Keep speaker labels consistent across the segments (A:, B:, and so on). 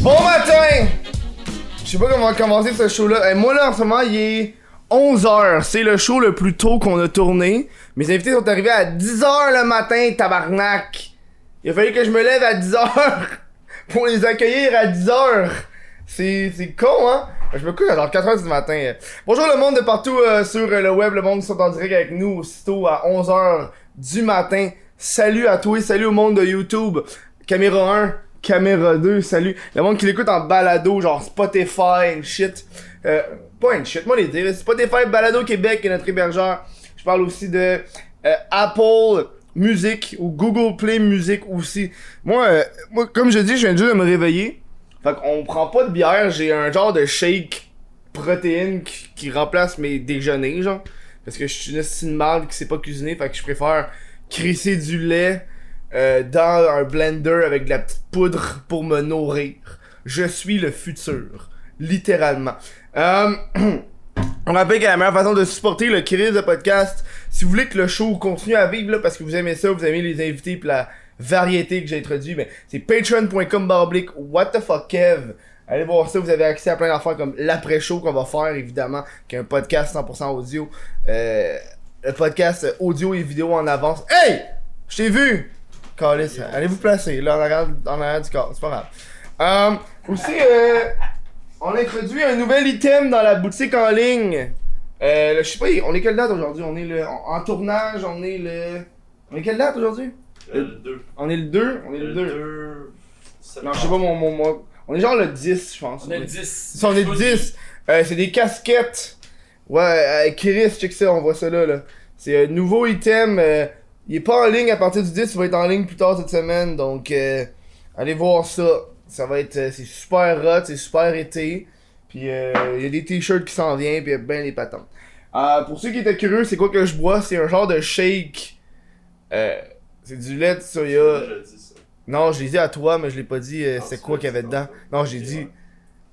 A: Bon matin! Je sais pas comment commencer ce show-là. Eh, moi, là, en ce moment, il est 11h. C'est le show le plus tôt qu'on a tourné. Mes invités sont arrivés à 10h le matin, tabarnak! Il a fallu que je me lève à 10h pour les accueillir à 10h. C'est, c'est con, hein? Je me couche à genre 4h du matin. euh. Bonjour le monde de partout euh, sur euh, le web. Le monde qui sont en direct avec nous aussitôt à 11h du matin. Salut à toi, salut au monde de YouTube. Caméra 1, caméra 2, salut. Le monde qui l'écoute en balado, genre Spotify and shit. Euh, pas and shit, moi les dire. Spotify, Balado Québec est notre hébergeur. Je parle aussi de euh, Apple Music ou Google Play Music aussi. Moi, euh, moi comme je dis, je viens juste de me réveiller. Fait qu'on prend pas de bière, j'ai un genre de shake protéine qui, qui remplace mes déjeuners, genre. Parce que je suis une estime malade qui sait pas cuisiner, fait que je préfère crisser du lait euh, dans un blender avec de la petite poudre pour me nourrir. Je suis le futur. Littéralement. Euh, on rappelle que la meilleure façon de supporter le crise de podcast, si vous voulez que le show continue à vivre là, parce que vous aimez ça, vous aimez les invités pis la variété que j'ai introduit, ben, c'est patreon.com baroblique what the fuck Kev. Allez voir ça, vous avez accès à plein d'affaires comme l'après-show qu'on va faire évidemment, qui est un podcast 100% audio. Euh, le podcast euh, audio et vidéo en avance. Hey! Je t'ai vu! Calisse, allez vous placer, là en arrière, en arrière du corps, c'est pas grave. Euh, aussi, euh, on introduit un nouvel item dans la boutique en ligne. Euh, le- je sais pas, on est quelle date aujourd'hui? On est le, en, en tournage, on est le... On est quelle date aujourd'hui?
B: Le 2.
A: On est le 2? On est
B: Euh,
A: le 2. Non,
B: Ah,
A: je sais pas, mon, mon, mon- On est genre le 10, je pense.
B: On est le 10.
A: Si on est 10, euh, c'est des casquettes. Ouais, euh, Chris, check ça, on voit ça là. là. C'est un nouveau item. euh, il est pas en ligne à partir du 10, il va être en ligne plus tard cette semaine. Donc, euh, allez voir ça. Ça va être. euh, c'est super hot, c'est super été. Puis, euh, il y a des t-shirts qui s'en viennent, puis il y a ben les patentes. Euh, pour ceux qui étaient curieux, c'est quoi que je bois C'est un genre de shake. Euh, c'est du lait de soya.
B: Je le dis, ça.
A: Non, je l'ai dit à toi, mais je l'ai pas dit euh,
B: Ah,
A: c'est
B: tu
A: quoi
B: l'as
A: qu'il y avait
B: dit
A: dedans.
B: tantôt.
A: Non, j'ai
B: Ok,
A: dit.
B: ouais.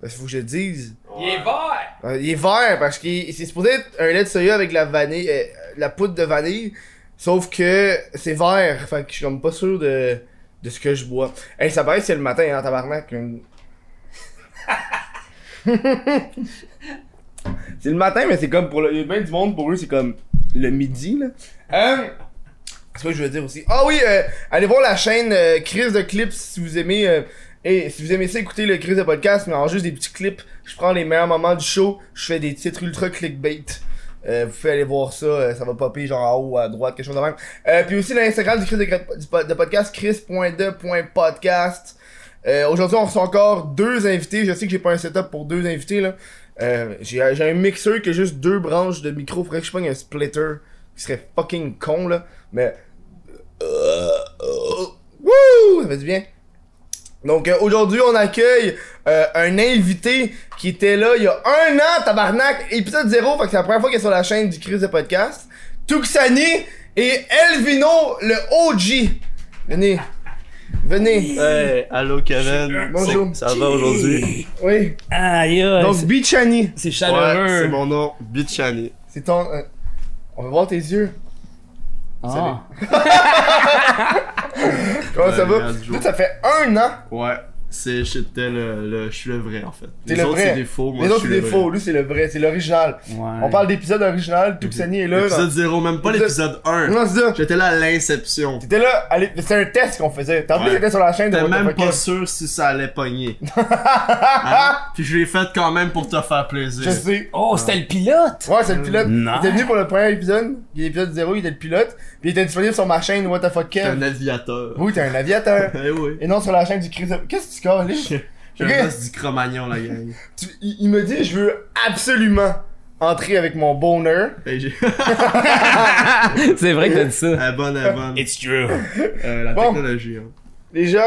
A: Parce qu'il faut que je le dise.
B: Il est vert!
A: Euh, il est vert parce que c'est supposé être un lait de soya avec la vanille, euh, la poudre de vanille, sauf que c'est vert. Fait que je suis comme pas sûr de, de ce que je bois. Hey, ça paraît que c'est le matin, hein, tabarnak. une- c'est le matin, mais c'est comme pour le. Il y a bien du monde pour eux, c'est comme le midi, là. Hein? C'est quoi que je veux dire aussi. Ah oui, euh, allez voir la chaîne euh, Crise de Clips si vous aimez. euh, et si vous aimez ça, écoutez le Crise de Podcast, mais en juste des petits clips. Je prends les meilleurs moments du show, je fais des titres ultra clickbait. Euh, vous pouvez aller voir ça, euh, ça va popper genre en haut, à droite, quelque chose de même. Euh, puis aussi l'Instagram du Chris de, du po- de podcast, chris.de.podcast. Euh, Aujourd'hui, on reçoit encore deux invités. Je sais que j'ai pas un setup pour deux invités là. Euh, j'ai j'ai un mixeur qui a juste deux branches de micro. Faudrait que je pogne un splitter qui serait fucking con là. Mais. Euh, euh, wouh! Ça fait du bien. Donc euh, aujourd'hui, on accueille euh, un invité qui était là il y a un an, tabarnak, épisode 0, fait que c'est la première fois qu'il est sur la chaîne du Chris de Podcast. Tuxani et Elvino, le OG. Venez. Venez.
C: Hey, allô Kevin.
A: Bonjour.
C: Ça va aujourd'hui?
A: Oui.
C: Aïe,
A: Donc Bichani,
C: c'est
B: chaleureux.
C: c'est mon nom, Bichani.
A: c'est ton. euh, on va voir tes yeux.
D: Ah.
A: Comment ça
C: Ouais,
A: va?
C: regarde,
A: Toi,
C: Joe.
A: ça fait un an.
C: Ouais, c'est j'étais le, le, je suis le vrai en fait.
A: T'es
C: Les
A: le
C: autres
A: vrai.
C: c'est des faux, moi
A: Les
C: je
A: autres, c'est
C: suis
A: des
C: le
A: faux.
C: vrai.
A: Lui, c'est le vrai, c'est l'original.
D: Ouais.
A: On parle d'épisode original. Tuxani est là.
C: L'épisode 0, même pas l'épisode 1.
A: Non, c'est ça.
C: J'étais là à l'inception.
A: T'étais là, allez, c'est un test qu'on faisait. T'as oublié,
C: Ouais.
A: t'étais sur la chaîne de
C: J'étais
A: What the
C: même
A: Fuck
C: pas
A: Kev.
C: sûr si ça allait pogner. Hein? Puis je l'ai fait quand même pour te faire
A: Je
C: plaisir.
A: sais.
D: Oh, c'était le pilote!
A: Ouais, c'est le pilote.
D: Non.
A: Il était venu pour le premier épisode. Il est épisode 0, il était le pilote. Puis il était disponible sur ma chaîne What the fuck
C: T'es
A: Kev.
C: un aviateur.
A: Oui, t'es un aviateur.
C: Eh oui.
A: Et non sur la chaîne du Chris. Qu'est-ce que tu calais?
C: J'ai
A: Ok.
C: un os du Cro-Magnon la gang.
A: Tu- Il il me dit, je veux absolument entrer avec mon boner.
C: Hey, j'ai-
D: C'est vrai que t'as dit ça.
C: Elle est bonne, elle est bonne.
D: It's true.
C: Euh, La
A: Bon.
C: technologie. hein.
A: Les gens,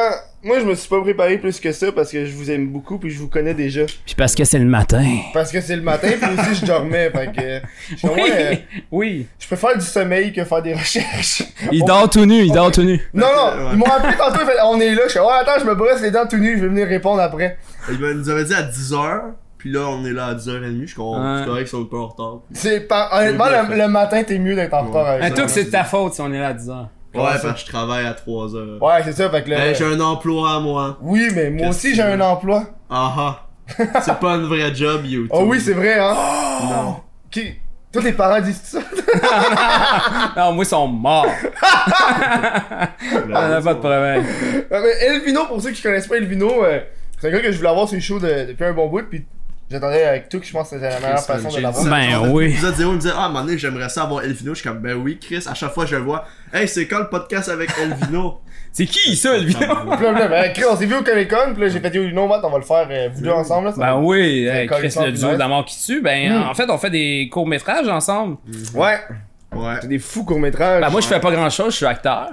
A: moi je me suis pas préparé plus que ça parce que je vous aime beaucoup puis je vous connais déjà.
D: Puis parce que c'est le matin.
A: Parce que c'est le matin puis aussi je dormais. Fait que. je suis au moins, euh,
D: Oui. oui.
A: Je préfère du sommeil que faire des recherches.
D: Il
A: On-
D: dort tout nu, il dort tout nu.
A: Non, non,
C: Ouais.
A: ils m'ont appelé tantôt,
C: ben,
A: ils ont fait, on est là. Je suis ouais, attends, je me brosse les dents tout nu, je vais venir répondre après.
C: Il m'a- nous avait dit à 10h. Puis là, on est là à 10h30, je suis con-
D: Ouais.
C: je suis correct si on est pas en retard.
A: C'est par... Honnêtement,
C: bien
A: le,
C: fait.
A: le matin, t'es mieux d'être en retard avec
D: Un
A: ça.
D: truc, Ah, c'est de ta faute si on est là à 10 heures.
C: Ouais,
A: Ouais,
C: parce que je travaille à 3h.
A: Ouais, c'est ça, fait que là.
C: j'ai un emploi à moi.
A: Oui, mais moi
C: Qu'est-ce
A: aussi,
C: que
A: j'ai
C: tu
A: un
C: veux?
A: emploi.
C: Ah ah. C'est pas un vrai job, YouTube.
A: Oh oui, c'est vrai, hein.
C: Non.
A: Qui... Toi, tes parents disent ça?
D: Non, moi, ils sont morts.
A: Ah,
D: On
C: Ah,
D: a pas de problème.
A: Ouais, mais Elvino, pour ceux qui connaissent pas Elvino, euh, c'est un gars que je voulais avoir sur les shows de- depuis un bon bout, puis j'attendais avec tout, que je pense que c'était la meilleure façon de l'avoir.
D: Ben oui.
C: L'épisode 0, il me disait, ah, à un moment donné, j'aimerais ça avoir Elvino. Je suis comme, ben oui, Chris, à chaque fois, je le vois. Hey, c'est quand le podcast avec Elvino?
D: C'est qui, ça, le vidéo?
A: Puis là, là, ben, Chris, on s'est vu au Comic Con, puis là, j'ai fait, yo, you know what, on va le faire, euh, vous deux ensemble, là. ça
D: Ben
A: va-
D: oui, euh,
A: Colin
D: Chris le duo
A: Sandler.
D: de la mort qui tue, ben
A: Hmm.
D: en fait on fait des courts-métrages ensemble.
A: Ouais.
C: Ouais.
A: C'est des fous courts-métrages.
D: Ben moi je fais pas grand chose, je suis acteur.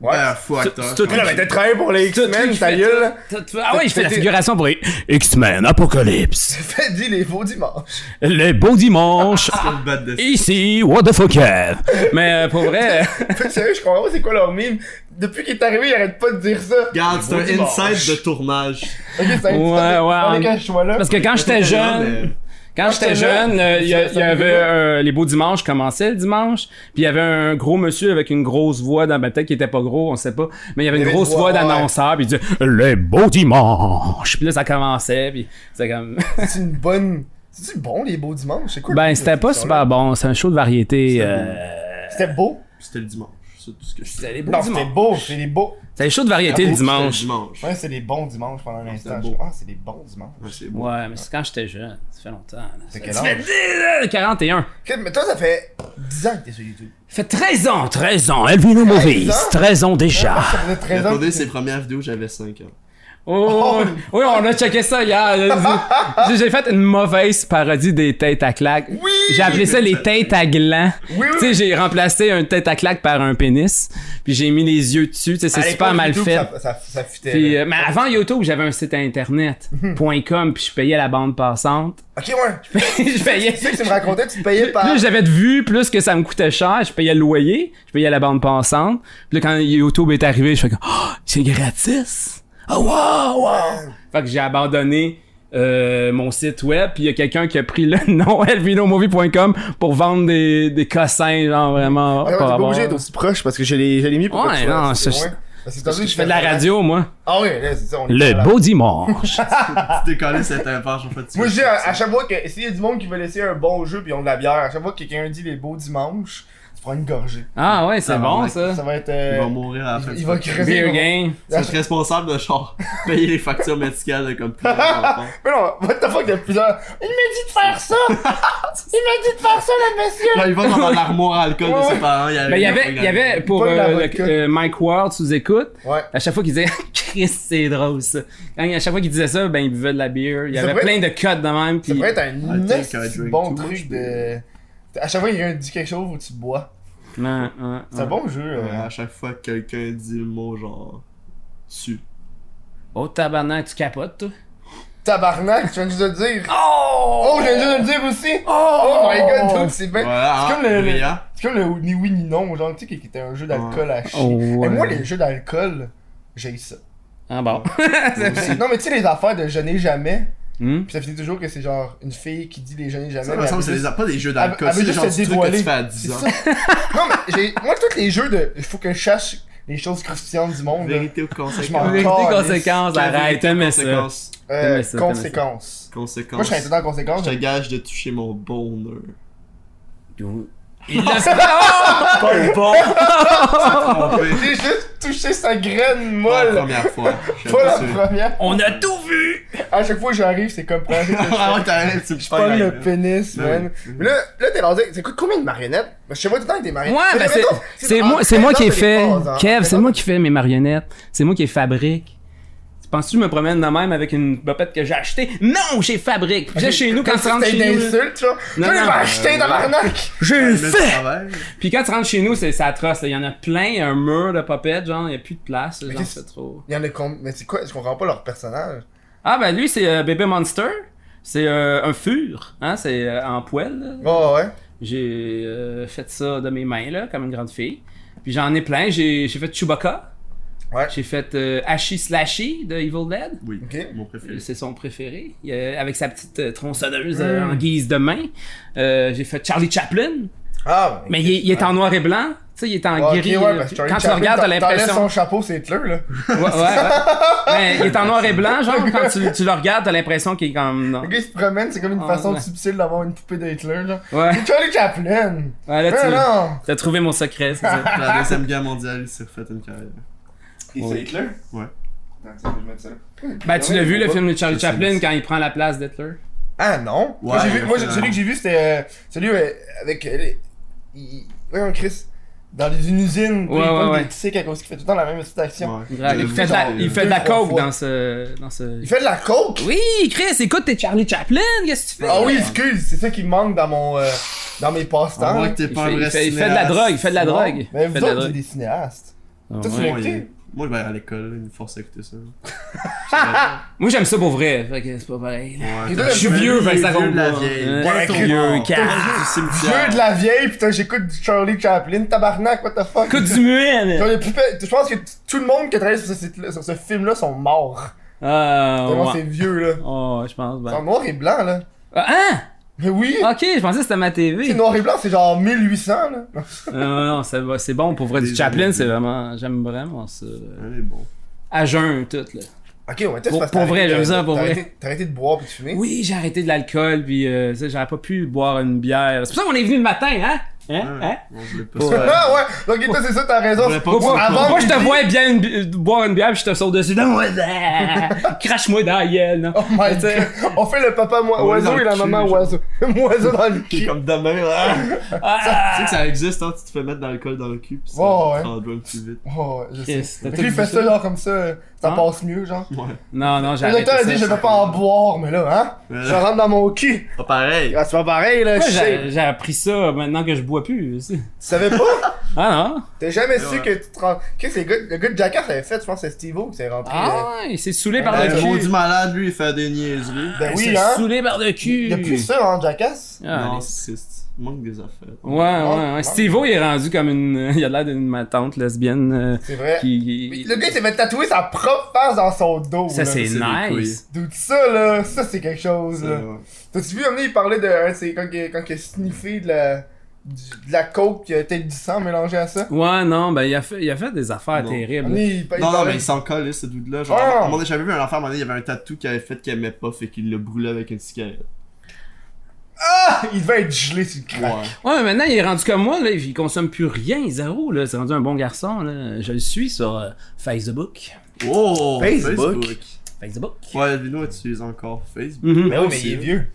A: Ouais.
C: Ben, fou acteur.
D: C'est- c'est tout-
A: Là, ben, t'as travaillé pour les
D: Tout- tout,
A: X-Men,
D: je
A: ta
D: fais
A: gueule, là.
D: tout, tout. Ah ouais, je fais la
A: T'as-
D: figuration pour les X-Men, Apocalypse,
A: Fais dit les faux dimanches.
D: les beaux dimanches,
C: Quelle batte de
D: ici, what the fuck yeah. Mais euh, pour vrai, euh,
A: Fait que sérieux, je comprends pas c'est quoi leur mime. Depuis qu'il est arrivé, il arrête pas de dire ça.
C: Regarde, c'est un
A: Dimanche.
C: inside de tournage.
A: Ok, ça
D: Ouais, ouais,
A: On
D: on-
A: est quand je suis là.
D: parce que quand j'étais jeune, quand j'étais jeune, euh, il y, a- il y avait euh, les beaux dimanches commençaient le dimanche, puis il y avait un gros monsieur avec une grosse voix dans ma tête qui était pas gros, on sait pas, mais il y avait une
A: avait
D: grosse
A: une voix,
D: voix
A: ouais.
D: d'annonceur, puis il disait les beaux dimanches, puis là ça commençait, puis c'est comme
A: C'est une bonne. C'est-tu bon, les beaux dimanches? C'est quoi? le-
D: Ben, c'était pas
A: cette
D: super bon. C'est un show de variété.
C: C'était
D: euh,
A: C'était beau.
C: C'était le dimanche. C'est tout ce que je sais.
D: C'était les
A: Non,
D: bons
A: c'était
D: dimanches.
A: beau, c'est les beaux.
D: C'était les shows de variété le
C: C'était
D: dimanche.
C: dimanche.
A: Ouais, c'est les bons dimanches pendant un instant.
C: c'était beau.
A: Ah, c'est des bons dimanches.
C: Ouais, c'est beau.
D: Ouais, mais c'est quand j'étais jeune. Ça fait longtemps. là.
A: C'est
D: Ça
A: quel
D: fait
A: âge?
D: dix- 41. Ça
A: Ok, mais toi, ça fait 10 ans que t'es sur YouTube.
D: fait 13 ans, 13 ans. Elvino Maurice, 13 ans déjà.
A: Ça faisait 13 ans.
C: Attendez,
A: que-
C: ses premières vidéos, j'avais 5 ans.
D: Oh, oui, on a checké ça hier. J'ai- J'ai fait une mauvaise parodie des têtes à claque.
A: Oui!
D: J'ai appelé ça les têtes à gland.
A: oui,
D: Tu sais, j'ai remplacé un tête à claque par un pénis. Puis j'ai mis les yeux dessus. Tu sais,
A: À
D: c'est
A: l'époque,
D: super mal
A: YouTube,
D: fait.
A: Ça, ça, ça fitait.
D: Puis,
A: là.
D: euh, mais avant YouTube, j'avais un site
A: Mhm.
D: internet.com puis je payais la bande passante.
A: Ok, ouais. Tu
D: je payais.
A: sais que tu me racontais, tu te payais par.
D: Plus j'avais de vues, plus que ça me coûtait cher, je payais le loyer, je payais la bande passante. Puis là, quand YouTube est arrivé, je fais comme oh, c'est gratis. Oh wow, wow. Fait que j'ai abandonné euh, mon site web, puis il y a quelqu'un qui a pris le nom elvinomovie.com pour vendre des des cossins genre vraiment
A: Ah, ouais,
D: pas
A: t'es pas
D: avoir-
A: obligé d'être aussi proche parce que je l'ai je l'ai mis pour
D: Ouais,
A: que tu sois-
D: non,
A: c'est
D: c'est-
A: loin. Parce que tantôt,
D: Je fais de la radio moi.
A: Ah ouais, là, c'est ça, on est pas
D: Le
A: là.
D: beau dimanche.
C: Tu décollais cette image, en fait. tu-
A: Moi, je dis à, à chaque fois que. S'il y a du monde qui veut laisser un bon jeu puis on de la bière, à chaque fois que quelqu'un dit les beaux dimanches, tu prends une gorgée.
D: ah ouais, c'est
C: Ah,
D: bon
C: ouais.
D: ça.
A: Ça va être.
C: Il va
A: Euh,
C: mourir à la fin.
A: il va
D: Beer
A: creuser.
D: game.
C: C'est responsable de genre payer les factures médicales de comme plus d'enfants.
A: Mais non, what the fuck, il y a plusieurs. Il m'a dit de faire ça! Il m'a dit de faire ça, le monsieur!
C: Là, il va dans l'armoire à alcool de ses parents. Il
D: Ben, il y avait, il y avait pour
A: Pas de la
D: euh, le-
A: vodka.
D: euh, Mike Ward sous écoute,
A: Ouais.
D: à chaque fois qu'il disait Chris, c'est drôle ça. Quand- à chaque fois qu'il disait ça, ben il buvait de la bière. Il y
A: Ça
D: avait
A: pourrait
D: plein de cuts de même.
A: Ça
D: Puis
A: pourrait être
C: I'll
A: un
C: take
A: esti
C: a drink
A: bon
C: too
A: truc
C: much,
A: de. À chaque fois qu'il y a un dit quelque chose où tu bois.
D: Ouais, ouais,
A: C'est un
D: ouais.
A: bon jeu. euh.
C: À chaque fois que quelqu'un dit le mot genre. Tu.
D: Oh tabarnak, tu capotes toi.
A: Tabarnak, tu viens juste de le dire.
D: Oh,
A: Oh, je viens juste de le dire aussi!
D: Oh,
A: Oh my god, dude, c'est bien.
C: Voilà,
A: C'est
C: hein,
A: comme le- le-
C: brillant.
A: C'est comme le ni oui ni non, genre, tu sais, qui qui était un jeu d'alcool à chier.
D: Oh, ouais.
A: Et moi, les jeux d'alcool, j'ai ça.
D: Ah bon.
A: non, mais tu sais, les affaires de je n'ai jamais,
D: Hmm?
A: puis ça finit toujours que c'est genre une fille qui dit les je n'ai jamais.
C: Ça me
A: mais
C: semble
A: elle
C: que c'est
A: veut
C: des- pas des jeux
A: elle
C: d'alcool,
A: veut
C: c'est le
A: juste
C: genre
A: se
C: du truc que
A: dévoiler.
C: tu fais à
A: juste-
C: 10 ans.
A: C'est ça. non, mais j'ai. Moi, tous les jeux de. Il faut que je cherche les choses croustillantes du monde. là.
C: Vérité ou
A: Je m'en
C: conséquence.
A: vais.
D: Vérité,
A: calisse.
D: conséquence, arrête, mais ça.
C: Conséquence.
A: Euh,
D: T'aimais ça, t'aimais ça.
A: conséquences. Moi, je
C: Conséquence.
A: serais tout en conséquence.
C: Je te gage de toucher mon bonheur.
D: Il l'a
C: Pas le bon!
A: J'ai juste touché sa graine
C: Pas la
A: molle.
C: première fois.
D: Ah,
C: Je
A: Pas la
C: t'assure.
A: première.
D: On a tout vu!
A: À chaque fois que j'arrive, c'est comme prendre
C: Vraiment, t'arrives, tu me
A: Pas
C: fais
A: le pénis,
C: Ouais.
A: man. Mais Là, là t'es rendu. C'est quoi- combien de marionnettes? Parce que chez moi, tout le temps, avec des
D: Ouais,
A: marionnettes.
D: ben
A: Mais
D: c'est,
A: mettons,
D: c'est
A: en
D: moi, c'est moi qui ai
A: présence,
D: fait.
A: des phases, hein.
D: Kev, c'est
A: En
D: moi qui fais mes marionnettes. C'est moi qui les fabrique. Tu penses-tu que je me promène de même avec une bopette que j'ai achetée? Non, j'ai fabrique. Puis là, chez nous, quand tu rentres
A: C'était une
D: chez nous. là,
A: insulte, genre. Tu
D: Non, euh, non.
A: l'as acheté, tabarnak!
D: J'ai
C: Mais tu travailles.
D: Puis quand tu rentres chez nous, c'est, c'est atroce. là. Il y en a plein, il y a un mur de popettes, genre, il n'y a plus de place. là,
A: Mais
D: Genre,
A: qu'est-ce-
D: c'est trop.
A: Il y en a combien? Mais c'est quoi? Je comprends pas leur personnage.
D: Ah, ben lui, c'est euh, Bébé Monster. C'est euh, un fur, hein, c'est euh, en poêle. là.
A: Oh, ouais.
D: J'ai euh, fait ça de mes mains, là, comme une grande fille. Puis j'en ai plein. J'ai, j'ai fait Chewbacca.
A: Ouais.
D: J'ai fait euh, Ashy Slashy de Evil Dead.
C: Oui,
A: Ok.
C: mon
D: Euh,
C: préféré.
D: C'est son préféré. Il, euh, avec sa petite euh, tronçonneuse euh,
A: Mm.
D: en guise de main. Euh, J'ai fait Charlie Chaplin.
A: Ah,
D: Mais il, est- il est en noir et blanc. Tu sais, il est en
A: Ah, ok,
D: gris.
A: ouais,
D: euh,
A: parce que Charlie
D: quand tu
A: Chaplin,
D: le regardes,
A: t'en-
D: t'as
A: t'enlèves
D: l'impression.
A: son chapeau, c'est Hitler, là.
D: Ouais, ouais, ouais. Mais il est en noir et blanc, genre, quand tu, tu le regardes, t'as l'impression qu'il est comme. non.
A: Le gars, il se promène, c'est comme une
D: Ah,
A: façon
D: ouais.
A: subtile d'avoir une poupée de Hitler, là.
D: Ouais,
A: C'est Charlie Chaplin!
D: ouais là,
A: Non,
D: tu
A: non!
D: t'as trouvé mon secret, c'est ça.
C: La deuxième guerre mondiale, il s'est refait une carrière.
B: Et
D: Ouais.
B: c'est Hitler?
A: Attends, ça, je vais mettre ça là.
D: Ben, tu l'as vu, le film de Charlie
C: Ça, c'est
D: Chaplin,
C: nice.
D: quand il prend la place d'Hitler?
A: Ah non! moi,
C: Ouais,
A: j'ai vu, moi,
C: euh,
A: celui que j'ai vu, c'était euh, celui euh, avec. euh, les- il- Voyons, Chris. Dans les, une usine, puis il
D: Ouais, ouais,
A: prend
D: ouais.
A: des petits secs à cause qu'il fait tout le temps la même petite action.
C: Ouais.
D: Grave.
C: Je l'ai
D: Il
C: vu,
D: fait de la,
C: genre,
D: il fait de la
A: deux, trois
D: coke
A: fois.
D: dans ce, dans ce.
A: Il fait de la coke!
D: Oui, Chris, écoute, t'es Charlie Chaplin, qu'est-ce que tu fais?
A: Ah oui, excuse, c'est ça qui me manque dans mon. euh, dans mes
C: On
A: passe-temps.
C: voit
A: là.
C: que t'es
D: Il
C: pas
D: fait,
C: un
D: il
C: vrai
D: fait- il fait de la drogue, il Ah fait de la
A: Non,
D: drogue.
A: Mais
D: Il fait
A: vous
D: de
A: autres, vous
D: la
A: êtes
D: drogue.
A: des cinéastes.
D: Ah,
A: Toi, tu
D: ouais.
A: l'as
C: Moi,
A: écouté?
C: il- Moi, je vais aller à l'école, ils me force à écouter ça.
D: Moi, j'aime ça pour vrai, fait que c'est pas pareil. là.
C: Ouais,
A: Et
C: t'as-
A: toi,
D: Je suis
A: Le
D: vieux, fait que ça
C: vieux
D: compte
C: de la
D: pas.
C: vieille.
D: Euh,
A: Ouais,
C: Ton
A: Chris.
D: vieux,
C: mort.
D: car-
C: Du cimetière.
A: Vieux de la vieille, putain, j'écoute du Charlie Chaplin, tabarnak, what the fuck.
D: Écoute du muet, mais.
A: Genre, les poupées- Je pense que t- tout le monde qui a travaillé sur ce, site-là- sur ce film-là sont morts.
D: Ah,
A: Tellement
D: ouais.
A: c'est vieux, là.
D: Oh, je pense,
A: En
D: ben.
A: noir et blanc, là.
D: Ah, hein?
A: Mais oui!
D: Ok, je pensais que c'était ma
A: Tu sais,
D: TV.
A: noir et blanc, c'est genre 1800, là.
D: Non, non, non, ça va, c'est bon pour vrai. Du
C: Des
D: Chaplin,
C: années.
D: c'est vraiment. J'aime vraiment ça. là.
C: Elle est bon.
D: À jeun, tout, là.
A: Ok, ouais, peut-être
D: Pour-
A: parce que
D: pour
A: t'as
D: vrai,
A: arrêté-
D: j'aime ça, pour
A: t'as
D: vrai.
A: arrêté- T'as arrêté de boire puis de fumer.
D: Oui, j'ai arrêté de l'alcool, puis euh, ça, j'aurais pas pu boire une bière. C'est pour ça qu'on est venu le matin, hein? Hein? Hein?
C: Ouais, On voulait pas
D: Pour,
C: ça.
D: euh,
A: Ah ouais, donc et toi, c'est ça, t'as raison.
C: Ouais, pas
D: Moi,
C: pour-
D: moi,
A: Avant
D: moi, je te
A: midi.
D: vois bien une bi- euh, boire une bière puis je te saute dessus. Non, ouais, ah, Crache-moi dans la gueule, non?
A: Oh my
D: Tu sais,
A: god. On fait le papa moi,
C: Ouais, dans
A: oiseau
C: le
A: et la
C: cul,
A: maman
C: genre.
A: oiseau. oiseau dans le
C: Qui est
A: cul.
C: comme demain, là.
D: ah,
C: Tu sais que ça existe, hein, tu te fais mettre dans le col dans le cul, pis ça
A: Ouais, ouais.
C: te rend drunk plus vite.
A: Oh, ouais, je sais.
D: Yes,
A: Fait
D: t'as
A: que
D: tout
A: lui, il
D: vu
A: fait
D: ça.
A: ça, genre, comme ça, euh, ça
D: Hein?
A: passe mieux, genre.
C: Ouais.
D: Non, non, j'ai
A: Le
D: arrêté
A: docteur a
D: ça.
A: dit, je vais pas en boire, mais là, hein. Je
C: Ouais.
A: rentre dans mon cul.
C: Pas pareil.
A: Ah, c'est pas pareil, là,
D: Pourquoi
A: je sais.
D: j'ai, j'ai appris ça maintenant que je bois plus. aussi?
A: Tu savais pas?
D: Ah non?
A: T'as jamais
C: Ouais,
A: su
C: ouais.
A: que tu te rends. Qu'est-ce que le gars- le gars de Jackass avait fait? Je pense que c'est Steve-O qui s'est rentré. euh,
D: Ah, il s'est saoulé par
A: Ouais,
D: le
C: Le
A: j'ai-
C: maudit
D: cul.
C: malade, lui, il fait des niaiseries.
A: Ben
D: il
A: oui,
D: s'est
A: hein.
D: saoulé par le cul.
A: Il y a plus ça, hein, Jackass?
D: Ah,
C: non,
D: les-
C: c'est c'est- il manque des affaires.
D: Ouais, ouais,
A: Non,
D: ouais. Steve-O, il est rendu comme une. Il a l'air d'une ma tante lesbienne euh,
A: C'est vrai.
D: qui.
A: Mais Le gars, il s'est fait tatouer sa propre face dans son dos.
D: Ça,
A: là.
D: c'est
C: c'est des
D: nice.
A: Dude, ça là, ça c'est quelque chose
C: C'est
A: là.
C: vrai.
A: T'as-tu vu, un moment, il parlait de. hein, c'est quand, il, quand il a sniffé de la, du- de la coke, puis il a peut-être du sang mélangé à ça.
D: Ouais, non, ben, il a fait, il a fait des affaires
C: Non.
A: Un
D: terribles.
A: moment, il, il
C: Non, non,
A: parlait-
C: mais il s'en colle, ce dude-là. Genre,
A: Ah!
C: à un moment donné, j'avais vu un enfant, à un moment donné, il y avait un tatou qu'il avait fait qu'il aimait pas, fait qu'il le brûlait avec une cigarette.
A: Ah! Il devait être gelé sur le crack.
C: Ouais.
D: Ouais, mais maintenant, il est rendu comme moi, là, il consomme plus rien, zéro, là. C'est rendu un bon garçon, là. Je le suis sur euh, Facebook.
C: Oh!
A: Facebook.
D: Facebook.
C: Ouais, Elvino utilise encore Facebook.
D: Mhm.
A: Mais Ben oui, mais il est vieux.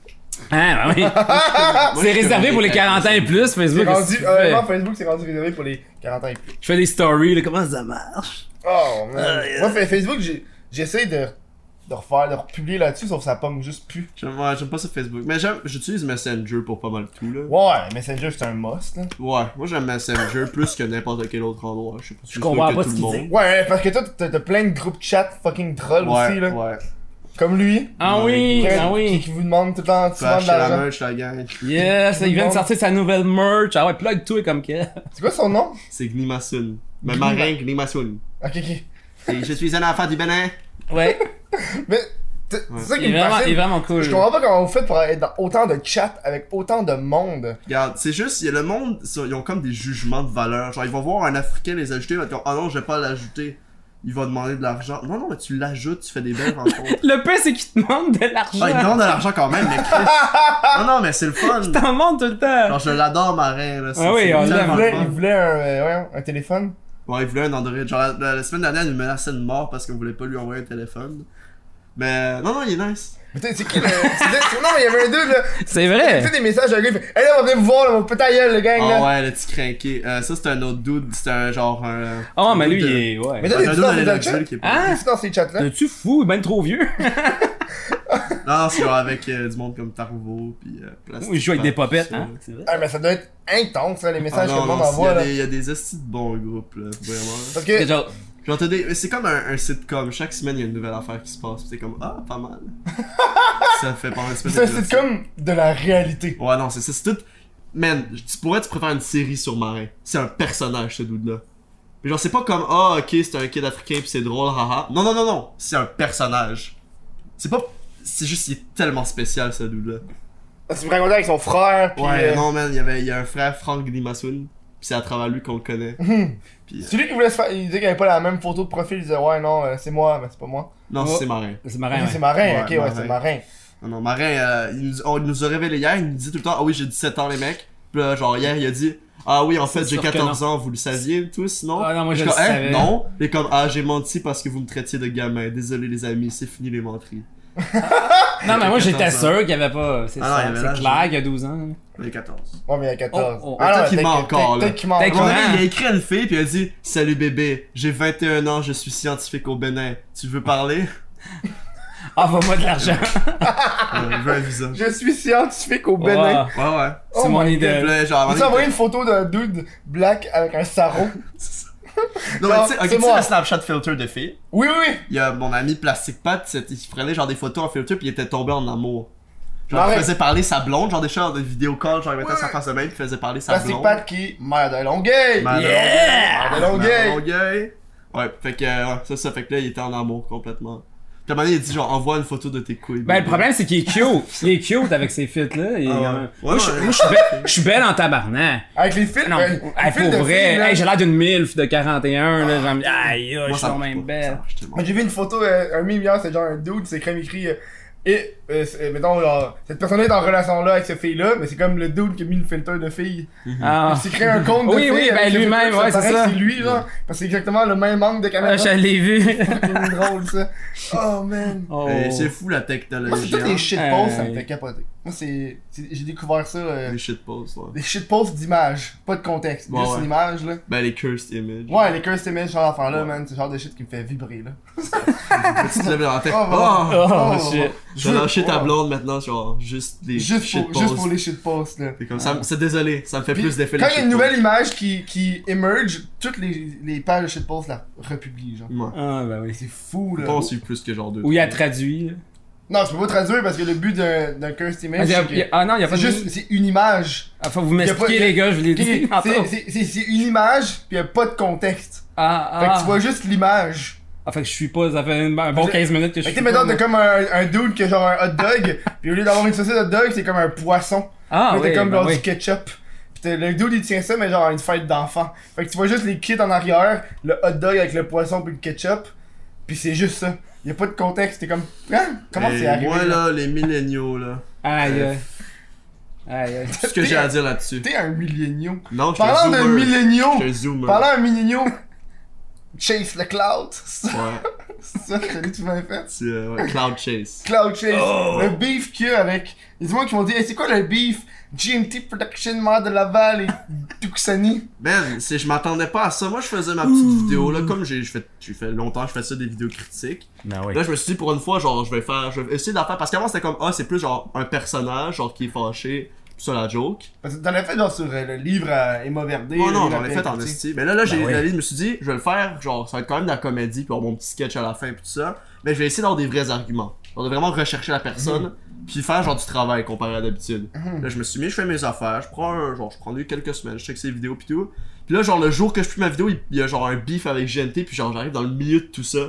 D: Ah, bah oui.
C: Moi,
D: C'est
C: je connais
D: réservé pour les
C: des
D: 40 ans et
C: tacs,
D: plus,
A: C'est
D: Facebook. qu'est-ce que
A: rendu.
D: tu
A: Euh,
D: fais?
A: non, Facebook, c'est rendu réservé pour les 40 ans et plus.
D: Je fais des stories, là. Comment ça marche?
A: Oh man.
D: Ah, yeah.
A: Moi, fa- Facebook, j'ai- j'essaie de, de refaire, de republier là-dessus, sauf que ça pomme juste plus.
C: J'aime ouais, j'aime pas ça Facebook. Mais j'aime- j'utilise Messenger pour pas mal tout, là.
A: Ouais, Messenger, c'est un must là.
C: Ouais, moi j'aime Messenger plus que n'importe quel autre endroit. Je sais pas si
D: Je comprends
C: c'est
D: pas
C: que
D: ce
C: tout
D: qu'il
C: le monde.
A: Ouais, parce que toi, t'as t'as plein de groupes chat fucking trolls aussi
C: Ouais,
A: là.
C: ouais.
A: Comme lui.
D: Ah oui,
A: Qui-
D: ah oui.
A: Qui vous demande tout le temps
C: Fais
A: souvent de
C: acheter la
A: l'argent.
C: merch, la gang.
D: Yes,
A: Tout le
D: il vient de
A: monde.
D: sortir sa nouvelle merch. Ah ouais, plug tout est comme que.
A: C'est quoi son nom?
C: C'est Gnimasun. Mais
A: Gnima-
C: marin Gnimasun.
A: Ok, ok.
C: Et je suis un enfant du Bénin.
D: Ouais,
A: Mais t-
C: Ouais.
A: c'est ça qui
D: il est
A: me
D: vraiment, il est
A: fascine.
D: vraiment cool.
A: Je comprends pas comment vous faites pour être dans autant de chats avec autant de monde.
C: Regarde, c'est juste, il y a le monde, ça, ils ont comme des jugements de valeur. Genre, ils vont voir un Africain les ajouter, ils vont dire, ah non, je vais pas l'ajouter. Il va demander de l'argent. Non, non, mais tu l'ajoutes, tu fais des belles rencontres.
D: Le pire, c'est qu'il te demande de
C: Ah, il me
D: l'argent.
C: demande de l'argent quand même, mais Chris. Non, non, mais c'est le fun.
D: Il t'en demande tout le temps.
C: Genre, je l'adore, Marin. Là. c'est-
D: Ah oui,
C: c'est
D: on
A: Il
D: l'aime.
C: tellement
A: voulait,
C: fun.
A: il voulait un, euh, ouais, un téléphone.
C: Ouais, il voulait un Android. Genre, la, la- la semaine dernière, il nous menaçait de mort parce qu'on voulait pas lui envoyer un téléphone. Mais non, non, il est nice.
A: Mais t'sais, c'est qui le. tu disais- non, mais il y avait un dude là.
D: C'est
A: Tu
D: vrai.
A: sais, des messages à un gars, il fait Hey là, on va venir vous voir, là, mon putain gueule, le gang
C: Eh. Ah
A: là.
C: ouais, le petit craqué. Euh, ça, c'est un autre dude. C'est un genre. Un,
D: Ah,
C: un
D: mais
C: dude
D: lui,
C: de-
D: il est. Ouais.
A: Mais
C: un
A: t'as des
C: dude
A: dans les
C: dans les
A: chats?
C: adultes qui est pas-
D: Hein?
A: T'es-tu Ah, dans ces chats là?
D: T'es-tu fou? Ben trop vieux.
C: Non, non, c'est genre avec euh, du monde comme Tarvo. Puis euh, Plastic
D: Ou il joue avec des
C: Pop,
D: popettes,
C: tout ça.
D: hein? C'est vrai.
A: Ah, mais ça doit être intense là, les
C: Ah
A: messages que
C: non,
A: le
C: non,
A: monde
C: c'est- il y
A: envoie
C: a
A: là.
C: des- il y a des estis de bons groupes, là, vraiment. là.
A: Parce que.
D: Genre,
C: Genre, t'as des- mais C'est comme un, un sitcom, chaque semaine il y a une nouvelle affaire qui se passe, pis c'est comme ah, pas mal. ça fait pendant une semaine.
A: C'est un
C: déjà ça.
A: sitcom de la réalité.
C: Ouais, non, c'est ça, c'est tout. Man, tu pourrais, tu préfères une série sur Marin. C'est un personnage, ce dude-là. Puis genre, c'est pas comme, ah, ok, c'est un kid africain pis c'est drôle, haha. Non, non, non, non, c'est un personnage. C'est pas. C'est juste, il est tellement spécial, ce dude-là.
A: Ah, tu me racontais avec son frère, pis.
C: Ouais,
A: euh,
C: non, man, il y avait il y a un frère, Frank Dimassoun, pis c'est à travers lui qu'on le connaît. Pis, euh,
A: C'est lui qui voulait se faire. Il disait qu'il avait pas la même photo de profil, il disait ouais, non, euh, c'est moi, mais c'est pas moi.
C: non,
D: Oh.
C: c'est Marin.
D: C'est marrant.
A: Ok,
D: ouais.
A: C'est marin,
C: Ouais,
A: ok, ouais,
C: Marin.
A: c'est marin.
C: Non, non, Marin, euh, il, nous, on- il nous a révélé hier, il nous dit tout le temps, ah oui, j'ai 17 ans, les mecs. Pis là, genre, hier, il a dit, ah oui, en fait,
D: C'est
C: j'ai
D: sûr que
C: 14 ans, vous le saviez tous, non?
D: Ah non, moi je
C: Je
D: le
C: suis comme, Hein,
D: savais.
C: non, et comme ah j'ai menti parce que vous me traitiez de gamin. Désolé les amis, c'est fini les menteries.
D: Non, mais moi j'étais
C: 14 ans.
D: sûr qu'il y avait pas. C'est
C: Ah
D: ça,
C: non, il y avait
D: c'est
C: l'âge,
D: clair
C: hein.
D: qu'il y a 12 ans.
C: Les 14.
A: Ouais, mais il y a 14.
D: Oh, oh,
A: non,
C: peut-être qu'il
A: peut-être
C: ment
A: que-
C: encore, là.
A: Peut-être qu'il ment
D: Peut-être
A: encore.
D: qu'il ment.
C: il a écrit à une fille puis il a dit salut bébé, j'ai 21 ans, je suis scientifique au Bénin. Tu veux parler
D: Envoie-moi Ah, de l'argent.
C: Ouais, Il veut un visa. Ouais
A: Je suis scientifique au Bénin.
D: Wow.
C: ouais.
A: Oh
D: C'est mon
A: my
C: Puis
D: idole.
C: là, genre,
A: Il
C: avant,
A: s'est envoyé
C: il-
A: une photo d'un dude black avec un sarrau.
C: Non, mais
A: genre,
C: tu sais, ok,
A: c'est
C: tu sais
A: moi.
C: le Snapchat filter de filles.
A: Oui, oui, oui.
C: Il y a mon ami Plastic Pat, c'est- il prenait genre des photos en filter puis il était tombé en amour. Genre, il
A: Marin.
C: faisait parler sa blonde, genre des choses de vidéo call, genre il mettait sa face de même, puis il faisait parler sa
A: Plastic
C: blonde.
A: Pat qui. Mère de Longueuil.
C: Mère de
A: Yeah! Mère de
C: Madame
A: Longueuil.
C: Longueuil. Ouais, fait que euh, ouais, ça, ça fait que là, il était en amour complètement. Puis à un moment donné, il dit genre, envoie une photo de tes couilles.
D: Ben, le problème, c'est qu'il est cute. Il est cute avec ses fits là. Il est
C: Ah ouais.
D: quand même-
C: Ouais,
D: Moi, je-
C: ouais.
D: moi, je suis belle- je suis belle en tabarnak.
A: Avec les fils.
D: Non,
A: euh, les
D: hey,
A: fils de
D: pour vrai,
A: filles, là.
D: hey, j'ai l'air d'une MILF de 41, là, genre, aïe, aïe, je
C: Ah. Moi,
D: suis
C: ça
D: quand
C: marche
D: même
C: pas. Ça
D: belle.
C: marche tellement.
A: Moi, J'ai vu une photo, euh, un meme hier, c'est genre un dude, c'est crème écrit. euh, et, euh, c'est- euh, mettons, genre, cette personne est en relation là avec cette fille-là, mais c'est comme le dude qui a mis le filter de fille.
D: Ah.
A: Il s'est créé un compte de
D: Oui,
A: fille
D: oui,
A: avec
D: ben,
A: le
D: lui-même,
A: filtre,
D: ouais, c'est
A: paraît que
D: ça.
A: C'est lui, là. Parce que c'est exactement le même angle de caméra.
D: Ah, je l'ai vu.
A: C'est drôle, ça. Oh, man.
D: Oh.
C: Et Eh, C'est fou la
A: Moi, c'est
C: technologie.
A: toutes des
C: hein.
A: shitposts, ça
D: Hey.
A: me fait capoter. Moi, c'est. c'est- J'ai découvert ça. euh,
C: Des shitposts, ouais.
A: des shitposts d'images, pas de contexte.
C: Ouais,
A: juste
C: ouais.
A: une image, là.
C: Ben, les cursed images.
A: Ouais, les cursed images, genre d'enfant là,
C: Ouais.
A: man. C'est le genre de shit qui me fait vibrer, là.
C: Tu te lèves dans la tête.
A: Oh,
C: Oh,
A: voilà.
D: Oh,
A: Oh,
D: shit.
C: je vais lâcher ta blonde maintenant, genre, juste des
A: Juste pour, juste pour
C: shitposts.
A: les shitposts, là.
C: C'est comme ça, c'est désolé, ça me fait
A: Ah. Puis,
C: plus d'effet
A: quand
C: les
A: il y a une
C: shitposts.
A: nouvelle image qui, qui émerge, toutes les, les pages de shitposts la republient, genre.
C: Ouais.
D: Ah, ben oui.
A: C'est fou,
C: Je
A: là.
C: pense que c'est plus que genre deux.
D: Où il a traduit. là.
A: Non, tu peux pas traduire parce que le but d'un d'un cursed
D: Ah,
A: image,
D: il y a-
A: c'est
D: il y a-
A: que-
D: ah non, il y a pas
A: c'est
D: de.
A: juste c'est une image.
D: Ah, faut que vous
A: y a
D: m'expliquez,
A: pas-
D: les gars, je vous l'ai
A: C'est
D: dit. tantôt.
A: c'est- c'est- c'est une image, puis y a pas de contexte. Fait
D: Ah,
A: que
D: ah.
A: tu vois juste l'image.
D: Ah, fait que je suis pas. Ça fait une- un bon
A: Fait que-
D: 15 minutes que je
A: Fait que
D: suis.
A: tu sais, mettons,
D: pas-
A: t'as comme un, un dude qui a genre un hot dog, puis au lieu d'avoir une saucisse hot dog, c'est comme un poisson.
D: Ah,
A: Là,
D: oui.
A: t'as comme
D: ben
A: genre
D: oui.
A: du ketchup. Pis t'as- le dude il tient ça, mais genre à une fête d'enfant. Fait que tu vois juste les kits en arrière, le hot dog avec le poisson puis le ketchup. Puis c'est juste ça. Y'a pas de contexte, t'es comme. Hein? Comment
C: Et
A: c'est arrivé?
C: Moi
A: là?
C: là, les milléniaux là.
D: Aïe, aïe. Aïe, aïe.
C: Tout ce que j'ai à dire là-dessus.
A: T'es un milléniaux.
C: Non, je suis
A: Parlant
C: un
A: d'un
C: zoomer.
A: milléniaux,
C: Je suis un zoomer.
A: parlant d'un milléniaux, Chase le Cloud. C'est
C: Ouais.
A: ça que t'as dit, tu m'avais fait.
C: C'est euh, ouais, Cloud Chase.
A: Cloud Chase,
C: Oh!
A: le beef qu'il y a avec. Il y a du monde qui m'ont dit, Hey, c'est quoi le beef? GMT Production, Mère de Laval et Tuxani.
C: Man, Ben, c'est, je m'attendais pas à ça. Moi, je faisais ma petite vidéo, là. Comme j'ai, je fais, j'ai fait longtemps, je fais ça des vidéos critiques.
D: Ben oui.
C: Là, je me suis dit, pour une fois, genre, je vais faire, je vais essayer d'en faire. Parce qu'avant, c'était comme, ah, c'est plus genre un personnage, genre, qui est fâché. Tout ça, la joke.
A: Parce que t'en as fait genre sur euh, le livre à Emma Verdé.
C: Oh
A: le
C: non,
A: livre à
C: j'en ai fait en
A: PNT.
C: esti. Mais là, là, j'ai
D: Ben oui.
C: réalisé, je me suis dit, je vais le faire, genre, ça va être quand même de la comédie, puis avoir mon petit sketch à la fin, puis tout ça. Mais je vais essayer d'avoir des vrais arguments. Genre, de vraiment rechercher la personne, puis faire, genre, du travail comparé à d'habitude. Là, je me suis mis, je fais mes affaires, je prends un, genre, je prends lui quelques semaines, je check ses vidéos, puis tout. Puis là, genre, le jour que je publie ma vidéo, il il y a, genre, un beef avec GNT, puis genre, j'arrive dans le milieu de tout ça.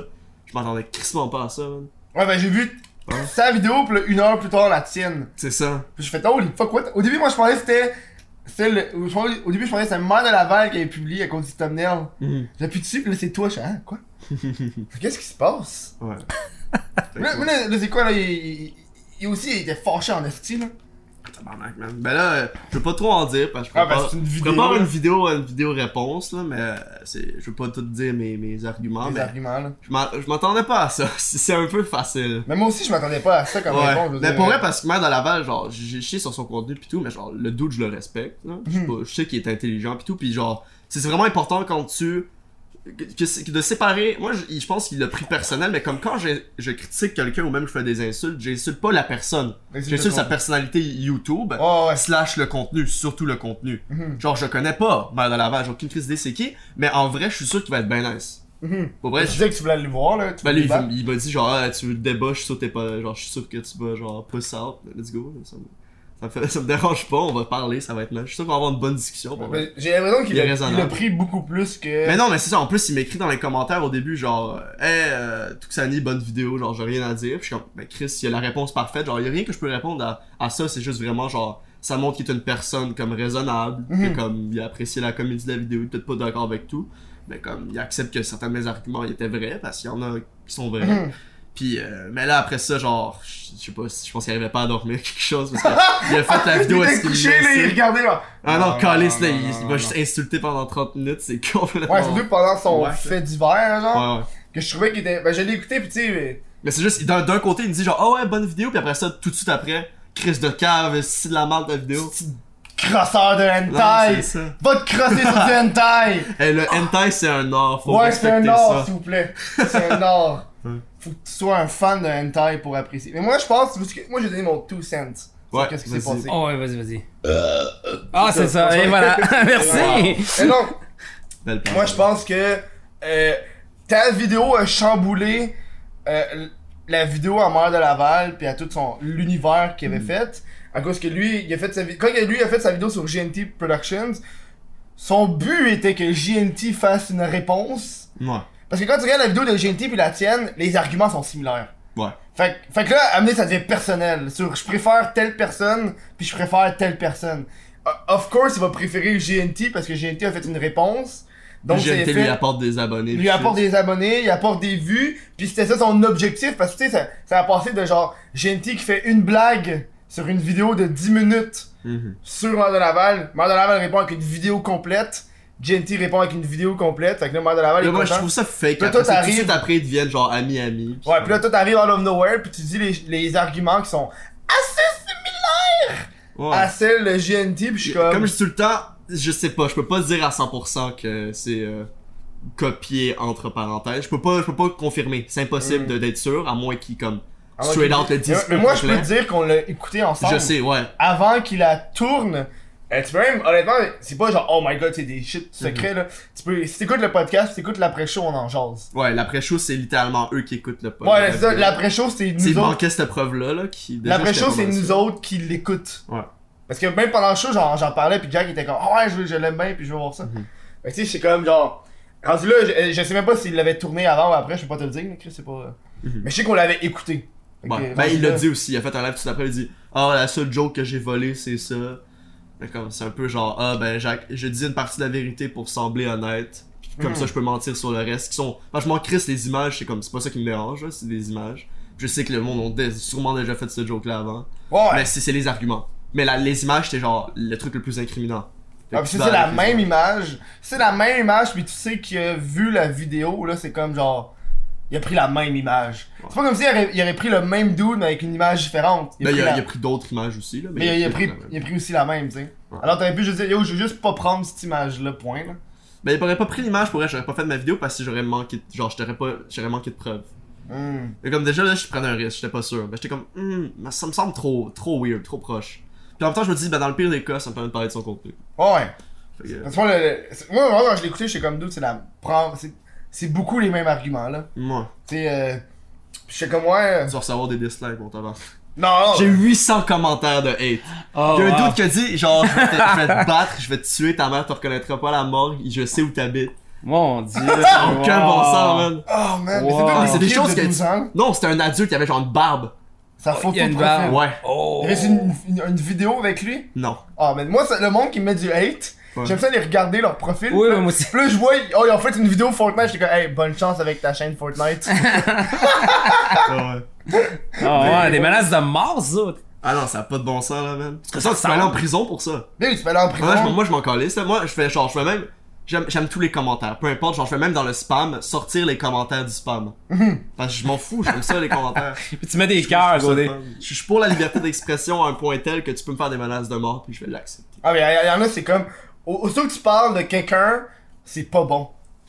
C: Je m'attendais crissement pas à ça, man.
A: Ouais, ben j'ai vu
C: Hein?
A: sa vidéo, puis là, une heure plus tard, la tienne.
C: C'est ça.
A: Puis j'ai fait, holy fuck, what? Au début, moi, je pensais que c'était. c'était le- je pensais- Au début, je pensais que c'était Mère de Laval qui avait publié à cause du thumbnail.
C: Mhm.
A: J'appuie dessus, puis là, c'est toi, je fais, hein, quoi? Qu'est-ce qui se passe?
C: Ouais.
A: Mais là, mais là, là, c'est quoi, là? Il, il- il aussi, il était fâché en esti, là.
C: Tabarnak, man. Ben là, euh, je veux pas trop en dire parce que je
A: Ah, ben,
C: prépare,
A: c'est une
C: je
A: vidéo,
C: prépare
A: là.
C: une vidéo, une vidéo réponse là, mais euh, c'est, je veux pas tout dire mes, mes arguments,
A: les
C: mais
A: arguments, là.
C: je m'en- je m'attendais pas à ça. C'est c'est un peu facile.
A: Mais moi aussi, je m'attendais pas à ça comme
C: Ouais.
A: réponse. je veux
C: mais
A: dire. euh,
C: pour vrai, parce que même dans Laval, genre, j'ai chié sur son contenu pis tout, mais genre, le doute, je le respecte. là. Je sais
A: Mhm.
C: pas, je sais qu'il est intelligent pis tout, pis genre, c'est c'est vraiment important quand tu. que- que c'est- que de séparer. Moi, je, je pense qu'il l'a pris personnel, mais comme quand je, je critique quelqu'un ou même je fais des insultes, j'insulte pas la personne.
A: Mais c'est
C: J'insulte
A: ton-
C: sa personnalité YouTube
A: Ouais, ouais.
C: slash le contenu, surtout le contenu.
A: Mhm.
C: Genre, je connais pas Mère de Laval, j'ai aucune crise d'idée c'est qui, mais en vrai, je suis sûr qu'il va être ben nice.
A: Mhm.
C: Pour
A: Tu
C: vrai, je...
A: disais que tu voulais aller le voir, là. Tu
C: ben,
A: voulais
C: lui, il,
A: le
C: il m'a dit genre, ah, tu veux le débat, je suis sûr que t'es pas. Genre, je suis sûr que tu vas genre push out, let's go. Ça me, ça Ça me, fait- ça me dérange pas, on va parler, ça va être là. Je suis sûr qu'on va avoir une bonne discussion. pour vrai.
A: Mais J'ai l'impression qu'il
C: Il est
A: a, il a
C: raisonnable.
A: pris beaucoup plus que.
C: Mais non, mais c'est ça. En plus, il m'écrit dans les commentaires au début, genre, hey, euh, Tuxani, bonne vidéo, genre, j'ai rien à dire. Puis je suis comme, mais Chris, il y a la réponse parfaite. Genre, il y a rien que je peux répondre à, à ça. C'est juste vraiment, genre, ça montre qu'il est une personne, comme, raisonnable. que
A: Mhm.
C: comme, il a apprécié la comédie de la vidéo, il est peut-être pas d'accord avec tout. Mais comme, il accepte que certains de mes arguments ils étaient vrais, parce qu'il y en a qui sont vrais.
A: Mhm.
C: Puis, euh, mais là, après ça, genre, je je sais pas, si- je pense qu'il arrivait pas à dormir, quelque chose, parce qu'il a fait la
A: Il
C: vidéo,
A: était
C: est-ce qu'il
A: couché, là, il
C: me
A: regardait là.
C: Ah non,
A: Non, non,
C: Calis, là,
A: non,
C: il
A: non,
C: il
A: non,
C: m'a juste insulté pendant 30 minutes, c'est complètement.
A: Ouais, surtout pendant son
C: Ouais.
A: fait d'hiver, genre.
C: Ouais, ouais.
A: Que je trouvais qu'il était. Ben, je l'ai écouté, pis tu sais. mais-
C: Mais c'est juste, d'un d'un côté, il me dit genre, ah ouais, bonne vidéo, puis après ça, tout de suite après, crise de cave, si de la merde de la vidéo.
A: Petit crosseur de
C: Non,
A: hentai!
C: c'est ça.
A: Va te crosser sur du hentai!
C: Eh, le hentai, c'est un art, faut
A: ouais, c'est
C: respecter
A: un or,
C: ça.
A: s'il vous plaît. C'est un or.
C: Ouais.
A: Faut que tu sois un fan de hentai pour apprécier. Mais moi, je pense, parce que moi, j'ai donné mon 2 cents. sur
C: Ouais,
A: Qu'est-ce qui s'est
C: vas-y.
A: passé?
D: Oh, ouais, vas-y, vas-y.
A: Euh,
D: Ah, c'est ça, et voilà. Merci.
A: Et donc,
C: Belle parole.
A: moi, je pense que euh, ta vidéo a chamboulé euh, la vidéo à Mère de Laval, puis à tout son l'univers qu'il avait fait. À cause que lui, il a fait sa vidéo. Quand lui a fait sa vidéo sur GNT Productions, son but était que GNT fasse une réponse.
C: Ouais,
A: Parce que quand tu regardes la vidéo de GNT puis la tienne, les arguments sont similaires.
C: ouais.
A: Fait, que- fait que là, amener, ça devient personnel. Sur je préfère telle personne, puis je préfère telle personne. Euh, of course, il va préférer GNT parce que GNT a fait une réponse. Donc, c'est
C: GNT lui
A: fait.
C: apporte des abonnés.
A: Lui
C: puis
A: apporte
C: shit.
A: des abonnés, il apporte des vues, puis c'était ça son objectif parce que tu sais, ça, ça a passé de genre GNT qui fait une blague sur une vidéo de 10 minutes
C: Mhm.
A: sur Mère de Laval. Mère de Laval répond avec une vidéo complète. GNT répond avec une vidéo complète. Fait que là, Mère de Laval
C: Là,
A: est
C: moi, je
A: content.
C: trouve ça fake.
A: Là,
C: Après,
A: toi,
C: ça, tout de
A: t'arrives-
C: suite après, ils deviennent genre amis-amis.
A: Ouais, puis là, toi, t'arrives out of nowhere, puis tu dis les, les arguments qui sont assez similaires
C: Ouais. Euh,
A: à celles de GNT, puis Ah, je suis comme.
C: Comme je dis tout le temps, je sais pas, je peux pas dire à 100% que c'est euh, copié entre parenthèses. Je peux pas, je peux pas confirmer. C'est impossible
A: Mm.
C: de- d'être sûr, à moins qu'il comme
A: Ah, moi,
C: straight
A: je-
C: out le
A: Mais,
C: discours
A: mais moi, je peux
C: complet.
A: te dire qu'on l'a écouté ensemble.
C: Je sais, ouais.
A: Avant qu'il la tourne. Euh, tu peux même, honnêtement, c'est pas genre, oh my god, c'est des
C: Mhm.
A: shit secrets, là. Tu peux, si t'écoutes le podcast, si t'écoutes l'après-show, on en jase.
C: Ouais, l'après-show, c'est littéralement eux qui écoutent le
A: Ouais,
C: podcast.
A: c'est ça, l'après-show, c'est nous
C: C'est
A: autres.
C: manquait cette preuve-là, là, qui... déjà,
A: L'après-show,
C: j'étais euh,
A: c'est
C: pas mal
A: nous
C: sûr.
A: autres qui l'écoutent.
C: Ouais.
A: Parce que même pendant le show, genre, j'en parlais, puis Jack était comme, Ah ouais, je, je l'aime bien, puis je veux voir ça.
C: Mhm.
A: Fait que tu sais, c'est comme genre. Rendu là, je, je sais même pas s'il l'avait tourné avant ou après, je peux pas te le dire, mais Chris, c'est pas.
C: Mhm.
A: Mais je sais qu'on l'avait écouté. Fait que,
C: Ouais.
A: rendu
C: Ben, il l'a
A: là-
C: dit aussi. Il a fait un live tout après, il dit « Ah, la seule joke que j'ai volée, c'est ça. » Mais comme, c'est un peu genre « Ah, ben, Jacques, je dis une partie de la vérité pour sembler honnête. Puis Comme
A: Mm.
C: ça, je peux mentir sur le reste. » Qui sont... Franchement, Chris, les images, c'est comme... C'est pas ça qui me dérange, là, c'est des images. Je sais que le monde ont dé- sûrement déjà fait ce joke-là avant.
A: Ouais, Ah,
C: Mais c'est c'est les arguments. Mais la- les images, c'était genre le truc le plus incriminant. Fait
A: Ah,
C: que
A: puis
C: tu
A: si
C: vas
A: c'est la
C: avec les
A: même
C: images.
A: image, si c'est la même image, puis tu sais qu'il a vu la vidéo, là, c'est comme genre. Il a pris la même image. C'est pas comme s'il aurait, il aurait pris le même dude, mais avec une image différente.
C: Ben, Il a,
A: pris la-
C: il a pris d'autres images aussi, là.
A: Mais il a, pris,
C: la même.
A: il a pris aussi la même, tu sais.
C: Ouais.
A: Alors t'aurais pu juste dire, yo, je veux juste pas prendre cette image-là, point, là.
C: Ben, il aurait pas pris l'image pour vrai, j'aurais pas fait de ma vidéo parce que j'aurais manqué de... Genre, j'aurais pas... J'aurais manqué de preuves.
A: Hmm.
C: Et comme déjà là, je prenais un risque, j'étais pas sûr. Ben, j'étais comme, hmm, mais ça me semble trop, trop weird, trop proche. Puis en même temps, je me dis, ben dans le pire des cas, ça me permet de parler de son contenu.
A: Ouais.
C: Fait que, euh,
A: Parce que moi, le- le- c'est- moi, vraiment, quand je l'ai écouté, j'étais comme dude, c'est la. prends- c'est- C'est beaucoup les mêmes arguments, là.
C: moi,
A: Tu sais, euh. Puis j'étais comme, ouais. euh,
C: tu vas recevoir des dislikes, mon tabac.
A: Non,
C: J'ai
A: non.
C: 800 commentaires de hate.
D: Oh,
C: Il y a un
D: wow.
C: doute qui a dit, genre, je vais, te, je vais te battre, je vais te tuer, ta mère te reconnaîtra pas à la morgue, je sais où t'habites.
D: Mon dieu.
C: Aucun
D: Oh, wow.
C: bon sens, man.
A: Oh man,
D: Wow.
A: mais
D: Ah,
A: c'est
C: c'est
A: des
C: des
A: kids
C: choses
A: de
C: que-
A: 12 ans.
C: Non, c'était un adulte, il avait genre une barbe.
A: Ça photo
D: Il y a une
A: de
D: barbe.
A: profil.
C: Ouais.
D: Oh.
A: Il reste une, une, une vidéo avec lui.
C: Non.
A: Ah, mais moi, ça- le monde qui met du hate,
C: Ouais.
A: j'aime ça les regarder leur profil.
D: Oui,
A: Puis
D: oui, moi aussi.
A: Puis là, je vois, oh, ils ont fait une vidéo Fortnite, j'étais comme, hey, bonne chance avec ta chaîne Fortnite.
C: Ah ouais.
D: Ah ouais, des menaces de mort, ça.
C: Ah non, ça a pas de bon sens, là, man.
D: que
C: ça,
D: ça
C: tu peux aller en
D: semble.
C: prison pour ça.
A: Là, tu peux aller en
C: Moi, je,
A: prison.
C: moi, je m'en calisse. là. Moi, je fais genre, je fais même. J'aime, j'aime tous les commentaires. Peu importe, genre, je fais même dans le spam, sortir les commentaires du spam. Parce que je m'en fous, j'aime ça, les commentaires.
D: Puis tu mets des cœurs,
C: Je trouve ça
D: Godé.
C: fun. Je suis pour la liberté d'expression à un point tel que tu peux me faire des menaces de mort, puis je vais l'accepter.
A: Ah, mais il y en a, c'est comme, au- aussitôt que tu parles de quelqu'un, c'est pas bon.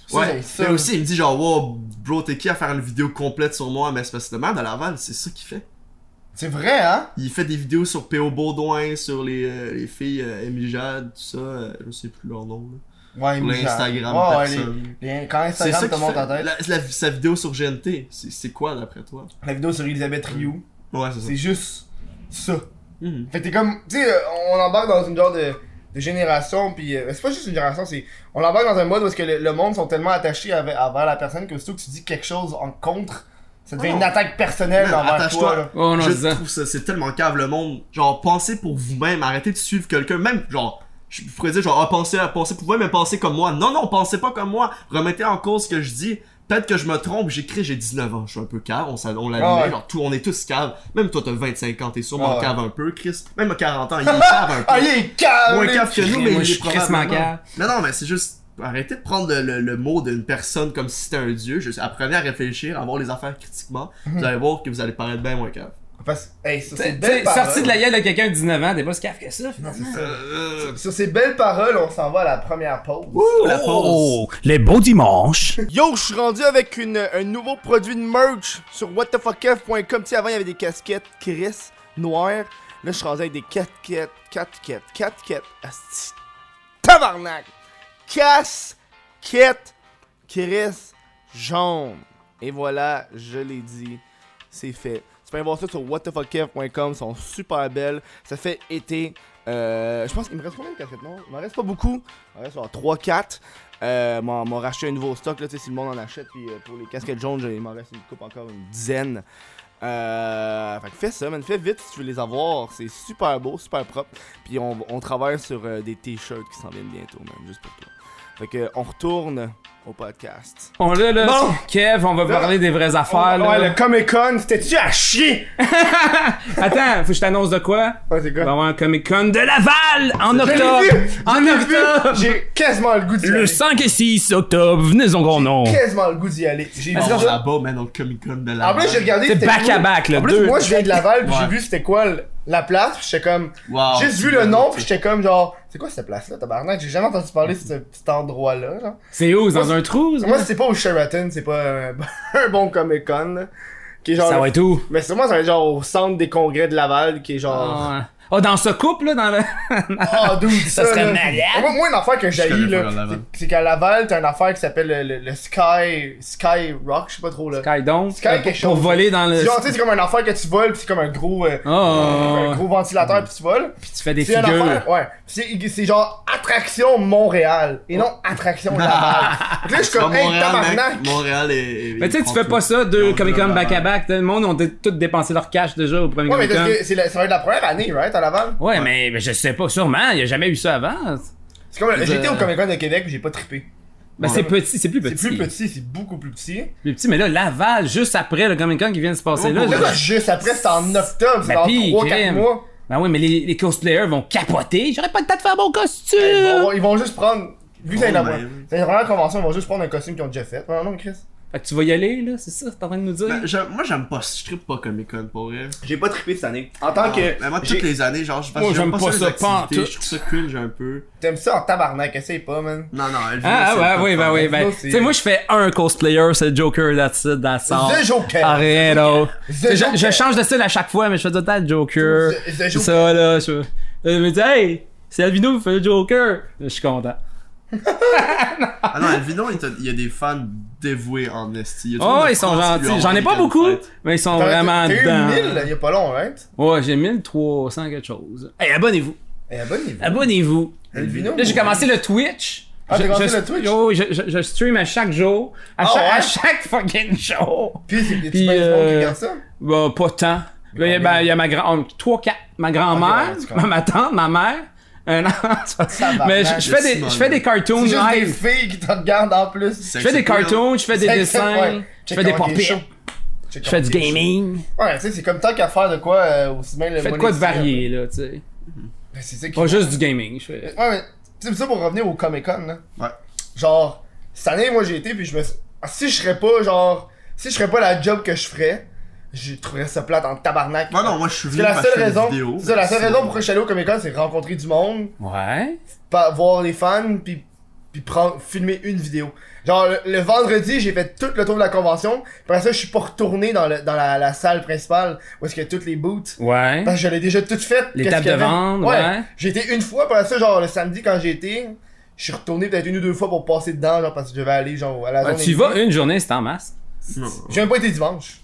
A: Ça,
C: Ouais.
A: j'ai ça,
C: Mais
A: là.
C: aussi, il me dit genre, wow, bro, t'es qui à faire une vidéo complète sur moi, mais c'est parce que c'est de merde à Laval, c'est ça qu'il fait.
A: C'est vrai, hein?
C: Il fait des vidéos sur P.O. Baudouin, sur les, euh, les filles euh, Émilie Jade, tout ça, euh, je sais plus leur nom, là.
A: Ouais,
C: Sur
A: mais genre-
C: l'Instagram,
A: ouais, ouais,
C: personne.
A: les- les- Quand
C: C'est
A: Instagram
C: ça
A: te
C: qu'il
A: monte en
C: fait.
A: tête.
C: La, la- sa vidéo sur GNT, c'est, c'est quoi d'après toi?
A: La vidéo sur Elisabeth Rioux,
C: Ouais, c'est ça.
A: c'est juste ça.
C: Mhm.
A: Fait que t'es comme, tu sais, euh, on embarque dans une genre de, de génération, puis euh, c'est pas juste une génération, c'est. On embarque dans un mode où est-ce que le, le monde sont tellement attachés à, à- envers la personne que surtout que tu dis quelque chose en contre, ça devient
C: Ah non.
A: une attaque personnelle
C: Non,
A: envers
C: attache-toi.
A: toi. là.
D: Oh non,
C: je
D: c'est ça.
C: trouve ça, c'est tellement cave le monde. Genre, pensez pour vous-même, arrêtez de suivre quelqu'un, même genre. Je pourrais dire genre, ah, pensez, ah, pensez pour vous-même, mais pensez comme moi. Non, non, pensez pas comme moi. Remettez en cause ce que je dis. Peut-être que je me trompe, j'écris, j'ai 19 ans, je suis un peu cave, on, s'en- on l'admet,
A: Ah ouais.
C: genre, tout, on est tous caves. Même toi, t'as 25 ans, t'es sûrement
A: Ah ouais.
C: cave un peu, Chris. Même à 40 ans, il est cave un peu.
A: Ah, il est calme!
C: moins
A: lui.
C: cave que nous, mais
D: Moi,
C: il
D: je
C: est
D: suis crissement
C: probablement...
D: cave.
C: Non, non, mais c'est juste... Arrêtez de prendre le, le- le mot d'une personne comme si c'était un dieu. Juste apprenez à réfléchir, à voir les affaires critiquement.
D: Mhm.
C: Vous allez voir que vous allez paraître bien moins cave.
A: Parce- hey, sur ces
D: T'sais,
A: belles paroles-
D: sorti de la gueule de quelqu'un de 19 ans, t'es pas scaf que ça,
A: Non,
D: finalement.
A: c'est ça.
C: Euh,
A: Sur ces belles paroles, on s'en va à la première pause.
C: la pause.
D: les beaux dimanches.
A: Yo, je suis rendu avec une, un nouveau produit de merch sur whatthefuckf.com. Tu sais, avant, il y avait des casquettes Chris noires. Là, je suis rendu avec des casquettes, casquettes, casquettes. Asti, tabarnak! Casquettes Chris jaune. Et voilà, je l'ai dit, c'est fait. Tu peux aller voir ça sur whatthefuckf.com, elles sont super belles. Ça fait été. Euh, je pense qu'il me reste combien de casquettes noires? Il m'en reste pas beaucoup. Il m'en reste genre 3-4. Euh, m'en, m'en racheter un nouveau stock, là, tu sais, si le monde en achète. Puis euh, pour les casquettes jaunes, j'ai- il m'en reste une coupe encore une dizaine. Euh, fait que fais ça, man. Fais vite si tu veux les avoir. C'est super beau, super propre. Puis on, on travaille sur euh, des t-shirts qui s'en viennent bientôt, man, juste pour toi. Fait que, on retourne au podcast.
D: On l'a là.
A: Bon.
D: Kev, on va
A: Là.
D: parler des vraies affaires là.
A: Comic Con, c'était-tu à chier?
D: Attends, faut que je t'annonce de quoi?
A: Ouais, c'est
D: On va
A: quoi?
D: avoir un Comic Con de Laval en
A: Je l'ai
D: octobre!
A: vu!
D: En
A: Je l'ai vu!
D: octobre!
A: J'ai quasiment le goût d'y
D: Le
A: aller.
D: 5 et 6 octobre, venez en grand nom!
A: Quasiment le goût d'y aller. J'ai vu
C: Ils sont
A: ça.
C: là-bas, man, dans le Comic Con de la
A: En plus, j'ai regardé.
D: C'est
A: c'était
D: back
A: où.
D: à back là,
A: En plus,
D: deux.
A: moi, je viens de Laval, puis
C: Ouais.
A: j'ai vu c'était quoi le- la place, puis j'étais comme.
C: Wow.
A: Juste vu le nom, puis j'étais comme genre. C'est quoi cette place-là, tabarnak? J'ai jamais entendu parler de ce, cet endroit-là, genre.
D: C'est où? Dans un trou? ça?
A: Moi, c'est pas au Sheraton, c'est pas un, un bon Comic Con, là, Qui est genre.
D: Ça va être où?
A: Mais sûrement, ça va être genre au centre des congrès de Laval, qui est genre.
D: Ah, oh, dans ce couple là, dans le.
A: Ah, dude, ça,
D: serait
A: là.
D: malade.
A: Moi, moi, une affaire que j'ai
C: connais
A: là,
C: pas Laval.
A: c'est- c'est qu'à Laval, t'as une affaire qui s'appelle le, le- le Sky, Sky Rock, je sais pas trop, là.
D: Sky Dome,
A: Sky
D: pour-
A: quelque
D: pour
A: chose.
D: voler dans le.
A: Genre, tu sais, c'est comme une affaire que tu voles, pis c'est comme un gros, euh,
D: Oh,
A: un gros ventilateur, pis tu voles.
D: tu fais des
A: C'est une
D: figures.
A: affaire, ouais. C'est c'est genre Attraction Montréal, et non Attraction Laval. Fait que là, je suis
C: Comme
A: comme, hey,
C: Montréal,
A: tabarnak!
C: mec. Montréal est. est-
D: Mais tu sais,
C: prend
D: tu fais
C: tout.
D: pas ça
C: Non,
D: deux
C: je
D: Comic Con
C: vais à
D: back à
C: Laval.
D: back. Le monde ont tout dépensé leur cash déjà au premier
A: Ouais, mais
D: Comic
A: parce
D: Con.
A: que c'est la- ça va être la première année, right, à Laval?
D: Ouais, mais, mais je sais pas, sûrement, il y a jamais eu ça avant.
A: C'est comme,
D: Euh,
A: j'ai été au Comic Con de Québec, pis j'ai pas trippé.
D: Ben, c'est petit, c'est plus
A: C'est
D: petit.
A: plus petit, c'est beaucoup plus petit.
D: Plus petit, mais là, Laval, juste après le Comic Con qui vient de se passer là.
C: Oh,
A: Là,
D: je-
A: juste après, c'est en octobre, c'est
D: Ben,
A: dans
D: pis,
A: 3-4
D: crime.
A: mois.
D: Ben oui, mais les, les cosplayers vont capoter. J'aurais pas le temps de faire mon costume.
A: Ils vont, ils vont juste prendre. Vu que c'est
C: Oh,
A: la,
C: man.
A: c'est la première convention, ils vont juste prendre un costume qu'ils ont déjà fait. Non, non, Chris.
D: Fait que tu vas y aller, là, c'est ça, que t'es en train de nous dire.
C: Ben, j'aime- moi, j'aime pas. Je tripe pas Comic Con pour vrai.
A: J'ai pas trippé cette année. En tant que.
C: Mais Ben, moi,
A: Ah, j'ai-
C: toutes les années, genre, je
D: Moi,
C: j'aime
D: j'aime
C: pas
D: pas
C: ça,
D: ça,
C: les
D: pas en
C: activités,
D: tout.
C: Je trouve ça cringe un peu.
A: T'aimes ça en tabarnak, essaye pas, man.
C: Non, non, elle
D: ah, ah, ouais, oui, ben, oui, ben.
A: Elvino, c'est-
D: Tu sais, moi, je fais un cosplayer, c'est Joker, that's it, that's all.
A: The Joker.
D: Arrête, oh.
A: The
D: Je,
A: Joker.
D: je change de style à chaque fois, mais je fais tout le temps le Joker.
A: The- The
D: C'est
A: Joker.
D: Ça, là, je. Elle me dit, hey, c'est Alvino, vous faites le Joker. Je suis content.
C: Ah non, Elvino, il, t'a- il y a des fans dévoués en esti. Il y a tout le
D: Oh,
C: monde de
D: ils sont
C: France qui lui
D: gentils.
C: ont
D: J'en ai
C: envoyé
D: pas
C: une
D: beaucoup,
C: fête.
D: mais ils sont
A: T'as-
D: vraiment
A: t'as eu
D: dedans.
A: 1000 il y a pas long, right?
D: Ouais, j'ai 1300 quelque chose. Hey, abonnez-vous.
A: Eh, à bon niveau.
D: Abonnez-vous.
A: Elvino.
D: Là, j'ai commencé le Twitch.
A: Ah, t'as
D: Je-
A: commencé
D: je-
A: le Twitch?
D: Oh, oui, je, je- je stream à chaque jour. À,
A: Ah
D: chaque, à
A: ouais?
D: chaque fucking jour.
A: Puis, c'est
D: Puis,
A: tu penses monde qui
D: euh,
A: regarde ça?
D: Bah, pas tant. Là, il y a, ben, il y a ma grand... 3, 4. Ma grand-mère,
A: ouais, tu comprends.
D: ma, ma tante, ma mère. Euh, non, c'est pas-
A: va,
D: Mais je,
A: man,
D: je
C: le
D: fais des,
C: Simon,
D: je fais
C: là.
D: des cartoons
A: C'est juste des
D: live.
A: filles qui te regardent en plus.
C: C'est
D: Je fais des
C: cool, hein.
D: cartoons, je fais des
A: Ouais.
D: dessins, je
A: Check
D: fais des
A: comment il est chaud.
D: pop-its,
A: Check
D: je fais du
A: comment il est chaud.
D: gaming.
A: Ouais, tu sais, c'est comme tant qu'à faire de quoi euh, aussi bien le
D: Je fais de quoi de
A: monétiser,
D: varié, là, tu sais.
A: hein. Ben, C'est ça qui
D: Pas juste du gaming. Je fais...
A: Ouais, mais c'est ça pour revenir au Comic Con, là.
C: Ouais.
A: Genre, cette année, moi j'ai été, puis je me suis- Ah, Si je serais pas, genre, si je serais pas la job que je ferais, je trouverais ça plate en tabarnak.
C: Moi, Bah non, moi, je suis
A: Parce
C: venu
A: que la
C: parce
A: seule
C: que
A: raison,
C: vidéo.
A: c'est ça, la seule
C: C'est-
A: raison pourquoi je suis allé au Comic Con, c'est rencontrer du monde,
D: Ouais.
A: pa- voir les fans, puis puis prendre, filmer une vidéo. Genre, le, le vendredi, j'ai fait tout le tour de la convention, puis après ça, je suis pas retourné dans, le, dans la, la salle principale, où est-ce qu'il y a toutes les booths.
D: Ouais.
A: Parce que je l'ai déjà toute faite.
D: Les
A: qu'est-ce
D: tables
A: qu'il y
D: de
A: avait.
D: vente, ouais.
A: J'ai été une fois, par ça, genre le samedi quand j'ai été, je suis retourné peut-être une ou deux fois pour passer dedans, genre parce que je devais aller genre à la
D: Ah,
A: zone.
D: tu y
A: indie.
D: vas une journée, c'est en masse.
C: Non.
A: J'ai même pas été dimanche.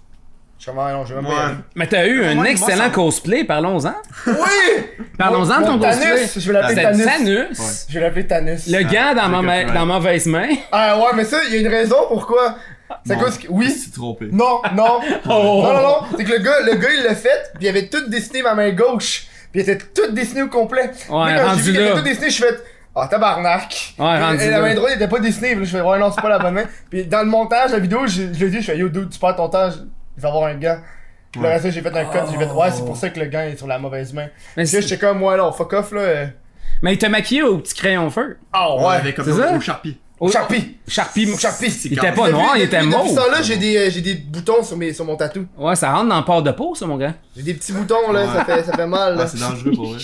A: Je suis comme, ah non, je vais même
C: Ouais.
A: pas. y aller.
D: Mais t'as eu un
C: moi,
D: excellent
C: ça-
D: cosplay, parlons-en.
A: Oui!
D: Parlons-en de
A: Mon
D: ton cosplay.
A: Thanos, Je vais l'appeler
D: C'était
A: Thanos.
D: Thanos.
C: Ouais.
A: Je vais l'appeler Thanos.
D: Ah, Le gars dans, ma,
C: copyright.
D: dans mauvaise main.
A: Ah ouais, mais ça, il y a une raison pourquoi. C'est à
C: Bon.
A: cause que. Oui!
C: s'est trompé.
A: Non, non!
D: Oh.
A: Non, non, non! C'est que le gars, le gars, il l'a fait, pis il avait tout dessiné ma main gauche. Pis il était tout dessiné au complet. Puis quand
D: rendu
A: j'ai vu qu'il
D: là.
A: était tout dessiné, je suis fait. Ah, tabarnak!
D: Ouais, rendu
A: et, et
D: là.
A: la main droite, il était pas dessinée. puis là, Je fais, ouais, non, c'est pas la bonne main. Puis dans le montage, la vidéo, je, je l'ai dit, je fais, yo, dude, tu perds ton temps, je je vais avoir un gars. Puis là, ça, j'ai fait un cut, j'ai fait, ouais, c'est pour ça que le gars est sur la mauvaise main.
D: Mais,
A: Puis là,
D: c'est-
A: j'étais comme, ouais, non, fuck off, là. euh.
D: mais il t'a maquillé au petit crayon feu.
A: Ah,
C: On
A: ouais.
C: avait comme
D: C'est
C: ça
D: ça?
C: au charpie.
D: Au-
A: Sharpie!
D: Sharpie.
A: Sharpie,
C: c'est
D: Il était
C: carré.
D: Oh. pas
A: Depuis-
D: noir, il
A: depuis-
D: était
A: Depuis ce
D: mauve.
A: temps-là, j'ai des, euh, j'ai des boutons sur, mes, sur mon tatou.
D: Ouais, ça rentre dans le port de peau, ça, mon gars.
A: J'ai des petits boutons, là, ça, fait, ça fait mal, là.
C: Ouais, c'est dangereux pour vrai.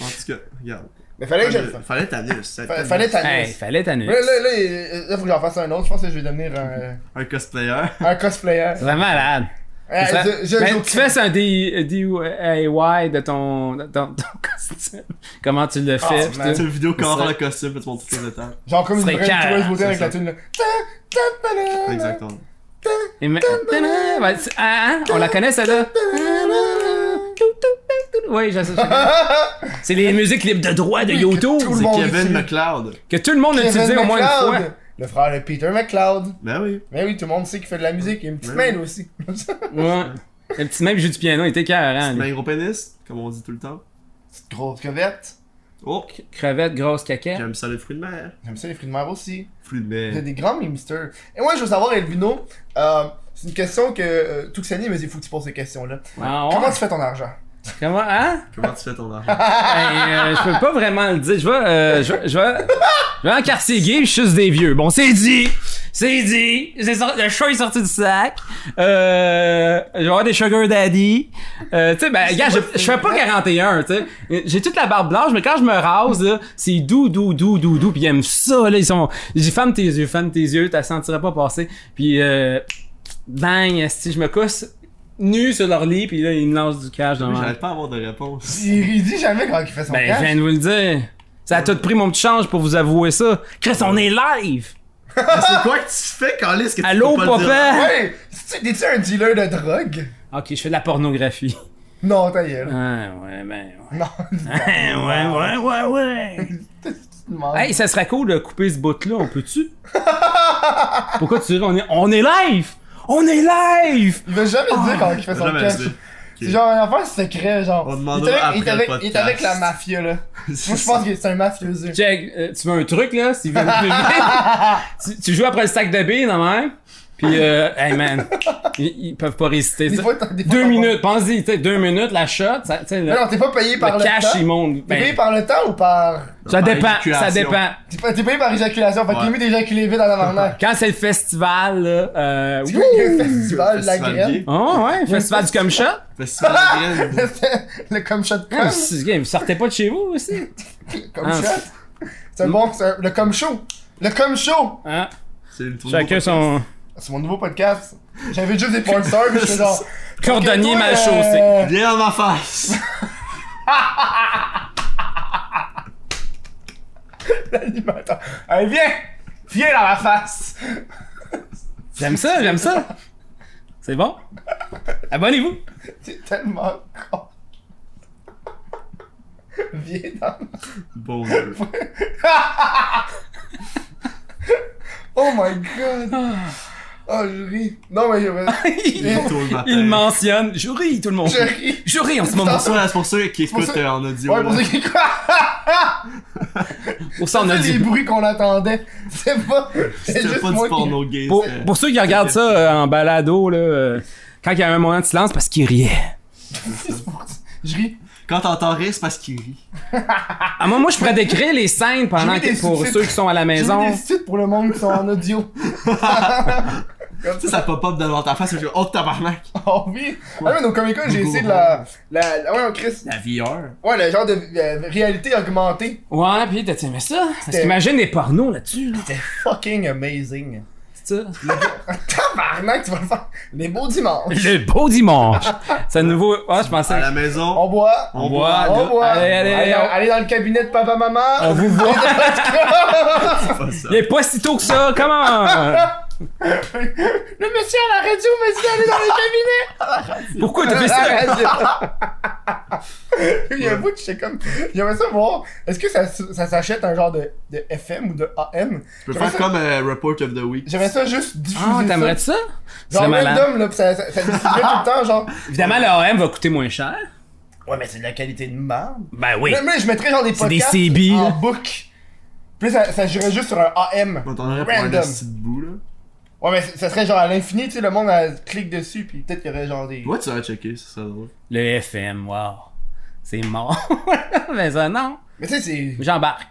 C: En tout cas, regarde.
A: Mais fallait que je le fasse.
C: Fallait t'annuler. ça
A: Fa-
C: t'annuler.
A: Fallait
D: Hey,
A: Thanos.
D: fallait t'annuler.
A: Là, là, là, il- là, faut que j'en fasse un autre. Je pense que je vais devenir un,
C: Un cosplayer.
A: un cosplayer.
D: C'est vraiment malade.
A: Euh,
D: Ça-
A: je- je-
D: Ben,
A: j'ai
D: tu
A: aucune-
D: fais un D- DIY de ton, de ton, ton costume. Comment tu le fais? pis
A: Ah, Oh, man.
C: C'est
D: tout.
C: une vidéo comment
D: Ça-
C: faire le costume, puis tu montres toutes les étapes.
A: Genre comme une
D: serait
A: vraie
D: carré,
A: tueuse beauté
C: c'est
A: avec
C: ça.
A: la thune là. Ta- ta- ta- ta- ta-
C: Exactement.
D: Et mais- Ben, tu- ah, ah, on la connaît, celle-là? Oui, je sais. je sais. C'est les musiques libres de droit de
A: Oui, que
D: YouTube.
A: tout le
C: C'est
A: monde
C: Kevin
A: utilise.
C: McLeod.
D: Que tout le monde a
A: Kevin
D: utilisé au moins une fois.
A: MacLeod, Le frère de Peter McLeod.
C: Ben oui.
A: Mais oui, tout le monde sait qu'il fait de la musique. Il y a une petite
C: Ouais.
A: main aussi.
D: Ouais. Le petit même jeu du piano, il était carré.
C: C'est un gros pénis, comme on dit tout le temps.
A: Petite grosse covette.
C: Oh,
D: Crevette, grosse caquette.
C: j'aime ça les fruits de mer.
A: J'aime ça les fruits de mer aussi.
C: Fruits de
A: Vous êtes
C: mer.
A: des grands mimsters. Et moi, je veux savoir, Elvino, euh, c'est une question que euh, Tuxani me dit, faut que tu poses ces questions-là.
D: Ah ouais?
A: Comment tu fais ton argent?
D: Comment? Hein?
C: Comment tu fais ton argent?
D: Ben, euh, je peux pas vraiment le dire. Je vais, euh, je vais, je vais, je vais en quartier gay, je suis des vieux. Bon, c'est dit! C'est dit! C'est sorti- le chat est sorti du sac. Euh, je vais avoir des sugar daddy. Euh, tu sais, ben, gars, je, je fais pas 41, tu sais. J'ai toute la barbe blanche, mais quand je me rase, là, c'est doux, doux, doux, doux, doux, pis ils aiment ça, là. Ils sont, j'ai ferme tes yeux, ferme tes yeux, t'as sentirais pas passer. Puis euh, bang, si je me cousse nu sur leur lit, puis là, ils me lancent du cash dans ma
C: J'arrête pas à avoir de réponse.
A: Il, il dit jamais quand il fait son
D: ben,
A: cash.
D: je viens de vous le dire. Ça a tout pris mon petit change pour vous avouer ça. Chris, on est live!
C: Mais c'est quoi que tu fais, Calis, que tu
D: Allô,
C: peux pas le dire?
D: papa!
A: Ouais! c'est-tu- T'es-tu un dealer de drogue?
D: Ok, je fais de la pornographie.
A: Non, ta gueule.
D: Ah, ouais, ben. ouais.
A: Non,
D: Ouais, ouais, ouais, ouais!
A: non.
D: hey, ça serait cool de couper ce bout-là, on peut-tu? Pourquoi tu dirais on est, on est live? On est live!
A: Il veut jamais dire quand il fait son
C: Jamais
A: cash.
C: dit.
A: C'est genre un affaire secret, genre.
C: On
A: il est
C: demandera
A: avec, il est
C: après le
A: avec, il est avec
C: podcast.
A: la mafia, là. Moi, je pense que c'est un mafieux.
D: Check, euh, tu veux un truc là? Si tu veux plus vite? tu, tu joues après le sac de billes, non, même? Puis, euh, hey man, ils, ils peuvent pas résister.
A: Des
D: ça.
A: fois, t'as- des fois,
D: deux
A: t'as pas-
D: minutes, pense-y, tu sais, deux minutes, la shot, ça, tu sais,
A: Mais
D: le,
A: non, t'es pas payé par le,
D: le cash,
A: temps.
D: il monte.
A: T'es
D: Ben,
A: payé par le temps ou par.
D: Ça
C: Par
D: dépend, ça
C: éjaculation.
D: dépend.
A: T'es pas- t'es payé par éjaculation, fait que
C: Ouais.
A: t'es mieux d'éjaculer vite à l'arnaque.
D: Quand c'est le festival, là, euh...
A: Tu
D: wouh!
A: vois, il y a un festival de la
C: Festival
A: graine.
C: gay.
D: Oh ouais, le festival du Comshot.
C: Festival de graines.
A: le comme shot com.
D: Ah, c'est- vous sortez pas de chez vous aussi.
A: Le comme
D: Ah,
A: shot. C'est un bon. c'est un- Le comme show. Le comme show.
D: Hein?
C: C'est une tournée.
D: Chacun son
A: C'est mon nouveau podcast. J'avais juste des porn stars, mais je fais genre.
D: cordonnier
A: Toi,
D: mal
A: euh,
D: chaussé.
C: Viens dans ma face!
A: L'animateur. Allez, viens! Viens dans ma face!
D: J'aime ça, j'aime ça. C'est bon. Abonnez-vous.
A: T'es tellement con. Viens dans ma...
C: Bon euh, Dieu.
A: Oh my god! Oh, je ris. Non, mais je ris.
D: il
C: Tôt le matin.
D: il mentionne. Je ris, tout le monde.
A: Je ris.
D: Euh, Je ris en ce moment.
C: Ça, c'est pour ceux qui
A: pour
C: écoutent
A: ceux-
C: euh, en audio.
A: Ouais, pour
C: là.
A: ceux qui
D: Pour ça, on a
A: C'est les
D: dit.
A: bruits qu'on attendait. C'est pas. C'est
C: C'était
A: juste
C: pas
A: moi
C: du
A: qui-
C: porno gay.
D: Pour,
C: c'était-
D: pour ceux qui regardent ça euh, en balado, là, euh, quand il y a un moment de silence, parce qu'il riait.
A: C'est pour ça. Je ris.
C: Quand t'entends rire, c'est parce qu'il rit.
D: Ah, moi, moi, je pourrais décrire les scènes pendant
A: mis des
D: que, pour
A: sous-titres.
D: ceux qui sont à la
A: J'ai
D: maison.
A: mis des sites pour le monde qui sont en audio. Comme
C: Ça, ça pop-up devant ta face, je dis, oh tabarnak!
A: Oh oui! Ah mais nos Comic Con, j'ai essayé de la. la, la- ouais, oh, Chris.
C: La VR.
A: Ouais, le genre de euh, réalité augmentée.
D: Ouais, pis t'as aimé ça? Parce
A: C'était-
D: qu'imagine des pornos là-dessus, là.
A: C'était fucking amazing.
D: C'est ça.
A: Tabarnak, tu vas le faire. Les beaux dimanches.
D: Le beau dimanche. C'est un nouveau. Ah, je pensais.
C: À la
D: que-
C: maison,
A: On boit.
C: on
D: boit,
C: boit,
A: On boit.
D: Allez, allez,
A: allez,
D: on-
A: allez dans le cabinet de papa, maman.
D: On vous voit.
C: on fait ça.
D: Il est pas si tôt que ça. Comment?
A: Le monsieur à la radio m'a dit d'aller dans le
D: Pourquoi t'as fait ça? Ah,
A: cabinet! À la radio! Il y a un bout que j'étais comme. J'aimerais ça voir, est-ce que ça, ça s'achète un genre de, de FM ou de AM?
C: Je peux faire comme euh, Report of the Week.
A: J'aimerais ça juste diffuser.
D: Ah, t'aimerais
A: ça?
D: ça? C'est
A: Genre
D: malade.
A: random, là, pis ça, ça, ça diffusait tout le temps, genre.
D: Évidemment, le AM va coûter moins cher.
A: Ouais, mais c'est de la qualité de merde.
D: Ben oui.
A: Mais, mais je mettrais genre des
D: C'est des
A: podcasts
D: CB, là.
A: en book. Puis ça, ça girait juste sur un AM.
C: On t'en aurait pour un
A: Random.
C: petit bout là.
A: Ouais, mais c- ça serait genre à l'infini, tu sais, le monde elle, clique dessus, puis peut-être qu'il y aurait genre des.
C: Ouais, tu vas checker, ça serait drôle.
D: Le FM, wow. C'est mort. mais ça, non.
A: Mais tu sais, c'est,
D: J'embarque.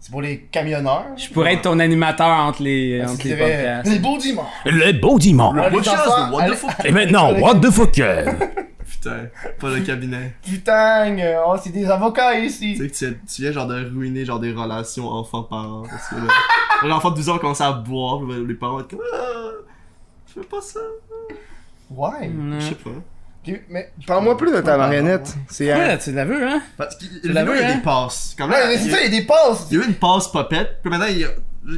A: c'est pour les camionneurs.
D: Je pourrais être ton animateur entre les,
A: Ben, C'est
D: entre les
A: vrai.
D: podcasts.
A: Les beaux dimanches.
D: Le beau dimanche.
A: Ah, les
C: What chance,
A: enfants,
C: what the
A: allez-
C: fuck?
D: Et maintenant, what the fuck? euh?
C: Putain, pas le cabinet.
A: Putain, euh, oh, c'est des avocats
C: Tu
A: ici.
C: sais que tu, tu viens genre de ruiner genre des relations enfant-parent. Parce que là, l'enfant de 12 ans commence à boire, puis les parents vont être comme ah, Je veux pas ça.
D: Hmm.
A: Ouais.
D: Mm.
C: Je sais pas. Ah,
A: Puis- mais parle-moi plus de ta marionnette. C'est un.
D: Ouais, tu l'as vu, hein?
C: Parce qu'il
D: l'as
C: vidéo,
D: vu,
C: il y a
D: hein?
C: des passes. Comme
A: Ouais,
C: là,
A: mais
C: il,
A: c'est
C: y a,
A: ça, il y a des passes.
C: il y a eu une passe popette, puis maintenant il y a,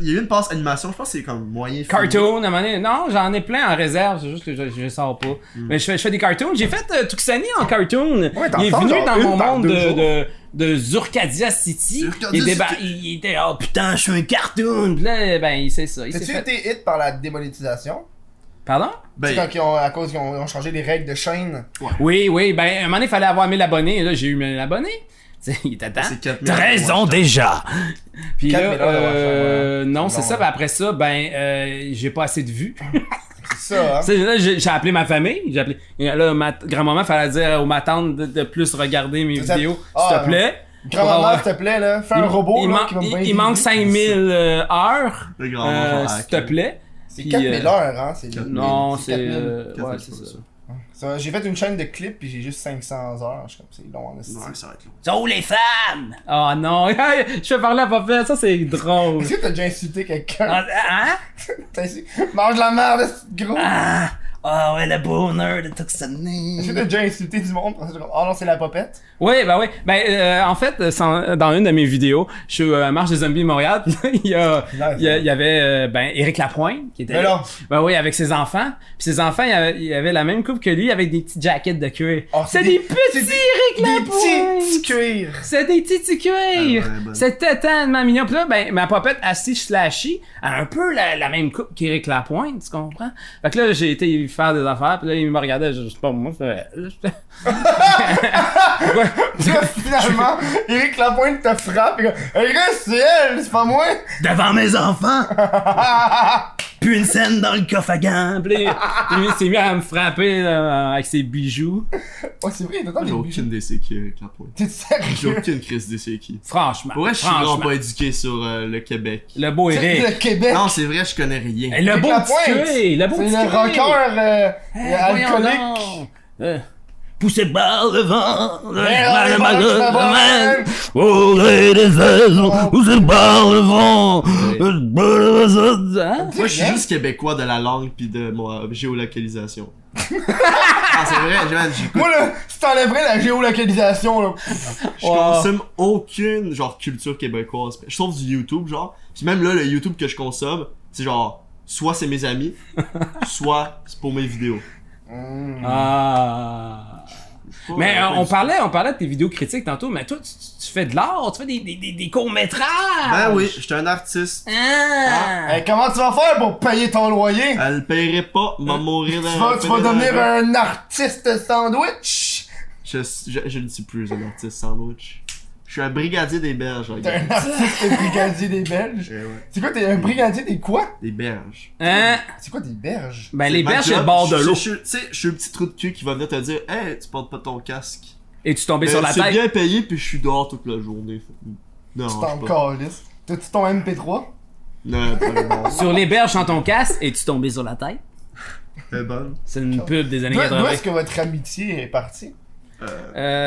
C: il y a eu une passe animation, je pense que c'est comme moyen. film.
D: Cartoon, à un moment donné. Non, j'en ai plein en réserve, c'est juste que je, je sors pas. Mais je fais, je fais des cartoons. J'ai fait euh, Tuxani en cartoon.
A: Hmm. t'en
D: il est
A: sors
D: venu
A: genre
D: dans
A: une
D: mon
A: par
D: monde
A: deux
D: de,
A: jours.
D: de, de Zurkadia City.
C: Zurkadia
D: il, déba-
C: City.
D: il- il était, oh putain, je suis un cartoon. Puis là, ben, il sait ça. Il s'est
A: T'as-tu
D: fait...
A: été hit par la démonétisation?
D: Pardon?
C: Ben,
A: Tu sais, quand ils ont, à cause qu'ils ont, ils ont changé les règles de chaîne.
D: Oui, oui, ben, à un moment donné, il fallait avoir 1000 abonnés. Et là, j'ai eu 1000 abonnés. Tu sais, il était temps.
C: c'est 4000.
D: T'as raison déjà! Puis
A: Quatre
D: là,
A: mille heures de
D: euh,
A: watch hour, ouais.
D: non,
A: C'est
D: c'est
A: bon,
D: ça.
A: ouais.
D: Ben après ça, ben, euh, j'ai pas assez de vues.
A: C'est ça, hein?
D: Tu sais, là, j'ai j'ai appelé ma famille. J'ai appelé. et Là, ma grand-maman, fallait dire aux ma tante de, de plus regarder mes
A: Vous êtes-
D: vidéos,
A: Ah,
D: s'il
A: non.
D: te plaît. Pour
A: Grand-maman,
D: avoir-
A: s'il te plaît, là, fais un
D: Il-
A: robot
D: il,
A: là,
D: manque-
A: qui va me
D: il-
A: bien
D: il manque
A: guider.
D: 5000 euh, heures.
C: Le grand
D: euh,
C: mangeant
D: s'il te
C: hack.
D: plaît.
A: C'est
D: Puis,
A: 4000
D: euh,
A: heures, hein? C'est
C: quatre-
D: Non,
A: c'est
D: c'est.
A: 4000.
D: euh,
C: Quatre
D: ouais,
C: mille,
D: c'est
C: c'est
D: ça.
A: Ça, J'ai fait une chaîne de clips puis j'ai juste 500 heures. Je suis comme, c'est long en esti.
C: Ouais, ça va être long.
D: Oh, les femmes! Oh non! Je vais parler à papa, ça c'est drôle.
A: Est-ce que t'as déjà insulté quelqu'un?
D: Ah, hein?
A: T'as insulté- Mange la merde, esti de gros!
D: Ah! Ah ouais, le bonheur de Tuxani.
A: Est-ce que t'as déjà insulté du monde? Parce que, Oh non, c'est la popette.
D: Oui, bah oui. Ben, euh, en fait, euh, sans- dans une de mes vidéos, je suis euh, à Marche des Zombies Montréal, puis là, il y a, il y, a- il y avait, euh, ben, Éric Lapointe, qui était
A: hein. Mais
D: là.
A: non.
D: Ben oui, avec ses enfants. Puis ses enfants, il y avait, il y avait la même coupe que lui, avec des petites jackets de cuir.
A: Oh,
D: c'est des, petits
A: c'est des-
D: Éric
A: Des
D: Lapointe!
A: petits cuirs!
D: C'est des petits petits cuirs!
C: Ah, ouais, bonne.
D: C'était tellement mignon. Puis là, ben, ma popette assis slashy a un peu la, la même coupe qu'Éric Lapointe, tu comprends? Fait que là, j'ai été faire des affaires, puis là, il me regardait, je je sais pas, moi, je fais- je fais-
A: Puis là, finalement, Eric Lapointe te frappe et comme, Hey, reste, c'est elle, c'est pas moi!
D: devant mes enfants. Puis une scène dans le coffre à gants. Puis là, il il s'est mis à me frapper là, avec ses bijoux.
A: Oh, c'est vrai, t'entends
C: J'ai
A: les bijoux.
C: aucune des séquelles avec la pointe.
A: T'es
C: J'ai
A: sérieux?
C: aucune crise des séquelles.
D: Franchement.
C: Pour vrai, je suis vraiment
D: franchement.
C: pas éduqué sur euh, le Québec.
D: Le beau Eric.
A: Le Québec!
C: Non, c'est vrai, je connais rien.
D: Et Le
A: Éric
D: beau
A: Lapointe.
D: petit cuir, Le beau
A: C'est
D: petit
A: le
D: cuir.
A: rocker euh,
D: Eh, voyons
A: alcoolique!
D: donc. Euh, Poussé par le vent,
A: Eh,
D: le
A: par le
D: mal- mal-
A: vent,
D: mal-
A: le
D: mal- Oh, les
A: Oh.
D: désaisons, poussé par le vent, le- Hein?
C: Moi, je suis juste québécois de la langue puis de mon euh, géolocalisation. ah, c'est vrai, Joanne, j'écoute.
A: Moi là, si t'enlèverais la géolocalisation là,
C: Je
D: Ouais.
C: consomme aucune, genre, culture québécoise. Je trouve du YouTube, genre. Puis même là, le YouTube que je consomme, c'est genre, soit c'est mes amis, soit c'est pour mes vidéos.
D: Ah.
C: Je sais pas,
D: Mais
C: euh,
D: euh,
C: pas
D: on
C: du-
D: parlait, on parlait de tes vidéos critiques tantôt, mais toi, tu, tu- tu fais de l'art, tu fais des, des, des, des courts-métrages!
C: Ben oui, j'étais un artiste.
D: Ah.
A: Hey, Eh, comment tu vas faire pour payer ton loyer?
C: Elle paierait pas, m'a mourir
A: Euh, Tu vas,
C: ben,
A: tu vas devenir un artiste sandwich!
C: Je, je, je ne suis plus un artiste sandwich. Je suis un brigadier des berges, les
A: T'es un
C: gars.
A: artiste brigadier des Belges?
C: Eh ouais.
A: C'est quoi, t'es un brigadier des quoi?
C: Des berges.
D: Hein?
A: C'est quoi des berges?
D: Ben les
C: ma
D: berges, c'est
C: job.
D: le bord de
C: Je-
D: l'eau.
C: je- je- Tu sais, je suis un petit trou de cul qui va venir te dire Hey, tu portes pas ton casque.
D: Et tu tombais
C: Mais
D: sur la
C: Ben, C'est
D: tête.
C: bien payé, puis je suis dehors toute la journée. Fait- Non,
A: Tu
C: je
A: t'en
C: sais pas.
A: calisses. T'as-tu ton MP3?
C: Non, pas bon.
D: Sur les berges, dans ton casque, et tu tombais sur la tête.
C: C'est bon.
D: C'est une pub des années
A: D'où d'où
D: 80.
A: est-ce que votre amitié est partie?
C: Euh,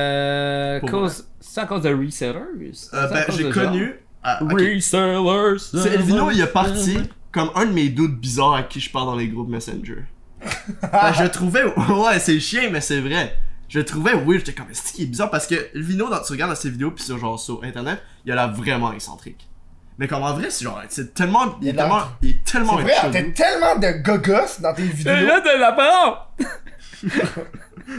D: Euh.
C: Pour
D: Cause... C'est à cause de resellers? C'est
C: euh,
D: à
C: ben,
D: cause
C: j'ai
D: de
C: connu. ah, ok.
D: Resellers!
C: C'est Elvino, il est parti comme un de mes doutes bizarres à qui je parle dans les groupes Messenger. Ben, je trouvais. Ouais, c'est chiant, mais c'est vrai. Je trouvais oui, j'étais comme, c'est qui est bizarre parce que Elvino, dans- tu regardes dans ses vidéos puis sur genre sur internet, il a l'air vraiment excentrique. Mais comme en vrai, c'est genre, c'est tellement,
A: Il
C: il, est
A: a l'air-
C: tellement, il est tellement
A: C'est
C: un
A: vrai,
C: chill
A: t'as
C: dude.
A: tellement de gogos dans tes
D: Et
A: vidéos.
D: Euh, là, de la part!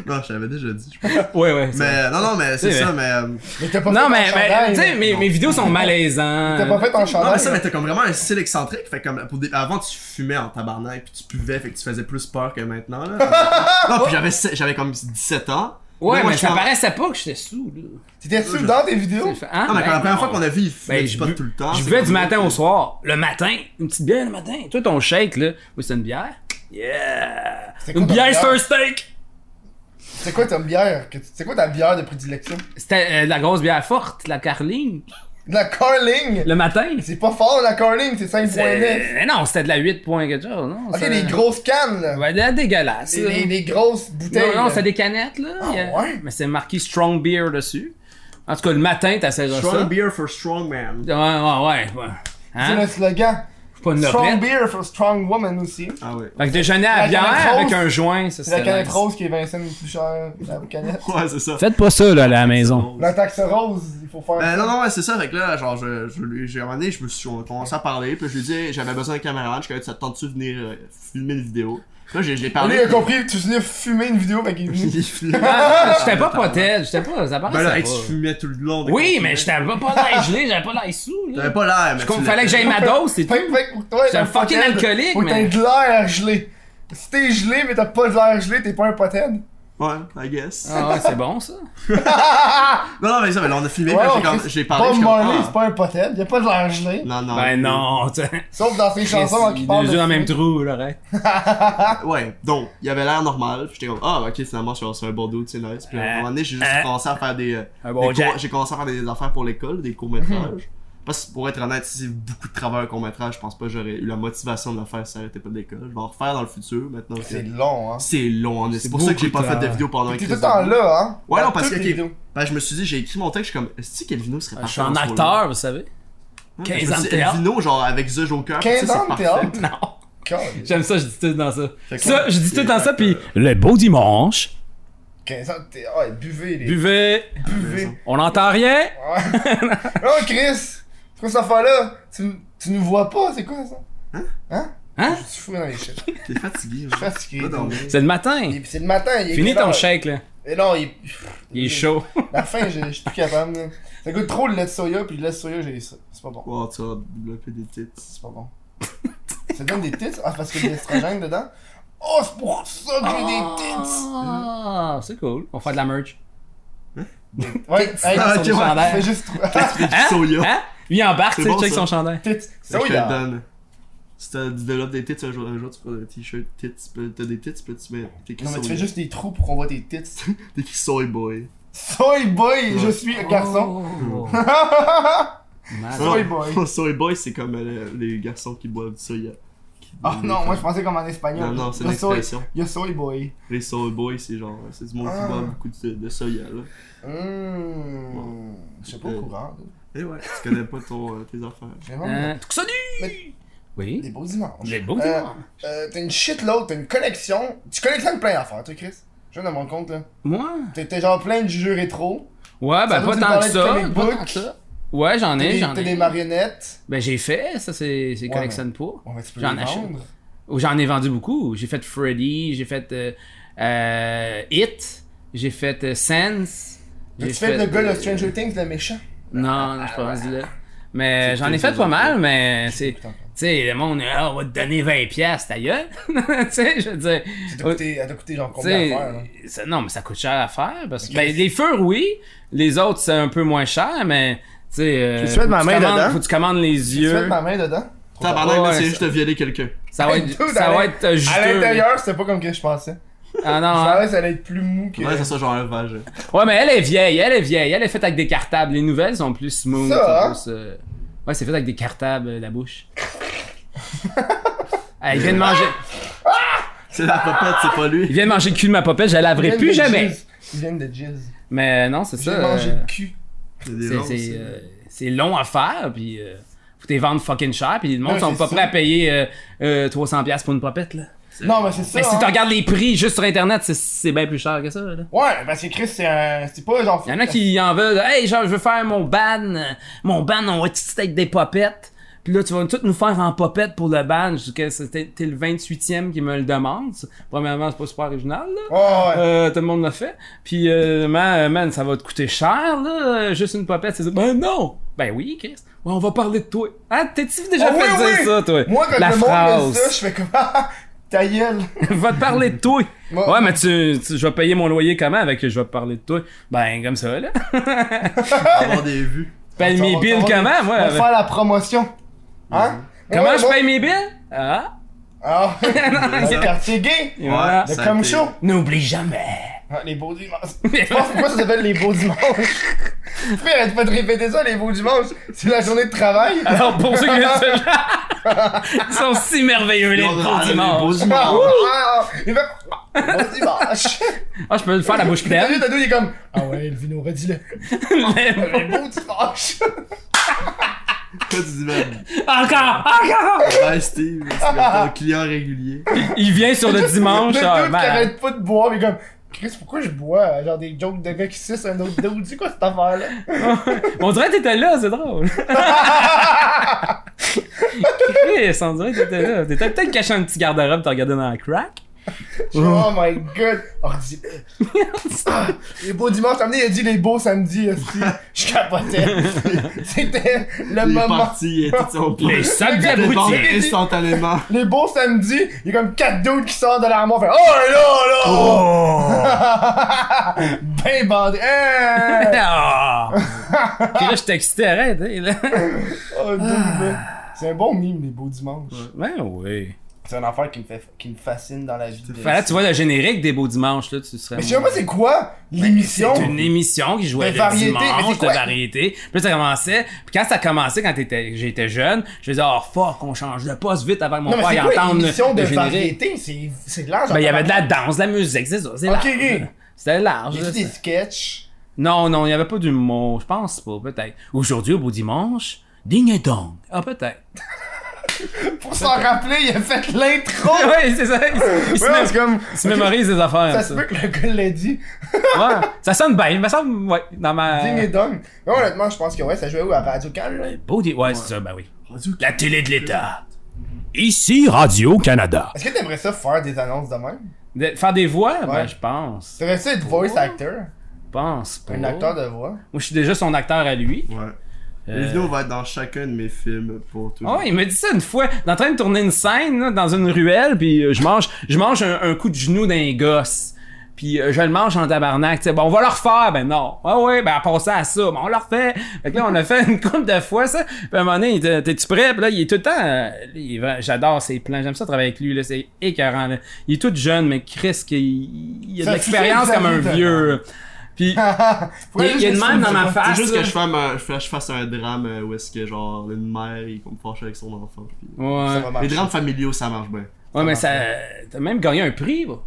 C: Non, je l'avais déjà dit. je pense.
D: Ouais, ouais. c'est
C: mais non, non, mais c'est
D: C'est
C: ça, mais. euh,
A: Mais t'as pas
D: Non,
A: fait
D: mais,
A: ton
D: mais,
A: chandail,
D: tu sais, euh,
A: là.
D: mes, mes vidéos sont
A: T'as pas
D: malaisantes.
A: fait ton
C: Non, mais
A: chandail.
C: ça,
A: là.
C: mais t'as comme vraiment un style excentrique. Fait comme pour des- avant, tu fumais en tabarnak, puis tu buvais, fait que tu faisais plus peur que maintenant. Là. non, puis j'avais, se- j'avais comme 17 ans.
D: Ouais,
C: Là, moi,
D: mais
C: je
D: ça
C: pense-
D: paraissait pas que j'étais sous, là.
A: T'étais-tu dans tes vidéos?
D: Hein?
C: Non, mais quand la
D: Ben,
C: première fois qu'on a vu, il fumait
D: Ben,
C: du
D: je
C: pot
D: bu-
C: tout le temps.
D: Je
C: c'est
D: buvais
C: comme-
D: du matin au soir. Le matin, une petite bière le matin. Toi, ton shake, là. Oui, c'est une bière. Yeah!
A: C'est quoi
D: Une
A: ta
D: bière,
A: bière?
D: c'est un steak!
A: C'est quoi ta bière? que tu- C'est quoi ta bière de prédilection?
D: C'était euh, de la grosse bière forte, la Carling.
A: De la Carling!
D: Le matin.
A: C'est pas fort la Carling, c'est 5.9.
D: Euh, non, c'était de la 8 points quelque chose, non?
A: Ok,
D: ça-
A: les grosses cannes là.
D: Ouais, de- dégueulasse.
A: Les,
D: là.
A: les- les grosses bouteilles.
D: Non, non,
A: là.
D: c'est des canettes, là.
A: Ah,
D: Il y a-
A: ouais?
D: Mais c'est marqué Strong Beer dessus. En tout cas, le matin, t'essaieras ça.
C: Strong beer for strong man.
D: Ouais, ouais, ouais. ouais.
A: C'est
D: Hein?
A: le slogan.
D: Faut Pas une
A: Strong
D: lopette.
A: beer for strong woman aussi.
C: Ah ouais.
D: Fait que déjeuner à
A: La
D: la bière
A: canette rose.
D: avec un joint, ça
A: C'est la
D: c'était
A: canette
D: nice.
A: rose qui est 25 le plus cher. La canette.
C: Ouais, c'est ça.
D: Faites pas ça, là, à la maison.
A: La taxe rose, il faut faire. ça.
C: Euh, non, non, ouais, c'est ça. Fait que là, genre, je, je, lui- j'ai un moment donné, je me suis on a commencé à parler, puis je lui ai dit, hey, j'avais besoin d'un caméraman, je suis ça te tente-tu de venir euh, filmer une vidéo? Puis Là, j'ai, j'ai
A: Ah,
C: parlé.
A: Lui, il a
C: puis-
A: compris que tu venais fumer une vidéo, fait qu'il est venu.
C: Il est fini.
D: Ah, j'étais pas potège, j'étais pas, ça paraissait
C: Ben là, hey,
D: pas.
C: tu fumais tout le long. de-
D: Oui, mais j'étais pas, pas l'air gelé, j'avais pas l'air sous,
C: T'avais
D: là.
C: pas l'air, mais. tu
D: Je com-
C: l'as
D: Fallait que
C: fait.
D: j'aille ma dose, c'est tout.
A: Fait- fait que pour toi,
D: J'étais
A: être
D: un fucking
A: pothead,
D: alcoolique,
A: Faut que t'aies
D: mais-
A: de l'air gelé. Si t'es gelé, mais t'as pas de l'air gelé, t'es pas un pothead.
C: Ouais, I guess.
D: Ah ouais, c'est bon, ça.
C: Non, non, mais ça, mais là, on a filmé, puis
A: Ouais,
C: j'ai,
A: ok,
C: comme- j'ai parlé.
A: Bob
C: j'étais comme,
A: Marley,
C: ah.
A: c'est pas un pothead, y a pas de l'air gelé.
C: Non, non.
D: Ben non, tu
A: Sauf dans ses chansons qui parlent.
D: Deux yeux
A: de
D: dans le même
A: fumer.
D: trou, là, ouais.
C: Ouais, donc, il avait l'air normal, puis j'étais comme, ah, ok, finalement, je suis sur un bon dude, c'est nice. Puis à un moment donné, j'ai juste
D: Euh,
C: commencé à faire des. euh,
D: un bon
C: des cours-
D: Jack.
C: j'ai commencé à faire des affaires pour l'école, des courts-métrages. Parce que pour être honnête, si c'est beaucoup de travail un court-métrage, je pense pas que j'aurais eu la motivation de le faire si ça n'arrêtait pas de l'école. Je vais en refaire dans le futur maintenant. que-
A: C'est long, hein.
C: C'est long, hein.
D: C'est
C: c'est pour ça que
D: beaucoup
C: j'ai pas
D: de
C: fait de
D: travail.
C: vidéo pendant un
A: T'es tout le temps là, hein.
C: Ouais,
A: Dans
C: non, parce
A: toutes
C: que,
A: tes
C: ok,
A: vidéos.
C: Ben, je me suis dit, j'ai écrit mon texte, je suis comme, est-ce que Elvino serait
D: Ah, Je suis
C: parfait
D: un
C: dans ce rôle-là?
D: acteur, vous savez.
C: Hein?
D: 15
C: Je me
D: ans de
C: suis dit,
D: théâtre.
C: Elvino, genre, avec The Joker.
A: 15 ans de théâtre?
D: Non.
A: Calme.
D: J'aime ça, je dis tout dans ça.
C: Fait que-
D: Ça, je dis tout dans ça,
C: Fait que-
D: puis le beau dimanche,
A: 15 ans, t'es. ah, Ouais, buvez, les.
D: buvez,
A: Buvez. Ah,
D: on n'entend rien.
A: Ouais. Non, Chris, c'est quoi cette affaire-là? Tu, tu nous vois pas, c'est quoi ça? Hein?
D: Hein?
A: Je suis fou dans les shit.
C: T'es fatigué,
A: Je suis fatigué.
C: Va dormir.
D: C'est le matin.
A: Et puis c'est le matin, il est
D: Finis
A: quelle
D: ton
A: heure?
D: shake, là.
A: Et non, il.
D: Il est chaud.
A: La fin, je je suis plus capable. là. Ça goûte trop le lait de soya, puis le lait de soya, j'ai ça. C'est pas bon.
C: Wow, tu vas développer des titres.
A: C'est pas bon. ça donne des tits? Ah, parce qu'il y a de l'estrogène dedans? Oh, c'est pour ça que j'ai
D: Ah, c'est cool. On va faire de la merch.
A: des tits! Ouais, hey,
C: Ah,
A: sur
C: ok,
A: le
C: ouais.
A: chandail. Fais juste.
D: Hein?
C: Soya.
D: Hein? Lui, il embarque,
C: C'est
D: tu sais,
C: bon,
D: check
C: ça.
D: son chandail.
A: Tits! ah.
C: Ça, je te
A: Soya!
C: le donne. Si t'as- tu développes des tits un jour, un jour tu prends un t-shirt tits, puis t'as des tits, puis tu mets t'écris
A: Non, mais tu
C: soy,
A: fais juste des trous pour qu'on voit tes tits.
C: t'écris soy boy.
A: Soy boy, je suis un garçon. Ah,
D: Oh. Malade.
A: Soy boy.
C: Oh, soy boy, c'est comme euh, les garçons qui boivent du soya. Qui-
A: Ah
C: les-
A: non, moi je pensais comme en espagnol.
C: Mm. Non, non, c'est une
A: Le soy-
C: expression.
A: Yo soy boy.
C: Les soy boys, c'est genre, c'est du monde
A: Ah.
C: qui boit beaucoup de, de soya, là.
A: Hum. Je suis pas au
C: Euh.
A: courant. là.
C: Et ouais, tu connais pas ton, euh, tes affaires.
A: J'ai vraiment
D: Hein? Tuxedo!
A: des
D: Oui.
A: beaux dimanches.
D: Des beaux
A: Euh,
D: dimanches.
A: euh, T'as une shitload, t'as une collection. Tu collectionnes plein d'affaires, toi, Chris. Je viens de me rendre compte, là.
D: Moi?
A: T'es t'es genre plein de jeux rétro.
D: Ouais,
A: doit
D: ben pas
A: nous
D: tant que
A: parler de
D: ça.
A: comic
D: pas
A: book.
D: tant que ça. Ouais, j'en
A: T'as
D: ai,
A: des-
D: j'en
A: t'as
D: ai.
A: des marionnettes.
D: Ben j'ai fait, ça c'est c'est
A: Ouais,
D: collectionne pas.
A: Ouais, mais tu peux
D: J'en
A: les
D: achète.
A: vendre.
D: Oh, J'en ai vendu beaucoup. J'ai fait Freddy, j'ai fait euh, euh, It, j'ai fait euh, Sense.
A: Mais
D: j'ai
A: Tu fais le gars de
D: euh,
A: Stranger Things, le méchant.
D: Non, non, je suis pas rendu là. Mais
C: C'est
D: j'en
C: tout,
D: ai fait
C: c'est
D: pas
C: tout.
D: mal, mais c'est. Tu
A: Putain,
D: sais, le monde, ah, on va te donner 20$, piastres, ta gueule. tu sais, je veux dire.
A: Ça t'a
D: oh,
A: coûté- elle t'a coûté genre
D: tu
A: combien hein?
D: sais,
A: d'affaires, là?
D: ça- non, mais ça coûte cher à faire. Parce que,
A: Ok.
D: ben, les feux, oui. Les autres, c'est un peu moins cher, mais. Tu sais, euh,
A: Faut que tu mettes ma
D: faut
A: main
D: commandes-
A: dedans.
D: Faut que tu commandes les
A: Tu
D: yeux.
A: mets ma main dedans?
C: Tabarnak,
D: Ouais,
C: là, c'est
D: ça-
C: juste de violer quelqu'un.
D: Ça va
A: Dude,
D: être, ça
A: à
D: va
A: l'in-
D: être euh, juteux.
A: À l'intérieur, c'était pas comme que je pensais.
D: Ah non,
A: Je
D: hein.
A: savais que ça allait être plus mou que.
C: Ouais, c'est ça, genre un vagin.
D: Ouais, mais elle est vieille, elle est vieille. Elle est faite avec des cartables. Les nouvelles sont plus smooth.
A: Ça,
D: sont
A: hein?
D: plus, euh, Ouais, c'est fait avec des cartables, euh, la bouche. Ah, il vient de manger,
C: C'est la papette, c'est pas
D: il
C: lui.
D: vient de manger le cul de ma poppette, je la
A: Ils
D: laverai
A: viennent
D: plus
A: de
D: jamais.
A: jizz. Ils viennent de jizz.
D: Mais non, c'est ça.
A: J'ai mangé
D: euh,
A: le cul.
C: C'est des
D: c'est-
C: lances,
D: C'est
C: hein.
D: euh, c'est long à faire, puis euh, faut t'es vendre fucking cher, puis le monde
A: Ouais,
D: sont
A: c'est
D: pas
A: ça.
D: prêts à payer euh, euh, 300$ piastres pour une poppette là.
A: Non, mais c'est ça.
D: Mais si
A: hein.
D: tu regardes les prix juste sur internet, c'est- c'est bien plus cher que ça là.
A: Ouais, parce que Chris, c'est un. C'est pas genre.
D: Il y en a qui en veulent. Hey, genre, je veux faire mon ban. Mon ban, on va tester avec des popettes. Puis là, tu vas tout nous faire en popette pour le ban. Je dis que c'était t'es le 28e qui me le demande. Premièrement, c'est pas super original, là.
A: Oh, ouais.
D: Euh, tout le monde l'a fait. Puis, euh, man, euh, man, ça va te coûter cher, là. euh, Juste une popette, c'est ça. Ben non! Ben oui, Chris. Ouais, on va parler de toi. Ah, t'es-tu déjà
A: Ah
D: fait
A: oui,
D: dire
A: oui.
D: ça, toi?
A: Moi, quand
D: La
A: le monde me dit
D: phrase.
A: ça, je fais comme Ah, ta gueule.
D: va te parler de toi.
A: Moi-
D: ouais, mais tu, tu- je vais payer mon loyer comment avec je vais te parler de toi? Ben, comme ça, là.
C: avoir des vues.
D: Paye
A: Ça
D: mes
A: va-
D: billes
A: ça va-
D: comment,
A: On
D: moi?
A: va
D: avec-
A: faire la promotion. Hein?
D: Comment
A: Ouais,
D: je
A: bon.
D: paye mes billes? Ah.
A: Ah, le quartier gay.
D: Et voilà.
A: Le
C: Ça a
A: comme
C: été-
A: show.
D: N'oublie jamais.
A: Ah, les beaux dimanches. Je pense pourquoi ça s'appelle les beaux dimanches. Frère, arrête pas de répéter ça, les beaux dimanches. C'est la journée de travail.
D: Alors, pour ceux qui viennent de ce genre, ils sont si merveilleux, les
C: Ils ont
D: beaux
C: ramené les
D: dimanches.
C: beaux
A: Ah,
C: dimanches.
A: ah, il fait Ah, beau dimanche.
D: Ah, je peux le faire la bouche
A: T'as
D: pleine.
A: vu, Dadou, il est comme Ben Ah ouais, le vino, redis-le.
D: Les-
A: Les beaux dimanches.
C: Quoi, tu dis, man,
D: Encore! Encore!
C: bye Steve, c'est comme ton client régulier.
D: Il vient sur le dimanche.
A: Le
D: ah,
A: dude qui
D: ben,
A: arrête pas de boire, mais comme Chris, pourquoi je bois euh, Genre des jokes de gars qui sucent un autre dude. C'est quoi cette affaire-là
D: on dirait que t'étais là, c'est drôle. Chris, on dirait que t'étais là. T'étais peut-être caché un petit garde-robe, t'as regardé dans la crack.
A: Oh my god! Oh, dis- Ah, les beaux dimanches, t'as amené, il a dit les beaux samedis, esti. je capotais. C'était le
C: Il est
A: moment.
C: parti, il était tout son
D: Les
C: place.
D: samedis
A: gars,
C: Il est parti
D: abrutis.
C: instantanément.
A: Les beaux samedis, il y a comme quatre dudes qui sortent de l'armoire, fait Oh là là! ben bandé! Hein!
D: Ah! Puis là, je t'excitais, arrête. hein, là.
A: Oh, dude, là. C'est un bon mime, les beaux dimanches.
D: Ben oui.
A: C'est un affaire qui me, fait, qui me fascine dans la vie. de-
D: Fallait, tu vois le générique des Beaux Dimanches, là, tu serais.
A: Mais je sais pas c'est quoi l'émission?
D: C'est une émission qui jouait
A: De
D: le
A: variété, mais c'est
D: dimanche, de
A: quoi?
D: variété. Puis là, ça commençait. Puis quand ça commençait, quand t'étais- j'étais jeune, je disais, oh, fuck, on change de poste vite avant que mon
A: Non, mais
D: père
A: c'est
D: y
A: quoi
D: entende le
A: l'émission de
D: le générique.
A: variété? C'est- C'est large.
D: Ben, il y avait de la danse, de la musique, c'est ça, c'est
A: Ok,
D: large.
A: ok.
D: C'était large.
A: J'ai
D: là,
A: fait
D: ça.
A: des sketchs.
D: Non, non, il n'y avait pas d'humour, je pense pas, peut-être. Aujourd'hui, au beau dimanche, ding et dong. Ah, peut-être.
A: Pour s'en rappeler, il a fait l'intro.
D: Ah ouais, c'est ça. Il, il se,
A: Ouais,
D: mé-
A: c'est comme-
D: il se mémorise des affaires.
A: Ça
D: Ça,
A: se peut que le gars l'a dit.
D: Ouais, ça sonne bien, il me semble, ouais, dans ma.
A: Ding et dong. Mais honnêtement, je pense que ouais, ça jouait où à Radio Can là?
D: Beau di- Ouais, c'est ça, ben oui. La télé de l'État. Ici, Radio-Canada.
A: Est-ce que t'aimerais ça faire des annonces de même
D: De- faire des voix?
A: Ouais.
D: Ben, je pense.
A: T'aimerais ça être voice actor
D: Je pense pas.
A: Un acteur de voix
D: Moi, je suis déjà son acteur à lui.
C: Ouais.
D: Euh.
C: Les vidéos vont être dans chacun de mes films pour tout.
D: Ah ouais, il m'a dit ça une fois. Il est en train de tourner une scène là, dans une ruelle, puis euh, je mange, je mange un, un coup de genou d'un gosse. Puis euh, je le mange en tabarnak. tu sais. Bon, on va le refaire. Ben non. Ah ouais, ben à passer à ça. Ben on le refait. Fait que là, on a fait une couple de fois ça. Puis à un moment donné, il était, t'es-tu prêt? Puis là, il est tout le temps... euh, il va- J'adore ses plans. J'aime ça travailler avec lui. là. C'est écœurant. là. Il est tout jeune, mais Chris, qu'il- il, il a
A: Ça
D: de l'expérience
A: suffit de
D: comme un
A: saluer,
D: vieux. Puis il,
A: Ah, Ouais,
D: il y a
A: juste
D: une même dans ma
A: que-
D: face.
C: C'est juste
D: là.
C: que je fasse, un, je fasse- je fasse un drame euh, où est-ce que genre une mère il me fâche avec son enfant. puis-
A: Ça
C: euh.
D: Ouais.
A: va
C: Les
A: marcher.
C: drames familiaux ça marche bien.
D: Ouais, mais ça... T'as même gagné un prix, bah.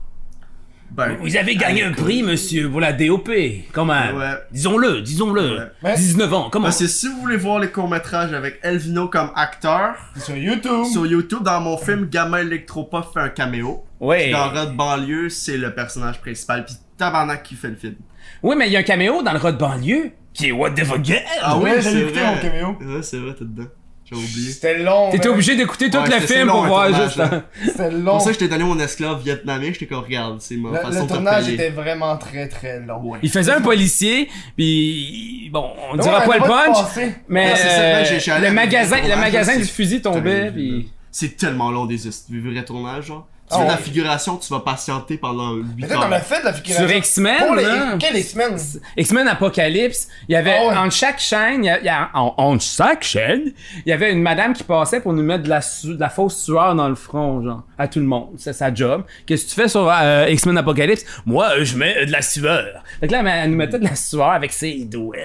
C: Ben.
D: Vous avez gagné un prix, monsieur, pour la DOP, quand même.
C: Ouais. Ah,
D: Disons-le, disons-le.
A: Ouais.
D: 19 ans, comment
C: Parce que si vous voulez voir les courts-métrages avec Elvino comme acteur,
A: Sur YouTube.
C: sur YouTube, dans mon film Gamin Electropop fait un caméo.
D: Ouais.
C: Dans Red Banlieue, c'est le personnage principal. Puis Tabarnak qui fait le film.
D: Oui, mais il y a un caméo dans le rat de banlieue qui est What the fuck girl.
C: Ah
A: Ouais,
C: oui,
A: j'ai
C: c'est
A: écouté
C: vrai.
A: mon caméo.
C: Ouais, c'est vrai, t'es dedans. J'ai oublié.
A: C'était long.
D: T'étais
A: man.
D: obligé d'écouter tout
C: Ouais,
D: le
C: c'est- c'est
D: film
C: long,
D: pour
C: un
D: voir
C: tournage, hein.
D: juste.
C: là.
A: C'était
C: C'est
A: long.
C: pour ça que je t'ai donné mon esclave vietnamien, j'étais comme regarde, c'est ma
A: Le,
C: façon
A: le
C: de te
A: tournage
C: payer.
A: était vraiment très très long.
C: Ouais.
D: Il faisait un policier, puis bon, on
A: Non,
D: dira
A: on
D: pas le
A: arrête pas de
D: punch,
A: passer.
D: mais
C: Ouais, Ah, c'est ça,
D: euh,
C: ouais, j'ai- j'ai allé
D: le
C: à-
D: magasin,
C: au
D: le
C: tournage,
D: magasin
C: c'est-
D: du fusil tombait,
C: T'avais vu,
D: puis
C: là. C'est tellement long des est- des vrais tournages, genre.
A: Ah
C: Tu fais de
A: ouais.
C: la figuration, tu vas patienter pendant 8
A: Mais
C: heures.
A: t'en as fait de la figuration.
D: sur X-Men,
A: Pour les-
D: là.
A: Quelles semaines
D: X-Men Apocalypse, il y avait
A: Ah ouais.
D: entre chaque chaîne, il y a- il y a- en- entre chaque chaîne, il y avait une madame qui passait pour nous mettre de la, su- de la fausse sueur dans le front, genre, à tout le monde. C'est sa job. Qu'est-ce que tu fais sur euh, X-Men Apocalypse? Moi, euh, je mets euh, de la sueur. Fait que là, elle nous mettait de la sueur avec ses doigts.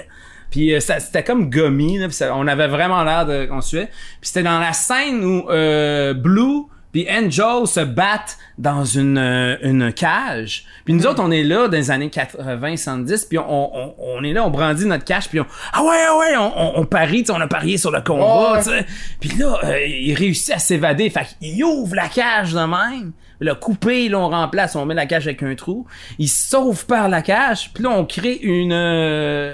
D: Puis euh, ça, c'était comme gommi, là, puis ça- on avait vraiment l'air de qu'on suait. Puis c'était dans la scène où euh, Blue puis Angel se battent dans une, euh, une cage. Puis nous autres, on est là dans les années 80-70, puis on, on, on est là, on brandit notre cache, puis on... Ah ouais, ah ouais, on, on, on parie, tu sais, on a parié sur le combat,
A: Ouais.
D: tu sais. Puis là, euh, il réussit à s'évader, fait qu'il ouvre la cage de même. Le coupé, là, on remplace, on met la cage avec un trou. Il se sauve par la cage, puis là, on crée une... euh, euh,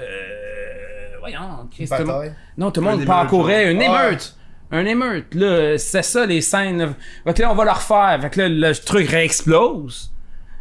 D: voyons, Christ, tout le monde-
A: Bataille.
D: non, tout le
C: Une
D: monde
C: émeute,
D: parcourait
C: genre.
D: une
A: Ah.
D: émeute. Un émeute, là, c'est ça les scènes. là. Fait que là, on va le refaire. Fait que là, le truc réexplose.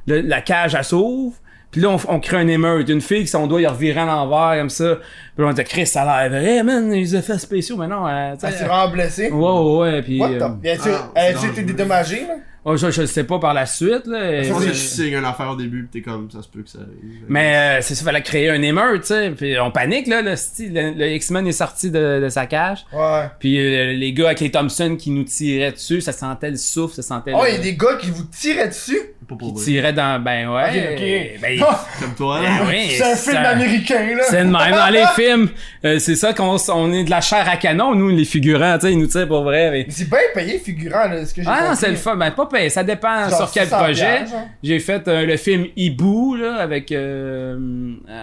D: Le- la cage, elle s'ouvre. Puis là, on, on crée un émeute. Une fille qui son doigt, il revirait à l'envers, comme ça. Puis là, on dit, Chris, ça a l'air vrai, man, les effets spéciaux. Mais non, elle, tu
A: Elle
D: sais,
A: s'est vraiment blessée.
D: Ouais, ouais, ouais, puis...
A: What
D: euh,
A: the? eh, Bien sûr,
C: ah,
A: elle a été
C: c'est dangereux.
A: dédommagée, là.
D: oh, je, je le sais pas par la suite, là.
C: Je pense
A: c'est-
C: que tu signes une affaire au début, pis t'es comme, ça se peut que ça arrive.
D: Mais euh, c'est ça, fallait créer un émeute, tu sais. Puis on panique, là, le, style, le, le X-Men est sorti de, de sa cage.
A: Ouais.
D: Puis euh, les gars avec les Thompson qui nous tiraient dessus, ça sentait le souffle, ça sentait...
A: Oh,
D: le-
A: il y a des gars qui vous tiraient dessus.
C: Pas
D: Qui
C: pour vrai.
D: tiraient dans... Ben ouais...
A: Ok, ok.
D: ben,
A: Ah,
C: Comme toi,
D: ben
C: là.
D: oui,
A: c'est un film américain, là.
D: C'est de même dans les films. Euh, c'est ça qu'on s- on est de la chair à canon, nous, les figurants, tu sais, ils nous tirent pour vrai. mais-
A: Mais C'est bien payé, figurant, là, ce que j'ai
D: Ah non,
A: compris.
D: c'est le fun. Ben, pas payé. Ça dépend
A: Genre
D: sur quel
A: 600
D: projet.
A: piastres, hein.
D: J'ai fait euh, le film Hibou, là, avec euh,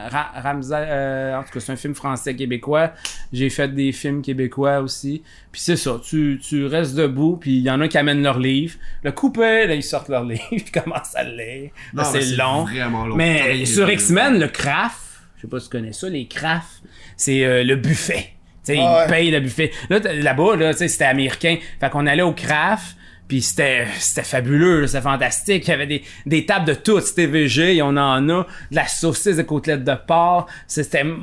D: Ra- Ramza- euh, en tout cas, c'est un film français québécois. J'ai fait des films québécois aussi. Puis c'est ça, tu, tu restes debout, puis il y en a qui amènent leurs livres. Le coupé, là, ils sortent leurs livres, puis commencent à le lire.
C: Non,
D: Là,
C: mais
D: c'est long.
C: Vraiment long. T'as
D: Mais
C: rien
D: sur
C: fait.
D: X-Men, le craft, je sais pas si tu connais ça, les crafts, c'est euh, le buffet. Tu sais,
A: Ah ouais.
D: ils payent le buffet. Là, t- là-bas, là, tu sais, c'était américain. Fait qu'on allait au craft, puis c'était, c'était fabuleux, c'était fantastique. Il y avait des, des tables de tout, c'était VG, et on en a. De la saucisse de côtelettes de porc. C'était euh,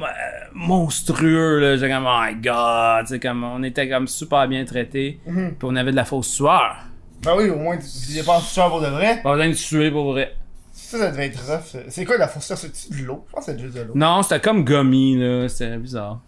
D: monstrueux, là. J'étais comme, oh my god. Tu sais, comme, on était comme super bien traités.
A: Mm-hmm.
D: Puis on avait de la fausse sueur.
A: Ben oui, au moins, tu tu dépenses ça pour de vrai.
D: Pas besoin de suer pour vrai.
A: Ça, ça devait être rough. ça. C'est quoi la fourchette? C'est de l'eau? Je pense que c'est juste de l'eau.
D: Non, c'était comme gummy, là. C'était bizarre.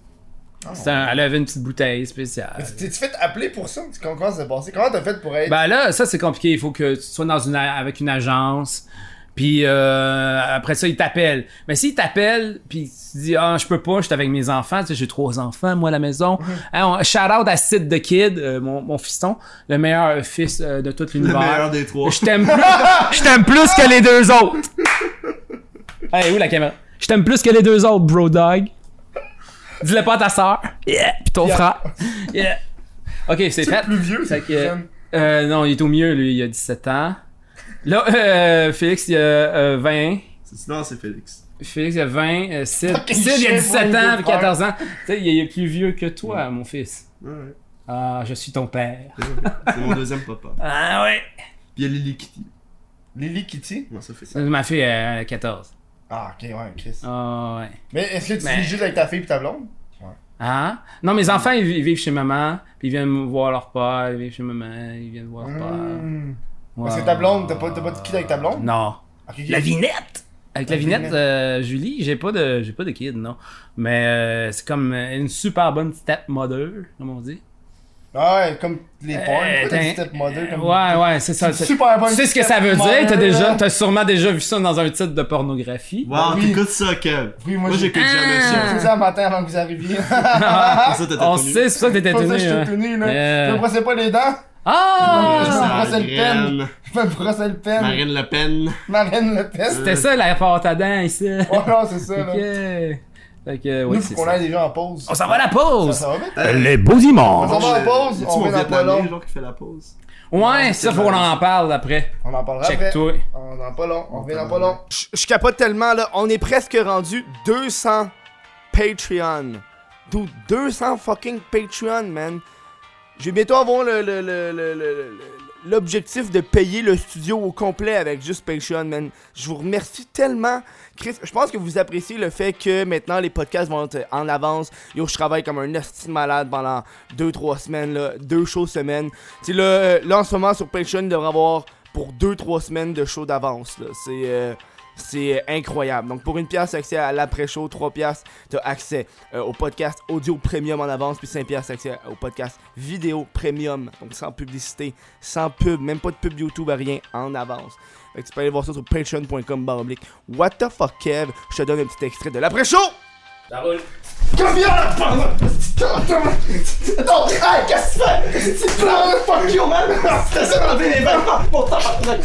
A: Ah,
D: C'était un- elle avait une petite bouteille spéciale.
A: Tu T'es-tu fait appeler pour ça? Comment comment ça s'est passé? Comment t'as fait pour être.
D: Ben là, ça c'est compliqué. Il faut que tu sois dans une, a- avec une agence. Puis euh, après ça, ils t'appellent. Mais s'ils t'appellent, puis tu dis ah je peux pas, je suis avec mes enfants. Tu sais, j'ai trois enfants moi à la maison. Hein, on- shout out à Sid the Kid, euh, mon, mon fiston, le meilleur euh, fils euh, de toute
A: Bah,
C: Le meilleur
D: l'univers.
C: des trois.
D: Je t'aime plus. Je t'aime plus que les deux autres. Hey, où la caméra? Je t'aime plus que les deux autres, bro dog. Dis-le pas à ta sœur. Yeah. Puis ton
A: Yeah.
D: frère. Yeah. Ok, c'est
A: C'est
D: fait.
A: plus vieux,
D: Fait
A: c'est
D: que-
A: plus jeune.
D: Euh, non, il est au mieux, lui, il a 17 ans. Là, euh, Félix, il a euh, 20.
C: C'est- Non, c'est Félix.
D: Félix, il a 20. Euh, Sid,
A: Fucking
D: Sid, il a
A: chien,
D: 17
A: mon
D: ans,
A: vieux
D: 14 ans. Tu sais, il est plus vieux que toi, mon fils.
C: Ouais, ouais.
D: Ah, je suis ton père.
C: C'est vrai. C'est mon deuxième papa.
D: Ah ouais.
C: Puis il y a Lily Kitty.
A: Lily Kitty?
C: Comment ça fait ça?
D: Ma fille, elle a 14.
A: Ah, ok, ouais, Chris.
D: Ah ouais.
A: Mais est-ce que tu
D: Mais-
A: vis juste avec ta fille et ta blonde?
D: Hein? Non, mes enfants, ils vi- ils vivent chez maman, puis ils viennent me voir leur père, ils vivent chez maman, ils viennent voir leur père.
A: Hmm.
D: Ouais.
A: Parce que ta blonde, t'as pas, t'as pas de kid avec ta blonde?
D: Non.
A: Ok,
D: La vinette! Avec la
A: La
D: vinette,
A: vinette.
D: euh, Julie, j'ai pas de j'ai pas de kid, non. Mais euh, c'est comme euh, une super bonne stepmother, comme on dit.
A: Ah Ouais, comme les porn.
D: Euh,
A: Pourquoi t'as dit
D: t'as-
A: stepmother comme.
D: Ouais, ouais, c'est ça.
A: une
D: c'est-
A: super bonne
D: tu sais ce que ça veut
A: stepmother,
D: dire? T'as déjà
A: là.
D: t'as sûrement déjà vu ça dans un titre de pornographie.
C: Wow,
A: Ah, Oui.
C: t'écoutes ça, Kev.
A: Oui, moi,
C: Moi,
A: j'ai.
C: j'écoute jamais
A: J'ai
C: ça.
A: fait ça un matin avant que vous arriviez.
C: Pour Ah, ça, t'étais
D: on
C: connu.
D: sait, c'est pour ça que t'étais
A: Pour ça,
D: tenu.
A: je
D: hein.
A: t'ai tenu, là.
D: Euh.
A: Je me brossais pas les dents.
D: Ah!
A: Ah, c'est le pen.
C: Marine-
A: Je me brossais le pen.
C: Marine Le Pen.
A: Marine Le Pen.
D: C'était ça la porte à dents ici.
A: Ouais, non, c'est ça, là.
D: Ok. Fait que, ouais,
A: Nous,
D: c'est
A: faut qu'on
D: ça.
A: aille déjà en pause.
D: On s'en va à la
A: Ça,
D: pause!
A: ça va vite.
D: Les beaux dimanches!
A: On s'en va en pause,
C: Tu
A: on
C: mon
A: revient dans pas
C: Vietnamien,
A: long.
C: genre, qui fait la pause.
D: Ouais, ça, faut qu'on en parle après.
A: On en parlera après.
D: Check-toi.
A: On en pas long, on revient dans
C: parle
A: pas long. Je, je capote tellement là, on est presque rendu 200 Patreon. Dude, 200 fucking Patreon, man. Je vais bientôt avoir le- le- le- le- le- le- le- l'objectif de payer le studio au complet avec juste Patreon, man. Je vous remercie tellement. Chris, je pense que vous appréciez le fait que maintenant les podcasts vont être en avance. Yo, je travaille comme un hostie de malade pendant 2-3 semaines, là, deux shows semaine. Tu sais, là, euh, là, en ce moment, sur Patreon, il devrait avoir pour 2-3 semaines de show d'avance, là. C'est. euh, c'est euh, incroyable. Donc pour une pièce, t'as accès à l'après-show, 3 pièces, t'as accès euh, au podcast audio premium en avance, puis 5 pièces accès au podcast vidéo premium. Donc sans publicité, sans pub, même pas de pub YouTube, rien en avance. Fait que tu peux aller voir ça sur patreon.com barre oblique. What the fuck Kev, je te donne un petit extrait de l'après-show!
D: Ça roule.
A: Combien la parole? Attends, hey, qu'est-ce que tu fais? Tu prends le fuck you, man! T'as ça dans les verres, mon tabarnak!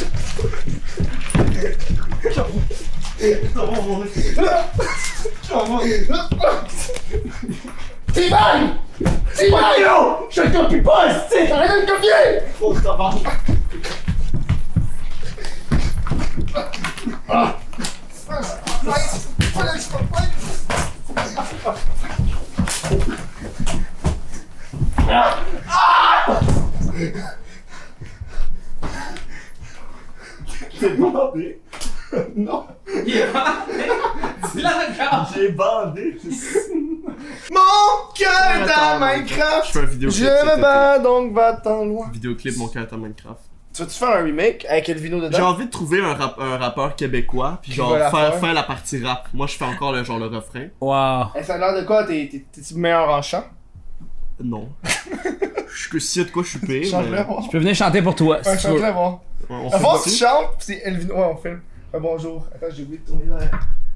A: Timon! Timon! Yo! Je te copie pas, c'est Arrête de me copier! Oh, ça va! Ah!
C: J'ai bandé. non.
B: Il est bandé. Dis-le encore.
C: J'ai bandé.
A: Mon cœur
C: Je
A: dans
C: m'attends, Je
A: Minecraft!
C: fais un vidéo.
A: Je me bats donc va-t'en loin.
C: Vidéoclip mon caractère Minecraft.
A: Tu veux-tu faire un remake avec Elvino
C: J'ai
A: dedans?
C: envie de trouver un, rap- un rappeur québécois, puis
A: Qui
C: genre
A: va la
C: faire,
A: faire.
C: faire. la partie rap. Moi, je fais encore le genre le refrain.
D: Wow.
A: Eh, ça a l'air de quoi? T'es t'es- t'es-tu meilleur en chant?
C: Non. je suis que si y a de quoi je suis pire.
A: Change-le,
C: mais-
A: voir.
D: Je peux venir chanter pour toi,
A: Ouais,
D: si tu veux.
A: change-le, voir.
C: On
A: À
C: fait
A: force,
C: ça.
A: tu chantes, pis c'est Elvino. Ouais, on filme. Un bonjour. Attends, j'ai oublié de tourner la.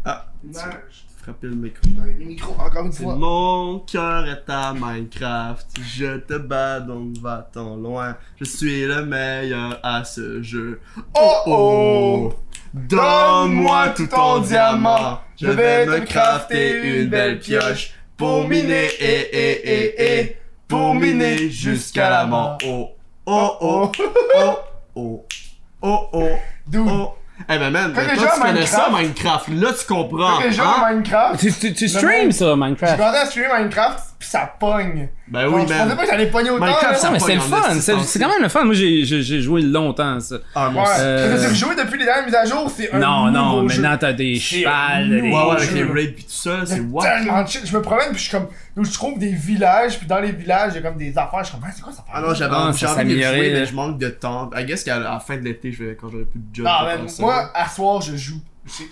C: Ah.
A: l'image.
C: Frapper le micro.
A: J'avais mis le micro encore une
C: C'est
A: fois.
C: Mon cœur est à Minecraft, je te bats donc va-t'en loin. Je suis le meilleur à ce jeu.
A: Oh oh!
C: Donne-moi tout ton diamant, je vais me crafter une belle pioche pour miner et et et et pour miner jusqu'à la mort. Oh oh oh oh oh oh oh
A: Dude.
C: oh. Eh ben man,
A: Fais
C: toi
A: déjà
C: tu connais ça
A: Minecraft.
C: Minecraft, là tu comprends.
A: Fait que les gens
C: hein?
A: de Minecraft.
D: Tu, tu, tu
A: monde-
D: streams ça,
A: Je
D: Minecraft.
A: commençais à streamer Minecraft, pis ça pogne.
C: Ben
A: Genre,
C: oui
A: Je pensais
C: man.
A: pas que j'allais pogner autant.
C: Minecraft,
A: là.
C: ça
D: Non, mais c'est le
C: pas grave,
D: fun.
C: c'est
D: C'est c'est quand même le fun. Moi, j'ai- j'ai j'ai joué longtemps, ça.
C: Ah
A: Ouais.
C: mon
A: Euh...
D: Euh,
A: J'ai joué depuis les dernières mises à jour, c'est un
D: Non,
A: nouveau
D: non,
A: jeu.
D: maintenant t'as des
A: C'est
D: chevals,
A: un
D: des...
A: nouveau
C: Ouais, ouais,
A: jeux,
C: avec les
A: là.
C: raids pis tout ça,
A: Il y a
C: c'est what?
A: tellement de shit. Je me promène puis je suis comme, Yo, je trouve des villages puis dans les villages il y a comme des affaires. Je suis comme, Ah, c'est quoi ça
C: Ah non, j'avais
D: Ah,
C: envie j'ai
D: ça
C: envie de
D: s'améliorait,
C: jouer,
D: là.
C: mais je manque de temps. I guess qu'à la fin de l'été, je vais, quand j'aurai plus de job,
A: Ah
C: je vais
A: ben
C: faire ça.
A: moi à soir je joue. C'est-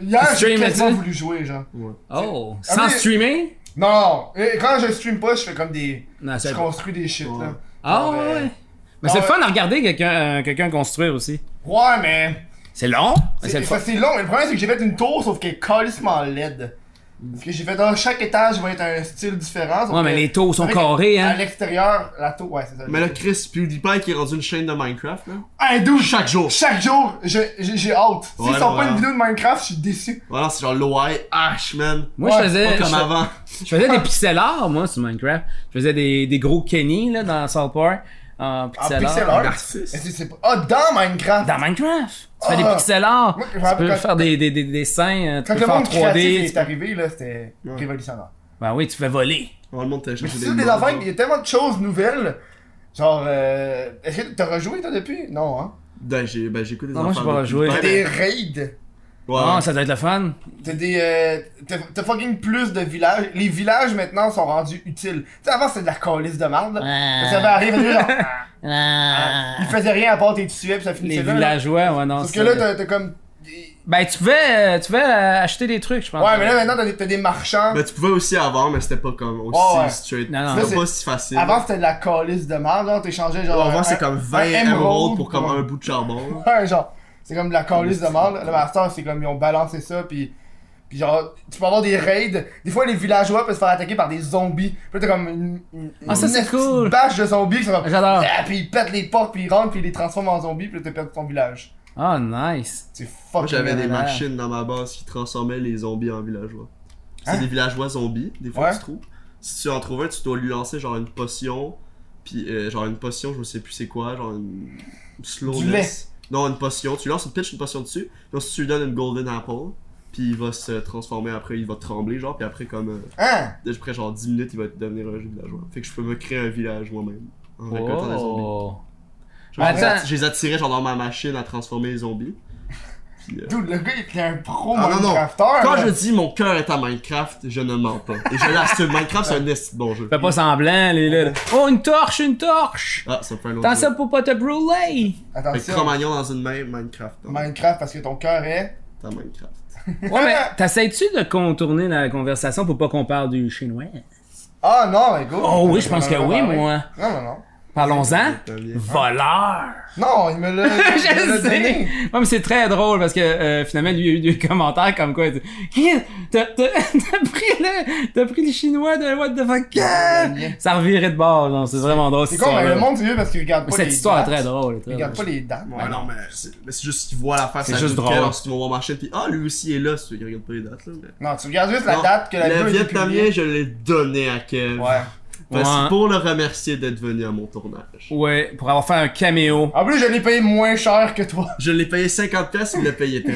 A: Hier
D: Tu
A: j'ai
D: streames,
A: quasiment
D: tu sais?
A: voulu jouer genre.
C: Ouais.
D: Oh,
A: Ah,
D: sans
A: mais-
D: streamer?
A: Non, non. Et quand je stream pas je fais comme des,
D: Non,
A: je
D: c'est
A: construis des shit
C: Ouais.
A: là.
D: Ah
A: Genre, euh,
D: ouais.
A: Ah,
D: Mais c'est le
A: ouais.
D: fun à regarder quelqu'un euh, quelqu'un construire aussi.
A: Ouais mais
D: C'est long, mais c'est
A: c'est
D: le fun.
A: ça, c'est long. Mais le problème c'est que j'ai fait une tour sauf qu'elle est calissement laide. Parce que j'ai fait dans chaque étage va être un style différent. sauf
D: Ouais, mais
A: que
D: les taux sont
A: avec-
D: carrés,
A: À
D: hein.
A: l'extérieur, la tour, ouais, c'est ça.
C: Mais là, Chris PewDiePie qui est rendu une chaîne de Minecraft, là.
A: Hey, dude,
C: Chaque jour.
A: Chaque jour, je- j'ai j'ai hâte. S'ils
C: Ouais,
A: sortent pas
C: ouais.
A: une vidéo de Minecraft, je suis déçu.
C: Voilà, c'est genre l'OI H, man.
D: Moi,
A: Ouais,
D: je faisais...
C: Pas
D: je
C: comme
D: fais-
C: avant.
D: Je faisais
A: Ah.
D: des pixel art, moi, sur Minecraft. Je faisais des, des gros Kenny, là, dans South Park, en
A: En
D: pixel,
A: Ah, pixel
D: art.
A: art.
C: Narcisse.
A: Mais c'est- c'est pas- Ah, dans Minecraft!
D: Dans Minecraft! Tu fais des
A: Ah!
D: pixel art!
A: Moi, je me
D: tu
A: rappelle
D: peux
A: quand-
D: faire des, des, des, des dessins, euh, tu
A: Quand
D: peux
A: le
D: faire en
A: monde créatif
D: 3D.
A: est arrivé, là, c'était
C: Ouais.
A: révolutionnaire.
D: Ben oui, tu fais voler.
C: Vraiment, le monde t'a
A: Mais c'est
C: cherché
A: sûr, des
C: modes,
A: affaires,
C: là.
A: il y a tellement de choses nouvelles. Genre, euh, est-ce que t'as rejoué, toi, depuis? Non, hein?
C: Ben, j'ai ben, j'écoute des
D: Non, Ah, moi,
C: affaires
D: je vais pas
C: de
D: jouer.
A: T'as
C: PewDiePie,
A: des
C: mais-
A: raids.
C: Ouais.
D: Ah, ça doit être le fun.
A: T'as des. euh, t'as- T'as fucking plus de villages. Les villages, maintenant, sont rendus utiles. Tu sais, avant, c'était de la colisse de merde. là. Ça servait à rien. mais là, genre, Ils faisaient rien à part tes tués, puis ça
D: Ah, Les
A: finissait là, là.
D: villageois, ouais, non.
A: Sauf que
D: c'est-
A: là, t'as- t'as comme.
D: Ben, tu pouvais, euh, tu pouvais euh, acheter des trucs, je pense.
A: Ouais, mais là maintenant t'as des, t'as des marchands.
C: Ben, tu pouvais aussi avant, mais c'était pas comme aussi
A: Ouais, ouais.
C: straight.
D: Non, non.
A: Ça,
C: C'était
A: c'est-
C: pas si facile.
A: Avant c'était de la calice de merde, genre t'échangeais genre.
C: Ouais, avant,
A: un-
C: c'est comme 20
A: un émeraude
C: emeralds pour comme
A: pour-
C: un bout de charbon.
A: Ouais, genre. C'est comme de la calice de merde. Le master, c'est comme ils ont balancé ça, puis. Puis genre, tu peux avoir des raids. Des fois, les villageois peuvent se faire attaquer par des zombies. Puis là, t'as comme une. une
D: Ah, ça,
A: une
D: c'est
A: petite
D: cool.
A: bâche de zombies qui sont comme.
D: J'adore.
A: Ah, puis ils pètent les portes, puis ils rentrent, puis ils les transforment en zombies, puis là, t'as perdu ton village.
D: Ah, nice.
A: C'est
C: Moi,
A: fucking.
C: j'avais des
A: malade.
C: machines dans ma base qui transformaient les zombies en villageois. C'est
A: Hein?
C: des villageois zombies, des fois
A: Ouais.
C: que tu trouves. Si tu en trouves un, tu dois lui lancer genre une potion, puis euh, genre une potion, je sais plus c'est quoi, genre une une slowness. Non, une potion. Tu lui lances une pitch, une potion dessus, donc si tu lui donnes une golden apple, puis il va se transformer après, il va trembler genre, puis après comme euh,
A: Hein?
C: après genre 10 minutes, il va devenir un villageois. Fait que je peux me créer un village moi-même en récoltant des zombies.
D: Oh.
C: Genre,
A: Ben,
C: je les
D: Attends.
C: att- je les attirais genre dans ma machine à transformer les zombies. Puis, euh,
A: Dude, le gars, il est un pro
C: Ah, non, non.
A: Minecrafter.
C: Quand
A: là.
C: je dis mon cœur est à Minecraft, je ne mens pas. Et je l'assume, Minecraft c'est un esti de bon jeu.
D: Fais pas semblant, les là. là. Oh, une torche, une torche!
C: Ah, ça me fait un autre
D: Tant
C: jeu.
D: ça pour pas te brûler!
C: Fait que
A: Attention.
C: Cro-Magnon dans une main, Minecraft dans
A: Minecraft, parce que ton cœur est.
C: dans Minecraft.
D: Ouais, mais
A: Ah!
D: t'essayes-tu de contourner la conversation pour pas qu'on parle du chinois?
A: Ah non, mais go!
D: Oh oui, je pense que
A: Non, non,
D: oui,
A: non,
D: moi.
A: Non, non, non.
D: Parlons-en.
C: T'as bien.
D: Voleur!
A: Non, il me l'a.
D: Je
A: il me l'a
D: sais!
A: donné.
D: Ouais, mais c'est très drôle parce que euh, finalement, lui, il y a eu des commentaires comme quoi. il dit, Chris, T'as t'as- t'as pris, le- t'as pris le chinois de what the fuck? ah! Ça revirait de bord, non, c'est vraiment drôle.
A: C'est
D: cette
A: con, mais
D: histoire-là.
A: le monde du vieux parce qu'il regarde
D: Mais
A: pas les
D: Cette histoire est
A: dates.
D: très drôle.
A: Il
D: très
A: regarde pas
D: drôle.
A: les dates.
C: Ouais, Ah non, mais c'est mais c'est juste qu'ils voient l'affaire,
D: C'est
C: ça
D: juste
C: joue
D: drôle.
C: que Lorsqu'ils vont voir ma chaîne, puis ah, lui aussi est là, ceux qui regardent pas les dates là. mais-
A: Non, tu regardes juste la
C: Non,
A: date que la
C: Le
A: vidéo a été
C: Vietnamien,
A: publiée.
C: je l'ai donné à Kev.
A: Ouais.
C: Parce que
D: Ouais.
C: pour le remercier d'être venu à mon tournage.
D: Ouais, pour avoir fait un caméo.
A: En plus, je l'ai payé moins cher que toi.
C: Je l'ai payé 50 pièces, il l'a payé 30.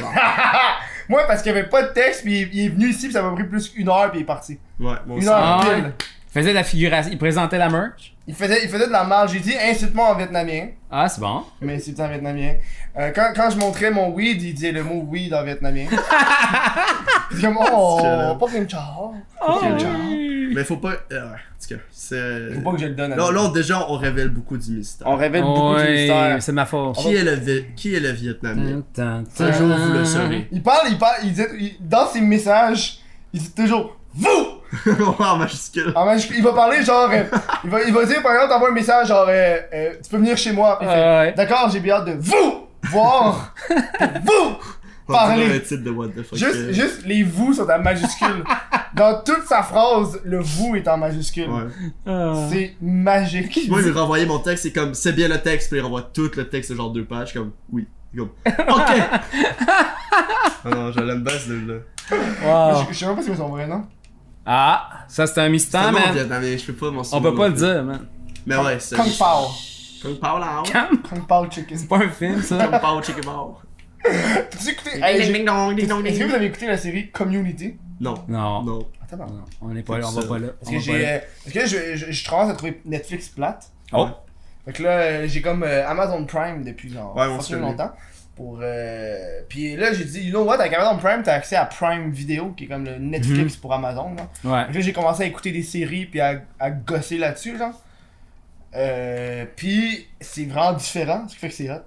A: Moi, parce qu'il y avait pas de texte, puis il est venu ici, puis ça m'a pris plus qu'une heure, puis il est parti.
C: Ouais, moi
A: Une
C: aussi.
A: heure
D: Ah,
A: pile.
D: ouais. Il faisait de la figuration, il présentait la merch.
A: Il faisait, il faisait de la marge. J'ai dit insulte-moi en vietnamien.
D: Ah, c'est bon.
A: Mais c'est en vietnamien. Euh, quand, quand je montrais mon weed, il disait le mot weed en vietnamien. Il dit comme oh,
C: C'est
A: pas comme chao.
D: Ah,
C: Ok,
A: genre.
C: Mais faut pas. euh, ouais, en tout cas, c'est.
A: Faut pas que je le donne à
C: Là,
A: lui.
C: là, déjà, on révèle beaucoup du mystère.
A: On révèle beaucoup de mystère.
D: Ouais, c'est de ma faute.
C: Qui, est le Vi- qui est le Vietnamien
D: Un
C: Un jour, vous le saurez.
A: Il parle, il parle, il dit, il- dans ses messages, il dit toujours vous.
D: Euh,
C: en majuscule.
A: En maj- il va parler genre, euh, il va, il va dire par exemple t'envoies un message genre, euh, euh, tu peux venir chez moi. Puis il fait,
D: Ouais.
A: D'accord, j'ai bien hâte de vous voir, vous
C: On dirait
A: parler.
C: le titre de What the fuck.
A: Juste,
C: euh,
A: juste les vous sont en majuscule. Dans toute sa phrase, le vous est en majuscule.
C: Ouais.
D: Ah.
A: C'est magique.
C: Moi, il lui renvoyait mon texte, c'est comme, c'est bien le texte, puis il renvoie tout le texte, genre deux pages, comme, oui. Il est Comme, ok! Ah non, je l'aime bien, ce dude-là.
D: Wow.
A: Je, je sais même pas si c'est son vrai nom.
D: Ah, ça c'est un
C: C'est un
D: mystère,
C: nom
D: man.
C: vietnamien, je peux pas m'en
D: On
C: souvenir
D: peut pas
C: non
D: le
C: plus.
D: dire, man.
C: Mais ouais, c'est.
A: Kung Pao.
C: Kung Pao là
D: Cam,
A: Kung Pao Chicken.
D: c'est pas un film, ça.
C: Kung Pao Chicken Pao.
A: T'as-tu écouté- hey,
C: Ding
A: j'ai-
C: ding dong, ding dong
A: Est-ce que
C: ding.
A: vous avez écouté la série Community
C: Non.
D: Non.
C: Non.
A: Attends, pardon.
D: Non, On est pas là, on va pas là.
A: Parce
D: On
A: que
D: va pas
A: j'ai.
D: là.
A: euh, Parce que je, je, je commence à trouver Netflix plate.
D: Oh.
A: Fait que là, euh, j'ai comme euh, Amazon Prime depuis genre
C: Ouais, moi
A: fucking
C: aussi, je l'ai.
A: longtemps. Pour, euh... Puis là, j'ai dit, you know what, avec Amazon Prime, t'as accès à Prime Video, qui est comme le
C: Mhm.
A: Netflix pour Amazon. Là.
D: Ouais.
A: Fait que là, j'ai commencé à écouter des séries puis à, à gosser là-dessus, genre. Euh, puis c'est vraiment différent, ce qui fait que c'est hot.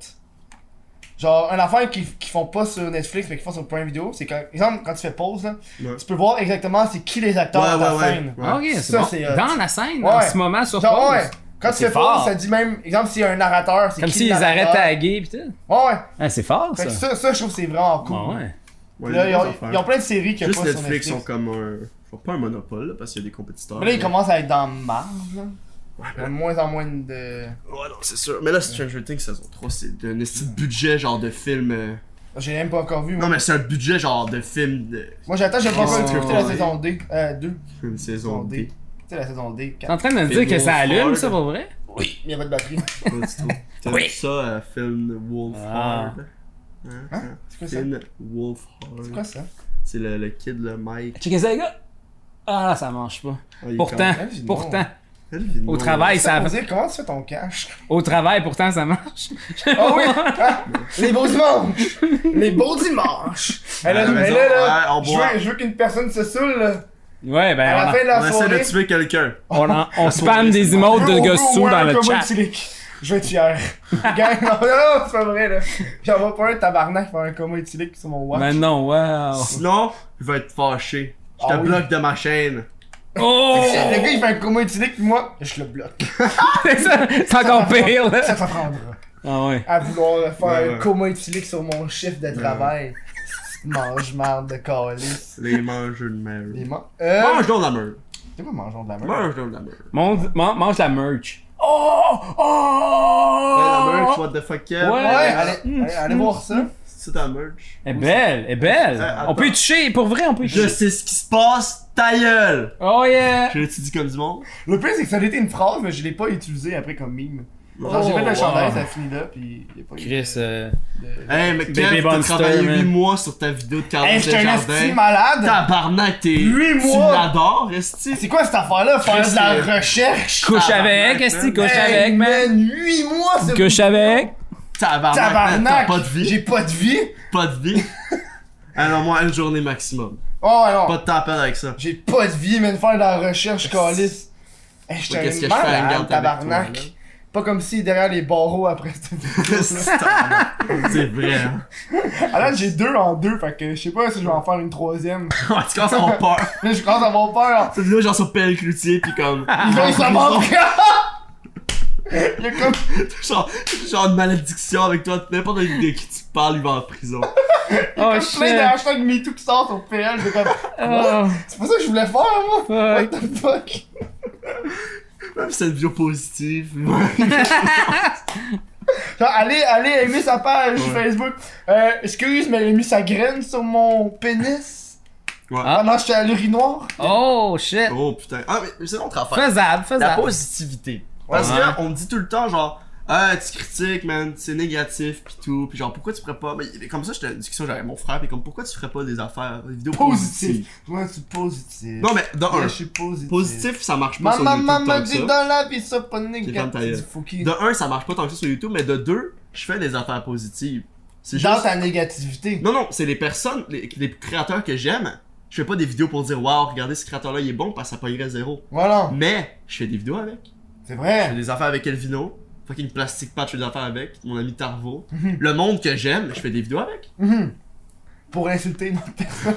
A: Genre, un affaire qu'ils qui font pas sur Netflix mais qu'ils font sur Prime Video, c'est quand, exemple, quand tu fais pause, là,
C: Ouais.
A: tu peux voir exactement c'est qui les acteurs de
C: Ouais,
A: ta
C: ouais, ouais.
A: scène.
D: Ah, Ok, c'est
A: Ça,
D: bon.
A: c'est hot.
D: Dans la scène,
A: Ouais.
D: en ce moment, sur
A: Genre, ouais,
D: pause.
A: quand tu
D: C'est
A: fais
D: fort.
A: pause, ça dit même, exemple, s'il y a un narrateur, c'est
D: Comme
A: qui le
D: s'ils arrêtent
A: narrateur.
D: taguer pis tout.
A: Ouais, ouais.
D: Ah, c'est fort,
A: Fait
D: ça.
A: que ça, ça, je trouve que c'est vraiment cool.
D: Ah, ouais.
C: Ouais,
A: Là,
C: les
A: ils
C: bonnes
A: ont,
C: affaires.
A: ils ont plein de séries qu'il y a
C: Juste
A: pas sur Netflix.
C: Netflix sont comme un. genre, Pas un monopole, là, parce qu'il y a des compétiteurs.
A: Mais là, ils
C: mais-
A: commencent à être dans le marge, là. Il y a de moins en moins de...
C: Ouais, non, c'est sûr. Mais là, Stranger Things saison 3, c'est un esti de budget genre de film. euh,
A: J'ai même pas encore vu, moi.
C: Non, mais c'est un budget genre de film de.
A: Moi j'attends, j'ai pas
C: Oh,
A: encore écouté la
C: oui.
A: saison D. Euh, 2.
C: Une saison D.
A: C'est la saison D.
D: T'es en
A: 4.
D: train de me dire que ça
C: Fais-nous
D: allume,
C: Ford.
D: ça, pour vrai?
A: Il y a pas de batterie.
C: Pas du tout. T'as vu ça, euh, film Wolf
D: Ah.
C: Hard? Hein?
A: Hein? C'est quoi ça?
C: Film Wolf
A: C'est quoi
C: Hard.
A: ça?
C: C'est le, le kid, le Mike.
D: Check ça, les gars. Ah, là, ça marche pas.
C: Ah, il est
D: Pourtant,
A: même du
D: pourtant.
A: monde.
C: quand même-
D: Au travail,
A: Ça
D: ça.
A: veut dire comment tu fais ton cash?
D: Au travail, pourtant, ça marche.
A: Ah oui! Ah! Les beaux dimanches! Les beaux dimanches! Elle
C: À
A: là,
C: la
A: mais
C: maison,
A: là, là,
C: ouais, on
A: je
C: boit.
A: veux, je veux qu'une personne se saoule là.
D: Ouais,
A: à
D: ben,
A: la fin de
C: On
A: la
C: essaie
A: soirée.
C: de tuer quelqu'un.
D: on, on, en- on spam des emotes de gars sous dans le chat.
A: Je vais être fier. Gang, non, non, c'est pas vrai là. J'en vois pas un tabarnak faire un coma éthylique sur mon watch.
D: Mais non, wow.
C: Sinon, je vais être fâché. Je te
A: Ah oui.
C: bloque de ma chaîne.
D: Oh!
A: Eh, Le gars il fait un coma éthylique pis moi, je le bloque.
D: C'est ça, c'est encore pire, là.
A: Ça t'apprendra.
D: Ah ouais.
A: à vouloir faire
C: Ouais,
A: un
C: ouais.
A: coma éthylique sur mon chiffre de travail. mange marde de calice.
C: Les mangeurs de
A: Les
C: merde.
A: man... Euh...
C: Mange donc de la merde.
A: C'est quoi mangeons de la merde?
C: Mange donc de la merde.
D: Mange, man- mange la merch. Oh! Oh!
C: Ouais, la merch, what the fuck, yeah.
A: Ouais,
D: Ouais.
A: allez,
D: Mm.
A: allez, allez voir ça.
C: C'est ta merch.
D: Elle est belle, elle est belle.
C: Euh, attends.
D: on peut y toucher, pour vrai, on peut y
C: Je
D: toucher.
C: sais ce qui se passe, ta gueule!
D: Oh yeah!
C: Je l'ai-tu dit comme du monde?
A: Le pire, c'est que ça a été une phrase, mais je l'ai pas utilisée après comme mime. Genre, j'ai
D: Oh,
A: fait le
D: wow.
A: chandail, ça finit là, pis y a pas eu.
D: Chris, euh...
A: de-
C: Hey, mais
D: Baby
C: Kev, t'as
D: Monster,
C: travaillé
D: man.
C: 8 mois sur ta vidéo de Carlos
A: Hey, je suis un esti
C: Desjardins.
A: malade!
C: Tabarnak, t'es.
A: Huit
C: Tu
A: mois.
C: l'adores, esti.
A: C'est quoi cette affaire-là? Faire de
C: Chris,
A: la recherche?
D: Couche
C: Tabarnak,
D: avec,
C: man.
D: est-ce que couche
A: Hey,
D: avec, man?
A: 8 mois, ce
D: Couche avec.
C: Tabarnak, man, t'as
A: Tabarnak!
C: pas de vie.
A: J'ai pas de vie!
C: Pas de vie. Alors, moi, une journée maximum.
A: Oh non!
C: Pas de temps à perdre avec ça.
A: J'ai pas de vie, mais de faire de la recherche, calice. Hey, j'étais
C: Ouais, qu'est-ce
A: un
C: que je fais à la
A: malade,
C: garde avec toi,
A: tabarnak.
C: là?
A: pas comme si derrière les barreaux après cette vidéo.
C: C'est tabarnak. C'est vrai, hein.
A: Ah là, j'ai deux en deux, fait que je sais pas si je vais en faire une troisième.
C: Ouais, tu commences à avoir peur.
A: Là, je commence à avoir peur.
C: Cette vidéo, genre sur Pelle Cloutier, pis comme.
D: Ah,
A: Ils vont se manquer. Il y a comme.
D: Oh,
C: genre, genre une malédiction avec toi. N'importe qui de qui tu parles, il va en prison.
D: Oh
A: comme plein de
D: shit.
A: hashtags MeToo qui sortent sur PL. C'est comme.
D: Oh,
A: C'est pas ça que je voulais faire, moi. What
D: fuck.
A: the fuck?
C: Même si c'est une vidéo positive.
A: Genre, allez, allez, aimer sa page sur
C: Ouais.
A: Facebook. Euh, excuse, mais elle a mis sa graine sur mon pénis.
C: Ouais.
A: Ah non, j'étais à l'urinoir.
D: Oh shit.
C: Oh putain. Ah, mais c'est notre affaire.
D: Faisable,
C: La
D: faisable.
C: positivité. Parce
D: Ouais.
C: que on me dit tout le temps genre Ah, tu critiques, man, c'est négatif, pis tout. Pis genre, pourquoi tu ferais pas. Mais mais comme ça, j'étais en discussion avec mon frère, pis comme, pourquoi tu ferais pas des affaires, des vidéos positives?
A: Positif. Moi, je suis positif.
C: Non, mais dans
A: Moi,
C: un,
A: je suis positif.
C: positif, ça marche pas sur
A: Maman,
C: YouTube.
A: maman
C: tant
A: me
C: que
A: dit
C: ça.
A: dans la vie, ça pas
C: ferme ta gueule.
A: négatif. Faut qu'il-
C: De un, ça marche pas tant que ça sur YouTube, mais de deux, je fais des affaires positives. C'est
A: Dans
C: juste.
A: ta négativité.
C: Non, non, c'est les personnes, les, les créateurs que j'aime. Je fais pas des vidéos pour dire, waouh, regardez ce créateur-là, il est bon parce que ça payerait zéro.
A: Voilà,
C: Mais, je fais des vidéos avec.
A: c'est
C: Je fais
A: vrai.
C: des affaires avec Elvino. Fucking Plastic Patch, je fais des affaires avec. Mon ami Tarvo. Le monde que j'aime, je fais des vidéos avec.
A: Mhm. Pour insulter une autre personne.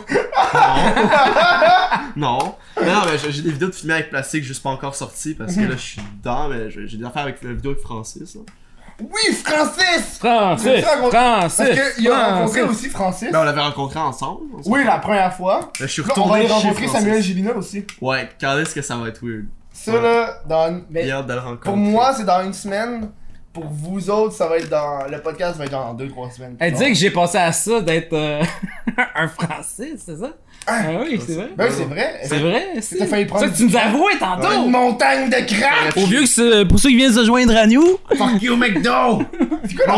C: Non. non. Mais non, mais j'ai j'ai des vidéos de filmées avec Plastic, juste pas encore sorties parce que là, je suis dedans, mais j'ai j'ai des affaires avec la vidéo avec Francis. là.
A: Oui, Francis!
D: Francis!
A: Parce
D: Francis!
A: Parce qu'il a rencontré
D: Francis.
A: aussi Francis.
C: Ben, on l'avait rencontré ensemble. on s'en
A: Oui, la première fois.
C: Là, je suis
A: Là, on va
C: retourné
A: aller
C: chez
A: rencontrer
C: Francis.
A: Samuel Gélina aussi.
C: Ouais, quand est-ce que ça va être weird?
A: Ça,
C: Ouais.
A: là, dans. mais
C: J'ai hâte de le rencontrer.
A: pour moi, c'est dans une semaine. Pour vous autres, ça va être dans. Le podcast va être dans deux, trois semaines.
D: Elle dit que j'ai pensé à ça d'être euh, un Francis, c'est ça? Ah oui, c'est vrai.
A: Ben oui, c'est vrai.
D: C'est vrai, c'est
A: T'as failli prendre
D: ça que tu nous avouais tantôt!
A: Une montagne de crap!
D: Au vieux que c'est- pour ceux qui viennent se joindre à nous,
C: Fuck you, McDo! on,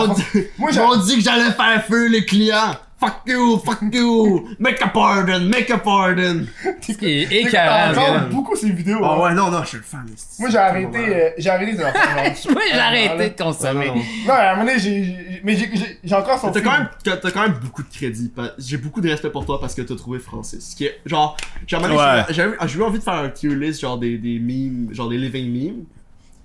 C: dit,
A: Moi, j'ai-
C: on dit que j'allais faire feu les clients! Fuck you, fuck you! Make a pardon, make a pardon!
D: c'est écœurant.
A: Encore
D: Galen.
A: beaucoup ces vidéos.
C: Ah
A: hein.
C: ouais, non, non, je suis le fan.
A: Moi, j'ai arrêté. euh, j'ai arrêté de leur faire.
D: Moi, j'ai
A: Ah,
D: arrêté
A: là.
D: de consommer.
A: Non, à un moment donné, j'ai- j'ai. Mais j'ai- j'ai j'ai encore son
C: T'as
A: film.
C: quand, même, t'as- t'as quand même beaucoup de crédit. pa- J'ai beaucoup de respect pour toi parce que t'as trouvé Francis. Qui est, genre, j'ai un moment donné,
D: Ouais.
C: j'ai- j'ai eu- j'ai eu envie de faire un tier list, genre des, des memes, genre des living memes.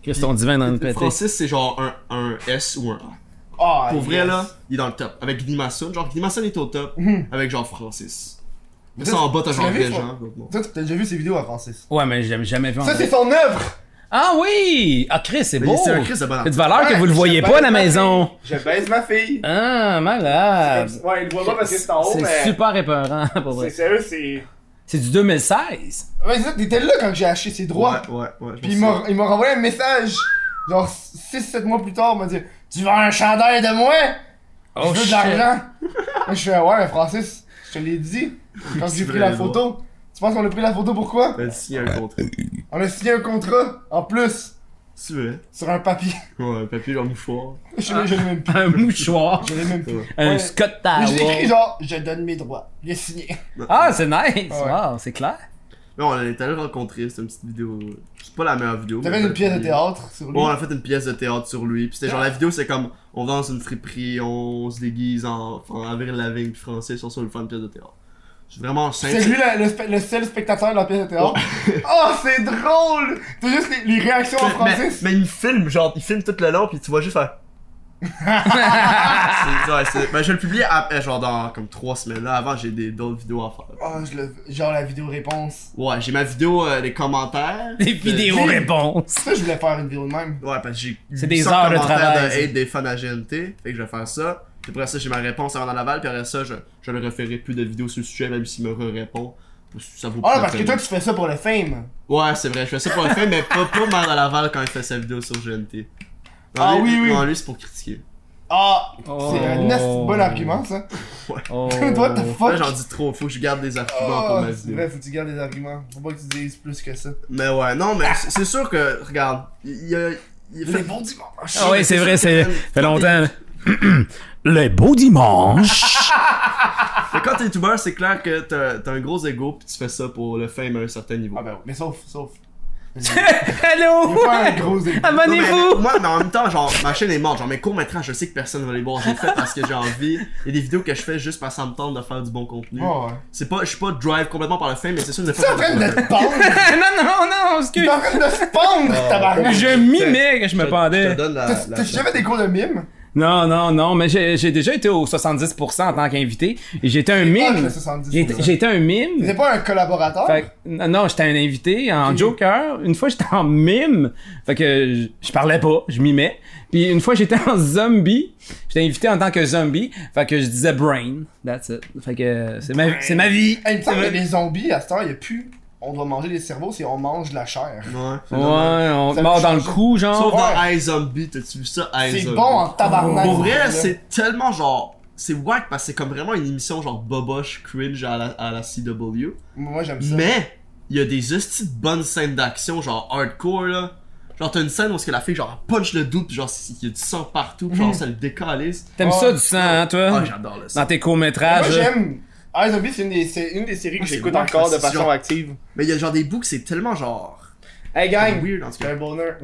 D: Qu'est-ce qu'on divin dans une pétée?
C: Francis, c'est genre un, un S ou un A.
A: Ah,
C: Pour vrai,
A: yes. Mhm.
C: là, il est dans le top. Avec Gnimasson, genre Gnimasson est au top. Avec genre Francis.
A: Mais
C: ça,
A: toi,
C: en bas, t'as
A: tu
C: genre
A: l'as vu,
C: Régent.
A: Fran- Toi, t'as déjà vu ces vidéos à Francis.
D: Ouais, mais j'ai jamais vu en
A: Ça,
D: vrai.
A: c'est son œuvre!
D: Ah oui! Ah, Chris, c'est
C: Mais
D: beau!
C: c'est un Chris de bonne
D: C'est de valeur que
A: Ouais,
D: vous le
A: je
D: voyez
A: baise
D: pas à la
A: ma
D: maison.
A: fille. Je baise ma fille.
D: Ah, malade!
A: Ouais, il le voit pas parce que c'est en haut, mais.
D: C'est super épeurant, pour vrai.
A: C'est sérieux, c'est.
D: C'est du 2016.
A: Ouais, c'est ça, t'étais là quand j'ai acheté ses droits.
C: Ouais, ouais, ouais. je
A: Puis il
C: m'en
A: m'a il m'a renvoyé un message, genre 6-7 mois plus tard, il m'a dit Tu vends un chandail de moi
D: Oh,
A: Je veux de
D: shit.
A: l'argent. Là, je fais Ouais, mais Francis, je te l'ai dit. Quand
C: C'est
A: j'ai pris
C: vrai,
A: la photo, tu penses qu'on a pris la photo pourquoi
C: souviens. T'as signé un contrat.
A: On a signé un contrat, en plus,
C: C'est vrai.
A: sur un papier.
C: Ouais, un papier, genre mouchoir.
A: Je l'ai je l'ai même plus.
D: Un mouchoir.
A: Je l'ai même plus.
C: Ouais.
D: Un
A: Ouais.
D: Scott
A: Mais je l'ai écrit
D: Tower.
A: genre Je donne mes droits. Il est signé.
D: Ah, c'est nice!
A: Ouais.
D: Wow, c'est clair.
C: Non, on était allé le rencontrer, c'était une petite vidéo. C'est pas la meilleure vidéo.
A: T'avais
C: mais-
A: une pièce de théâtre sur lui.
C: Ouais, on a fait une pièce de théâtre sur lui. Puis c'était genre la vidéo, c'est comme on va dans une friperie, on se déguise en, en Avril Lavigne, puis Francis, on se fait une pièce de théâtre. C'est vraiment simple.
A: C'est lui la- le, spe- le seul spectateur de la pièce de théâtre. oh, c'est drôle! T'as juste les, les réactions en
C: Mais- mais,
A: Francis.
C: mais il filme, genre, il filme tout le long, puis tu vois juste faire. C'est- ouais, c'est- ben, je vais le publie après, genre dans comme 3 semaines. Là, avant, j'ai des- d'autres vidéos à faire.
A: Oh, je le, genre la vidéo réponse.
C: Ouais, j'ai ma vidéo, euh, les commentaires.
D: Des
C: De-
D: vidéos-réponses.
A: Ça, je voulais faire une vidéo de même.
C: Ouais, parce que j'ai
D: C'est des
C: 800
D: heures de
C: commentaires
D: travail, ça.
C: De hate des fans à GNT, fait que je vais faire ça. Puis après ça, j'ai ma réponse avant dans l'aval, puis après ça, je, je ne referai plus de vidéos sur le sujet, même s'il me répond. Ça vaut
A: Ah,
C: pas la
A: parce que
C: peine.
A: toi, tu fais ça pour le fame.
C: Ouais, c'est vrai, je fais ça pour le fun, mais pas pour mal à l'aval quand il fait sa vidéo sur GNT. Non,
A: Ah
C: lui-
A: oui, oui.
C: Non, lui, c'est pour critiquer.
A: Ah, c'est un esti de
D: Oh.
A: bon argument, ça.
D: Oh.
A: What the
C: Là,
A: fuck?
C: j'en dis trop, faut que je garde des arguments pour
A: Oh,
C: ma
A: c'est
C: vidéo.
A: vrai, faut que tu gardes des arguments. Faut pas que tu dises plus que ça.
C: Mais ouais, non, mais c'est c'est sûr que, regarde, il y a. il
A: Les
C: fait-
A: bons dimanches.
D: Ah ouais, c'est vrai, c'est
C: Quand
D: fait longtemps. là. Les beaux dimanches.
C: Mais quand t'es youtubeur, c'est clair que t'as t'as un gros ego pis tu fais ça pour le fame à un certain niveau.
A: Ah, ben oui, mais sauf, sauf.
D: Allô?
A: Faut pas un gros égo.
C: Non,
D: Ah,
C: mais- mais-
D: Abonnez-vous!
C: Moi, mais en même temps, genre, ma chaîne est morte. Genre, mes courts-métrages, je sais que personne va les voir. J'ai fait parce que j'ai envie. Il y a des vidéos que je fais juste parce que ça me tente de faire du bon contenu.
A: Oh, ouais.
C: C'est pas, je suis pas drive complètement par le fame, mais c'est sûr que je le fais
A: T'es en
C: pour le
A: train de
C: contenu.
A: te pendre.
D: non, non,
A: T'es
D: non, excuse.
A: en train de se
C: Ah,
A: pendre, tabarnak.
D: Je mimais que je me
C: Je
D: pendais.
C: te donne la.
A: T'as
C: Ah, la-
A: t'as jamais des cours de mime?
D: Non, non, non, mais j'ai j'ai déjà été au 70% en tant qu'invité. et J'étais un
A: Ah,
D: mime.
A: le 70,
D: J'ai été-
A: c'est ça.
D: j'ai été un mime.
A: T'étais pas un collaborateur?
D: Fait que- non, non, j'étais un invité en Joker. Une fois, j'étais en mime. Fait que je, je parlais pas, je mimais. Puis une fois, j'étais en zombie. J'étais invité en tant que zombie. Fait que je disais brain. That's it. Fait que c'est ma, c'est ma vie.
A: Hey, il me semble que
D: C'est ma-
A: les zombies, à cette heure, il y a plus. On doit manger les cerveaux, c'est on mange la chair.
C: Ouais. c'est
D: Ouais,
C: dommage.
D: on
A: Ça
D: te mord
A: peut
D: dans le
A: changer.
D: cou,
C: Sauf
D: genre.
C: dans
A: Ouais.
C: iZombie, t'as-tu vu ça?
A: C'est
C: iZombie.
A: bon en tabarnak.
C: Pour vrai,
A: là.
C: c'est tellement genre. C'est wack parce que c'est comme vraiment une émission genre boboche cringe à la, à la CW.
A: Moi, j'aime ça.
C: Mais, il y a des hosties de bonnes scènes d'action genre hardcore là. Genre, t'as une scène où est-ce que la fille, genre, punch le doute, pis genre, il y a du sang partout, pis genre,
D: Mhm.
C: ça le décalisse.
D: T'aimes
A: Ouais.
D: ça du sang, hein, toi?
C: Ah, j'adore le
D: Dans
C: sang.
D: tes
A: Moi,
D: courts-métrages. là.
A: Ah, j'aime. Eyes of Beast, c'est une des, c'est une des séries que
C: Ah, c'est
A: j'écoute
C: bon,
A: encore de
C: c'est
A: façon
C: genre-
A: active.
C: Mais il y a genre des bouts que c'est tellement genre.
A: Hey, gang!
C: Weird, en tout
A: J'ai
C: cas.
A: un bonheur.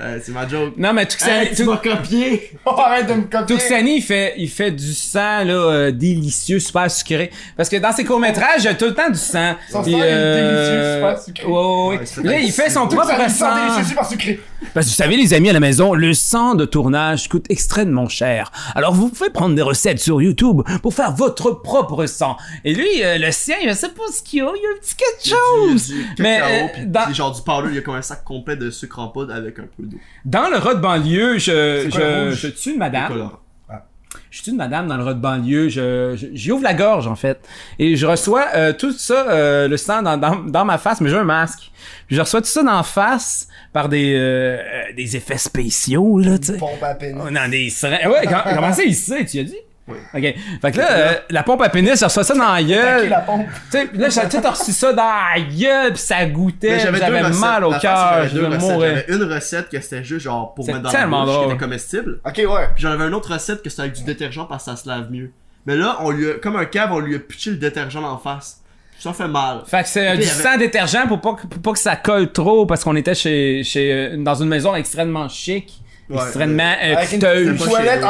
C: Euh, c'est ma joke.
D: Non, mais tout que ça-
C: Hey, tu
D: tout-
C: m'as copié!
A: Oh, arrête de me copier!
D: Tuxani, il fait, il fait du sang là, euh, délicieux, super sucré. Parce que dans ses courts-métrages, il y a tout le temps du sang.
A: Son
D: Puis, euh,
A: sang est délicieux, super sucré.
D: Ouais, ouais, ouais.
C: Ouais, c'est
D: Là, il fait son
A: Tuxani,
D: propre
A: sans
D: sang.
A: délicieux, super sucré.
D: Parce que vous savez, les amis à la maison, le sang de tournage coûte extrêmement cher. Alors vous pouvez prendre des recettes sur YouTube pour faire votre propre sang. Et lui, euh, le sien, je sais pas ce qu'il y a, il y a un petit quelque chose. Mais,
C: Mais
D: euh, dans-
C: genre du powder, il y a comme un sac complet de sucre en poudre avec un peu d'eau.
D: Dans le rat de banlieue, je,
A: C'est quoi le
D: je,
A: rouge?
D: je tue une
C: C'est
D: madame.
C: colorant.
D: Je suis une madame dans le rat de banlieue, je, je- j'y ouvre la gorge en fait. Et je reçois euh, tout ça, euh, le sang dans, dans, dans ma face, mais j'ai un masque. Puis je reçois tout ça dans la face par des, euh, euh, des effets spéciaux, là, tu sais.
A: Pompe à peine.
D: Oh, dans des seringues. Ouais, com- comment ça, il sait, tu as dit?
C: Oui.
D: Ok. Fait que là, euh, la pompe à pénis, je reçois ça dans la
A: Attaquer
D: gueule.
A: la pompe.
D: Tu sais, là, j'ai tout reçu ça dans la gueule, pis ça goûtait,
C: Mais
D: pis
C: deux
D: Eh, j'avais
C: recettes.
D: mal au
C: La face,
D: cœur,
C: j'avais
D: je
C: deux
D: me
C: recettes.
D: mourais.
C: J'avais une recette que c'était juste genre pour
D: C'est
C: mettre dans
D: tellement
C: la bouche, qui
D: drôle.
C: était comestible.
A: Ok, ouais.
C: Puis j'en avais une autre recette que c'était avec du détergent parce que ça se lave mieux. Mais là, on lui a, comme un cave, on lui a pitché le détergent en face. Ça fait mal.
D: Fait que c'est euh,
C: Puis
D: du
C: il y avait-
D: sang détergent pour pas, que- pour pas que ça colle trop, parce qu'on était chez, chez, euh, dans une maison extrêmement chic,
C: Ouais,
D: extrêmement euh,
A: Avec une,
D: coûteuse.
A: une toilette
C: eux.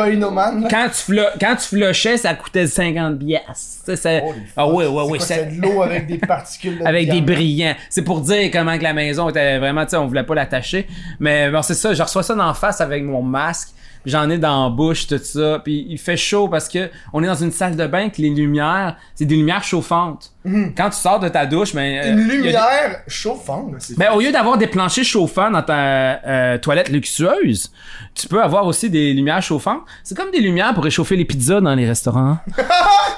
A: anti-héroïnomane.
D: Quand tu, flo- quand tu flushais, ça coûtait 50 piastres. Tu sais, ça-
A: Holy
D: Ah
A: fuck,
D: ouais, ouais,
A: c'est
D: ouais.
A: quoi,
D: ça-
A: C'est de l'eau avec des particules. de
D: avec des
A: viande.
D: brillants. C'est pour dire comment que la maison était vraiment, tu sais, on voulait pas l'attacher. Mais bon, c'est ça, je reçois ça d'en face avec mon masque. puis J'en ai dans la bouche, tout ça. Puis il fait chaud parce que on est dans une salle de bain que les lumières, c'est des lumières chauffantes. Quand tu sors de ta douche, mais euh,
A: Mhm. Une
D: il y a des-
A: lumière chauffante.
D: ben, au lieu d'avoir des planchers chauffants dans ta euh, toilette luxueuse, tu peux avoir aussi des lumières chauffantes. C'est comme des lumières pour réchauffer les pizzas dans les restaurants.
A: Ah!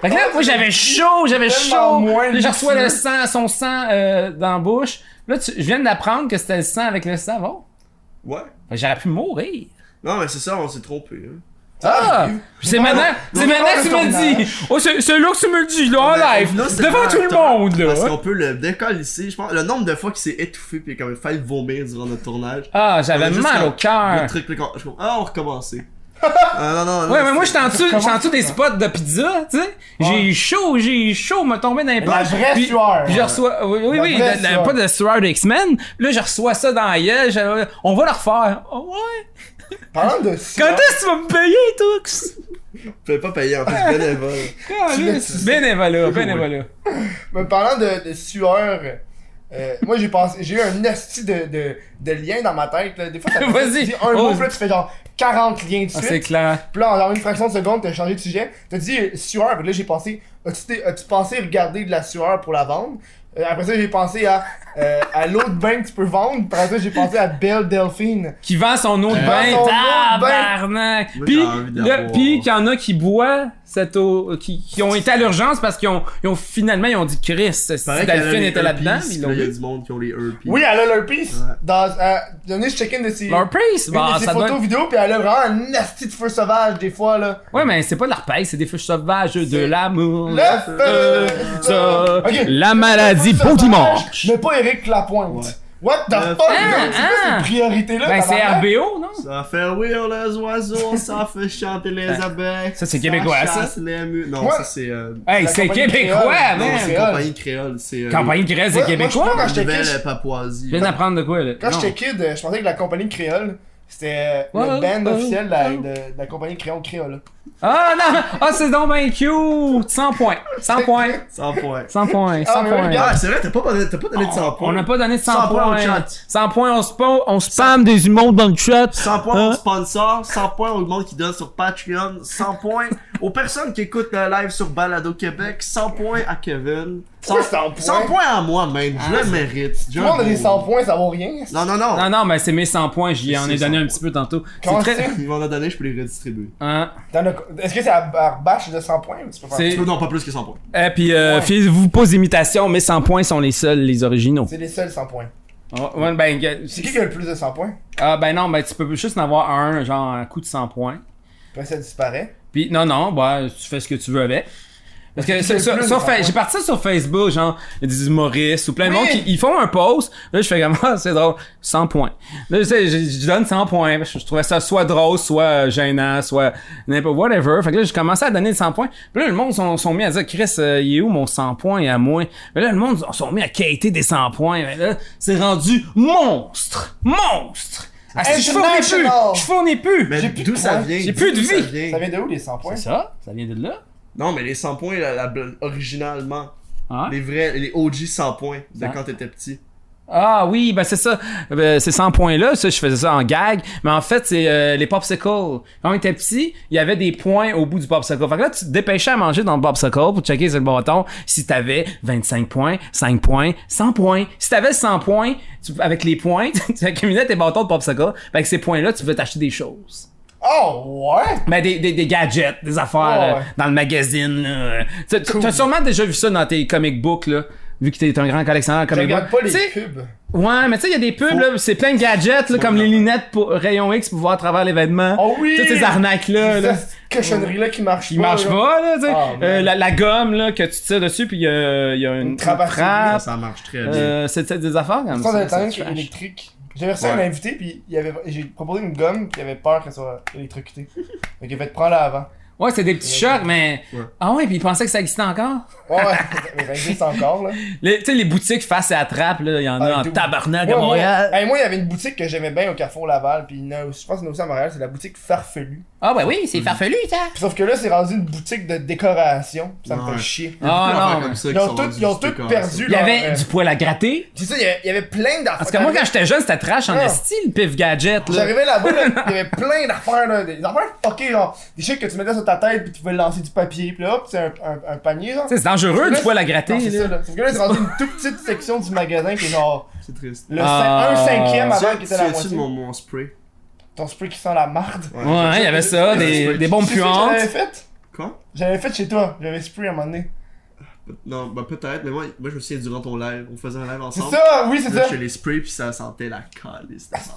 D: fait que là, moi, j'avais chaud, j'avais
A: Tellement
D: chaud.
A: moins
D: Là, je reçois le
A: luxueux.
D: sang, son sang euh, dans la bouche. Là, tu- je viens d'apprendre que c'était le sang avec le savon.
C: Ouais.
D: Fait que J'aurais pu mourir.
C: Non, mais c'est ça, on s'est trompé. hein.
D: Ah!
A: arrive.
D: C'est maintenant,
A: non,
D: c'est maintenant que tu
A: non,
D: me le dis! Oh, c'est c'est là que tu me le dis, là, en
C: Mais
D: live!
C: Ben, là, c'est
D: Devant
C: vraiment
D: tout le
C: étonnant,
D: monde, là!
C: Parce qu'on peut le décoller ici. Je pense, le nombre de fois qu'il s'est étouffé puis quand même failli vomir durant notre tournage.
D: Ah, j'avais
C: On est juste
D: mal
C: comme-
D: au cœur!
C: Le truc, là, quand- je comprends. Ah, on recommençait. Ah, non, non, non,
D: Ouais, mais
C: c'est-
D: moi, j'étais en dessous,
A: Comment
D: j'étais en dessous
A: tu
D: des
A: fais?
D: spots de pizza, tu sais. J'ai eu chaud, j'ai eu chaud, me tombé dans les
A: La
D: poches.
A: vraie
D: puis-
A: sueur.
D: puis je reçois, oui, oui,
A: La
D: oui,
A: vraie
D: la- la-
A: sueur.
D: pas de sueur de X-Men. Là, je reçois ça dans la gueule, je- on va le refaire. Oh, ouais.
A: Parlant de
D: Quand
A: sueur,
D: est-ce que tu vas me payer, Tux?
C: Je pouvais pas payer en plus bénévole.
D: Caliste. Bénévolat, bénévolat. Ah,
A: mais parlant de, de sueur, euh, moi j'ai pensé, j'ai eu un esti de, de, de lien dans ma tête. là. Des fois, ça fait-
D: Vas-y.
A: tu dis un
D: Oh.
A: mot, puis là, tu fais genre 40 liens de
D: Ah,
A: suite.
D: c'est clair.
A: Puis là, en genre une fraction de seconde, t'as changé de sujet. T'as dit euh, sueur, puis là, j'ai pensé, as-tu, t'es- as-tu pensé regarder de la sueur pour la vendre? Euh, après ça, j'ai pensé à, euh, à l'eau de bain que tu peux vendre. Après ça, j'ai pensé à Belle Delphine.
D: Qui vend son eau de
A: Euh,
D: bain.
A: son eau de
D: Tabarnak.
C: bain.
D: Puis,
C: Moi, j'ai envie de la
D: là,
C: boire.
D: puis qu'il y en a qui boivent cette eau, qui, qui ont été à l'urgence parce qu'ils ont, ils ont finalement, ils ont dit Chris, si
C: Pareil qu'il y en a
D: Delphine
C: les
D: était là-dedans,
C: herpes,
D: mais
C: puis
D: ils
C: là,
D: l'ont
C: Il y a
D: dit.
C: du monde qui ont les herpes.
A: Oui, elle a leur piece.
C: Ouais.
A: Dans, euh, j'ai checké une de ses,
D: Leur price,
A: une
D: bah,
A: de ses
D: ça doit
A: photos
D: être-
A: vidéo, puis elle a vraiment un nasty de feu sauvage, des fois, là.
D: Ouais, mais c'est pas de l'arpaille, c'est des feux sauvages de
A: C'est
D: l'amour.
A: Le
D: Euh,
A: feu
D: ça.
A: Ok.
D: La maladie
A: Le feu
D: pour
A: sauvage,
D: dimanche.
A: Mais pas Eric Lapointe.
C: Ouais.
A: What the
C: Le
A: fuck,
C: feu-
A: man? C'est
D: Ah,
A: quoi
D: ah.
A: ces priorités-là?
D: Ben, c'est
A: tabarnak?
D: RBO, non?
C: Ça fait rire les oiseaux, ça fait chanter les abeilles.
D: ça, c'est québécois, ça.
C: chasse les mu- Non,
A: Ouais.
C: ça c'est. euh,
D: Hey,
A: La
D: c'est
A: compagnie
D: québécois,
A: créole.
C: Non,
A: Ouais.
C: c'est
D: man!
A: Créole.
C: compagnie créole. Ah, C'est. euh,
D: Campagne qui reste,
A: Ouais,
D: c'est
A: moi, je
D: québécois?
A: pense
D: Je
A: que j'étais
C: Nouvelle
A: kid,
C: Papouasie.
D: viens d'apprendre de quoi, là?
A: Quand
D: Non.
A: j'étais kid, euh, je pensais que la compagnie créole, c'était euh,
D: Ouais,
A: le band
D: ouais,
A: officiel de la,
D: ouais.
A: de- de la compagnie créole créole.
D: Ah, non! Ah, c'est donc ben cute! 100 points! 100 points!
C: 100 points.
D: 100 points! 100
A: Ah, mais oui,
D: points!
A: regarde.
C: Ah, c'est vrai, t'as pas donné t'as pas donné de 100 points.
D: On n'a pas donné de 100,
C: 100 points au
D: points.
C: chat.
D: 100 points, on, spa- on spam des humours dans le chat.
C: 100 points
D: Hein?
C: aux sponsors, 100 points au monde qui donne sur Patreon, 100 points aux personnes qui écoutent le live sur Balado Québec, 100 points à Kevin, 100,
A: Pourquoi 100 points?
C: 100 points à moi-même, je le mérite.
A: Tout le monde a des 100 points, ça vaut rien.
C: Non, non, non.
D: Ah, Non, non, mais c'est mes 100 points, j'y en ai
C: C'est
D: donné
C: 100
D: un petit peu tantôt. C'est
A: Comment
D: très.
A: c'est?
C: Il m'en a donné, je peux les redistribuer.
D: Hein?
A: T'en as- Est-ce que c'est à barbache de 100 points? ou tu peux faire-
D: C'est-
C: Tu peux non, pas plus que 100 points.
D: Eh, puis, euh,
A: Ouais.
D: faites- vous pose imitation, mais 100 points sont les seuls, les originaux.
A: C'est les seuls 100 points.
D: Oh, ouais, ben, que-
A: C'est qui qui a le plus de 100 points?
D: Ah, ben non, ben tu peux juste en avoir un, genre un coup de 100 points.
A: Après ça disparaît.
D: bah, Puis, non, non, ben, tu fais ce que tu veux avec. Parce que sur,
A: c'est
D: sur-
A: plus,
D: sur
A: ça,
D: Fa-
A: ouais.
D: j'ai parti ça sur Facebook, genre, il y a des humoristes ou plein de
A: Oui.
D: monde qui ils font un post. Là, je fais comme, ah, c'est drôle, 100 points. Là, je, sais, je, je donne 100 points. parce que Je, trouvais ça soit drôle, soit euh, gênant, soit n'importe whatever. Fait que là, j'ai commencé à donner le 100 points. Puis là, le monde sont, sont mis à dire, Chris, euh, il est où mon 100 points à moi? Mais là, le monde sont- sont mis à quêter des 100 points. Mais là, c'est rendu monstre! Monstre! Ah, si je fournis plus!
A: International.
D: Je fournis plus!
C: Mais
A: J'ai plus de
C: d'où ça
A: points.
C: vient
D: J'ai plus de
C: D'où ça
D: vie.
C: vient?
A: Ça vient de où les 100 points?
D: Ça, ça vient de là?
C: Non, mais les 100 points, la, la, bl- originalement.
D: Hein?
C: Les vrais, les OG 100 points de
D: Hein?
C: quand t'étais petit.
D: Ah oui, ben c'est ça. Euh, ces 100 points-là, ça, je faisais ça en gag. Mais en fait, c'est euh, les popsicles. Quand on était petit, il y avait des points au bout du popsicle. Fait que là, tu te dépêchais à manger dans le popsicle pour checker sur le bâton si t'avais 25 points, 5 points, 100 points. Si t'avais 100 points, tu- avec les points, tu accumulais tes bâtons de popsicle. Fait que ces points-là, tu pouvais t'acheter des choses.
A: Oh, ouais!
D: Ben, des, des, des gadgets, des
A: Oh,
D: affaires
A: ouais.
D: euh, dans le magazine. là. Tu- tu- T'as sûrement déjà vu ça dans tes comic books, là. Vu que t'es un grand collectionneur de
A: Je
D: comic
A: regarde
D: books.
A: pas les
D: Tu sais,
A: pubs.
D: Ouais, mais tu sais, il y a des pubs, là, c'est plein de gadgets, là, comme les lunettes pour rayon X pour voir à travers l'événement.
A: Oh oui!
D: Toutes ces arnaques-là, là.
A: Cette cochonnerie-là qui marche
D: Qui marchent pas, là, tu sais.
A: Ah, man.
D: Euh, la, la gomme, là, que tu tires dessus, puis il y a, il y a une,
A: Une trappe à
C: Ça,
D: trappe.
C: ça marche très bien.
D: Euh, c'est c'est des affaires, comme
A: Sans
D: ça. ça
A: d'Internet
D: te
A: qui est
D: fâche.
A: électrique. J'avais reçu un
C: Ouais.
A: invité, puis il avait... j'ai proposé une gomme, puis il avait peur qu'elle soit électrocutée. Donc il a fait prendre-la avant.
D: Ouais, c'est des petits chocs, mais...
C: Ouais.
D: Ah ouais, puis ils pensaient que ça existait encore.
A: Ouais, ouais, mais ça existe encore, là.
D: Les- Tu sais, les boutiques face à la trappe, là, il y en
A: Ah,
D: a en
A: d'où-
D: tabarnak à
A: Moi, moi,
D: Montréal.
A: hey, moi, il y avait une boutique que j'aimais bien au Carrefour Laval, puis il y en a aussi- je pense qu'il y en a aussi à Montréal, c'est la boutique Farfelu.
D: Ah ben oui, c'est farfelu, ça.
A: Puis sauf que là, c'est rendu une boutique de décoration, ça me
C: Ouais.
A: fait chier.
C: Il y a beaucoup
D: Ah,
C: d'affaires
D: non,
C: comme ça
A: Ils
C: qui
A: ont
C: sont
A: tout-
C: rendus
A: ils ont
C: juste
A: tout
C: comme
A: perdu.
D: Il y avait
A: euh,
D: du poil à gratter.
A: C'est ça, il y avait- il y avait plein d'affaires.
D: Parce que moi, quand j'étais jeune, c'était trash en
A: Ah.
D: esti, le pif gadget, là.
A: J'arrivais là-bas, là, il y avait plein d'affaires, là, des des affaires fuckées, genre, des trucs que tu mettais sur ta tête, puis tu pouvais lancer du papier, puis là, hop, c'est un, un, un panier, genre.
D: Tu sais, c'est dangereux,
A: Là,
D: du poil à
A: Non,
D: gratter,
A: c'est
D: là.
A: ça, là. Sauf que là, c'est rendu une toute petite section du magasin qui est genre
C: ça. C'est triste.
A: le cin-
D: Ah.
A: un cinquième avant qui
C: Tu
A: était la
C: as-tu
A: moitié.
C: de mon, mon spray?
A: Ton spray qui sent la marde.
D: Ouais, il y avait ça, des, des bombes
A: Tu sais ce que
D: puantes.
A: j'avais fait?
C: Quoi?
A: J'avais fait chez toi, j'avais spray à un moment donné.
C: Non, bah peut-être, mais moi, moi je me souviens durant ton live, on faisait un live
A: C'est
C: ensemble.
A: ça, oui, c'est
C: Là,
A: ça.
C: je fais les sprays puis ça sentait la calice. de merde.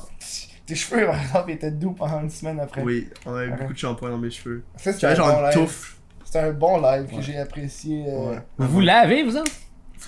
A: Tes cheveux, par exemple, étaient doux pendant une semaine après.
C: Oui, on avait
A: Ouais.
C: beaucoup de shampoing dans mes cheveux.
A: Ça, c'était
C: J'avais
A: un,
C: genre
A: bon
C: une
A: live.
C: touffe.
A: C'était un bon live que
C: Ouais.
A: j'ai apprécié. euh,
C: Ouais.
D: Vous vous lavez, vous autres?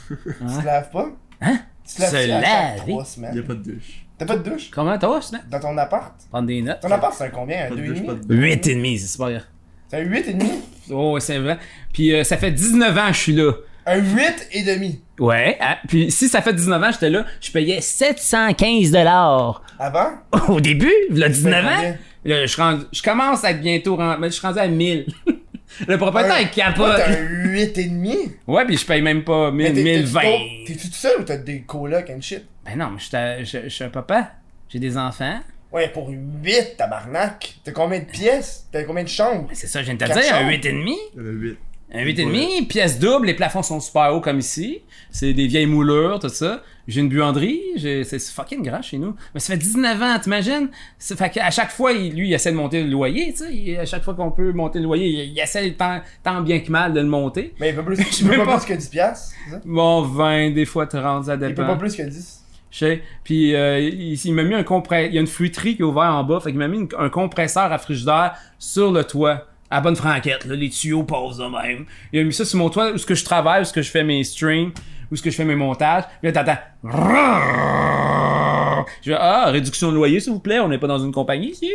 A: Tu te laves pas?
D: Hein?
A: Tu te laves
D: Se
A: à chaque
D: laver.
A: trois
C: Il y a
A: semaines.
C: pas de douche.
A: T'as pas de douche?
D: Comment t'as, là?
A: Dans ton appart?
D: Prendre des notes.
A: Ton appart, c'est un combien?
C: Pas
A: Un
C: de douche, pas de
A: 2,5?
C: douche.
D: Huit et demi, c'est pas grave.
A: C'est un 8,5?
D: Oh, c'est vrai. Puis euh, ça fait 19 ans que je suis là.
A: Un 8,5.
D: Ouais. hein? Puis si ça fait 19 ans que j'étais là, je payais 715 dollars
A: Avant?
D: au début, le 19 ans.
A: combien?
D: Là, je, rends- je commence à être bientôt rend- mais je suis rendu à 1000. le propriétaire
A: Un-
D: il capote.
A: Toi, t'as un 8,5?
D: Ouais, puis je paye même pas 1000,
A: t'es- t'es-
D: 1020.
A: T'es t'es tout seul ou t'as des colocs and shit?
D: Ben non, mais je suis à- je- je suis un papa. J'ai des enfants.
A: Ouais, pour 8, tabarnak. T'as combien de pièces? T'as combien de chambres?
D: Ben, C'est ça, que je viens de te
A: Quatre
D: dire, un
A: chambres.
D: 8,5.
C: Il y en a 8.
D: Un 8,5, pièce double, les plafonds sont super hauts comme ici. C'est des vieilles moulures, tout ça. J'ai une buanderie, j'ai- c'est fucking grand chez nous. Mais ça fait 19 ans, t'imagines? Ça fait qu'à chaque fois, il- lui, il essaie de monter le loyer, tu sais. Il- À chaque fois qu'on peut monter le loyer, il, il essaie tant, tant bien que mal de le monter.
A: Mais il peut plus,
D: Je
A: il peut
D: peux
A: pas
D: pas.
A: plus que 10 piastres, c'est ça?
D: Bon, 20, des fois 30, ça
A: Il peut pas
D: dépend.
A: plus que 10.
D: Je sais. Puis euh, il, il m'a mis un compresseur, il y a une flûterie qui est ouverte en bas, fait qu'il m'a mis une- un compresseur à frigidaire sur le toit. À bonne franquette, là, les tuyaux posent de même. Il a mis ça sur mon toit où ce que je travaille, où ce que je fais mes streams, où ce que je fais mes montages. Puis là, t'entends. Je dis, ah, réduction de loyer, s'il vous plaît, on n'est pas dans une compagnie ici.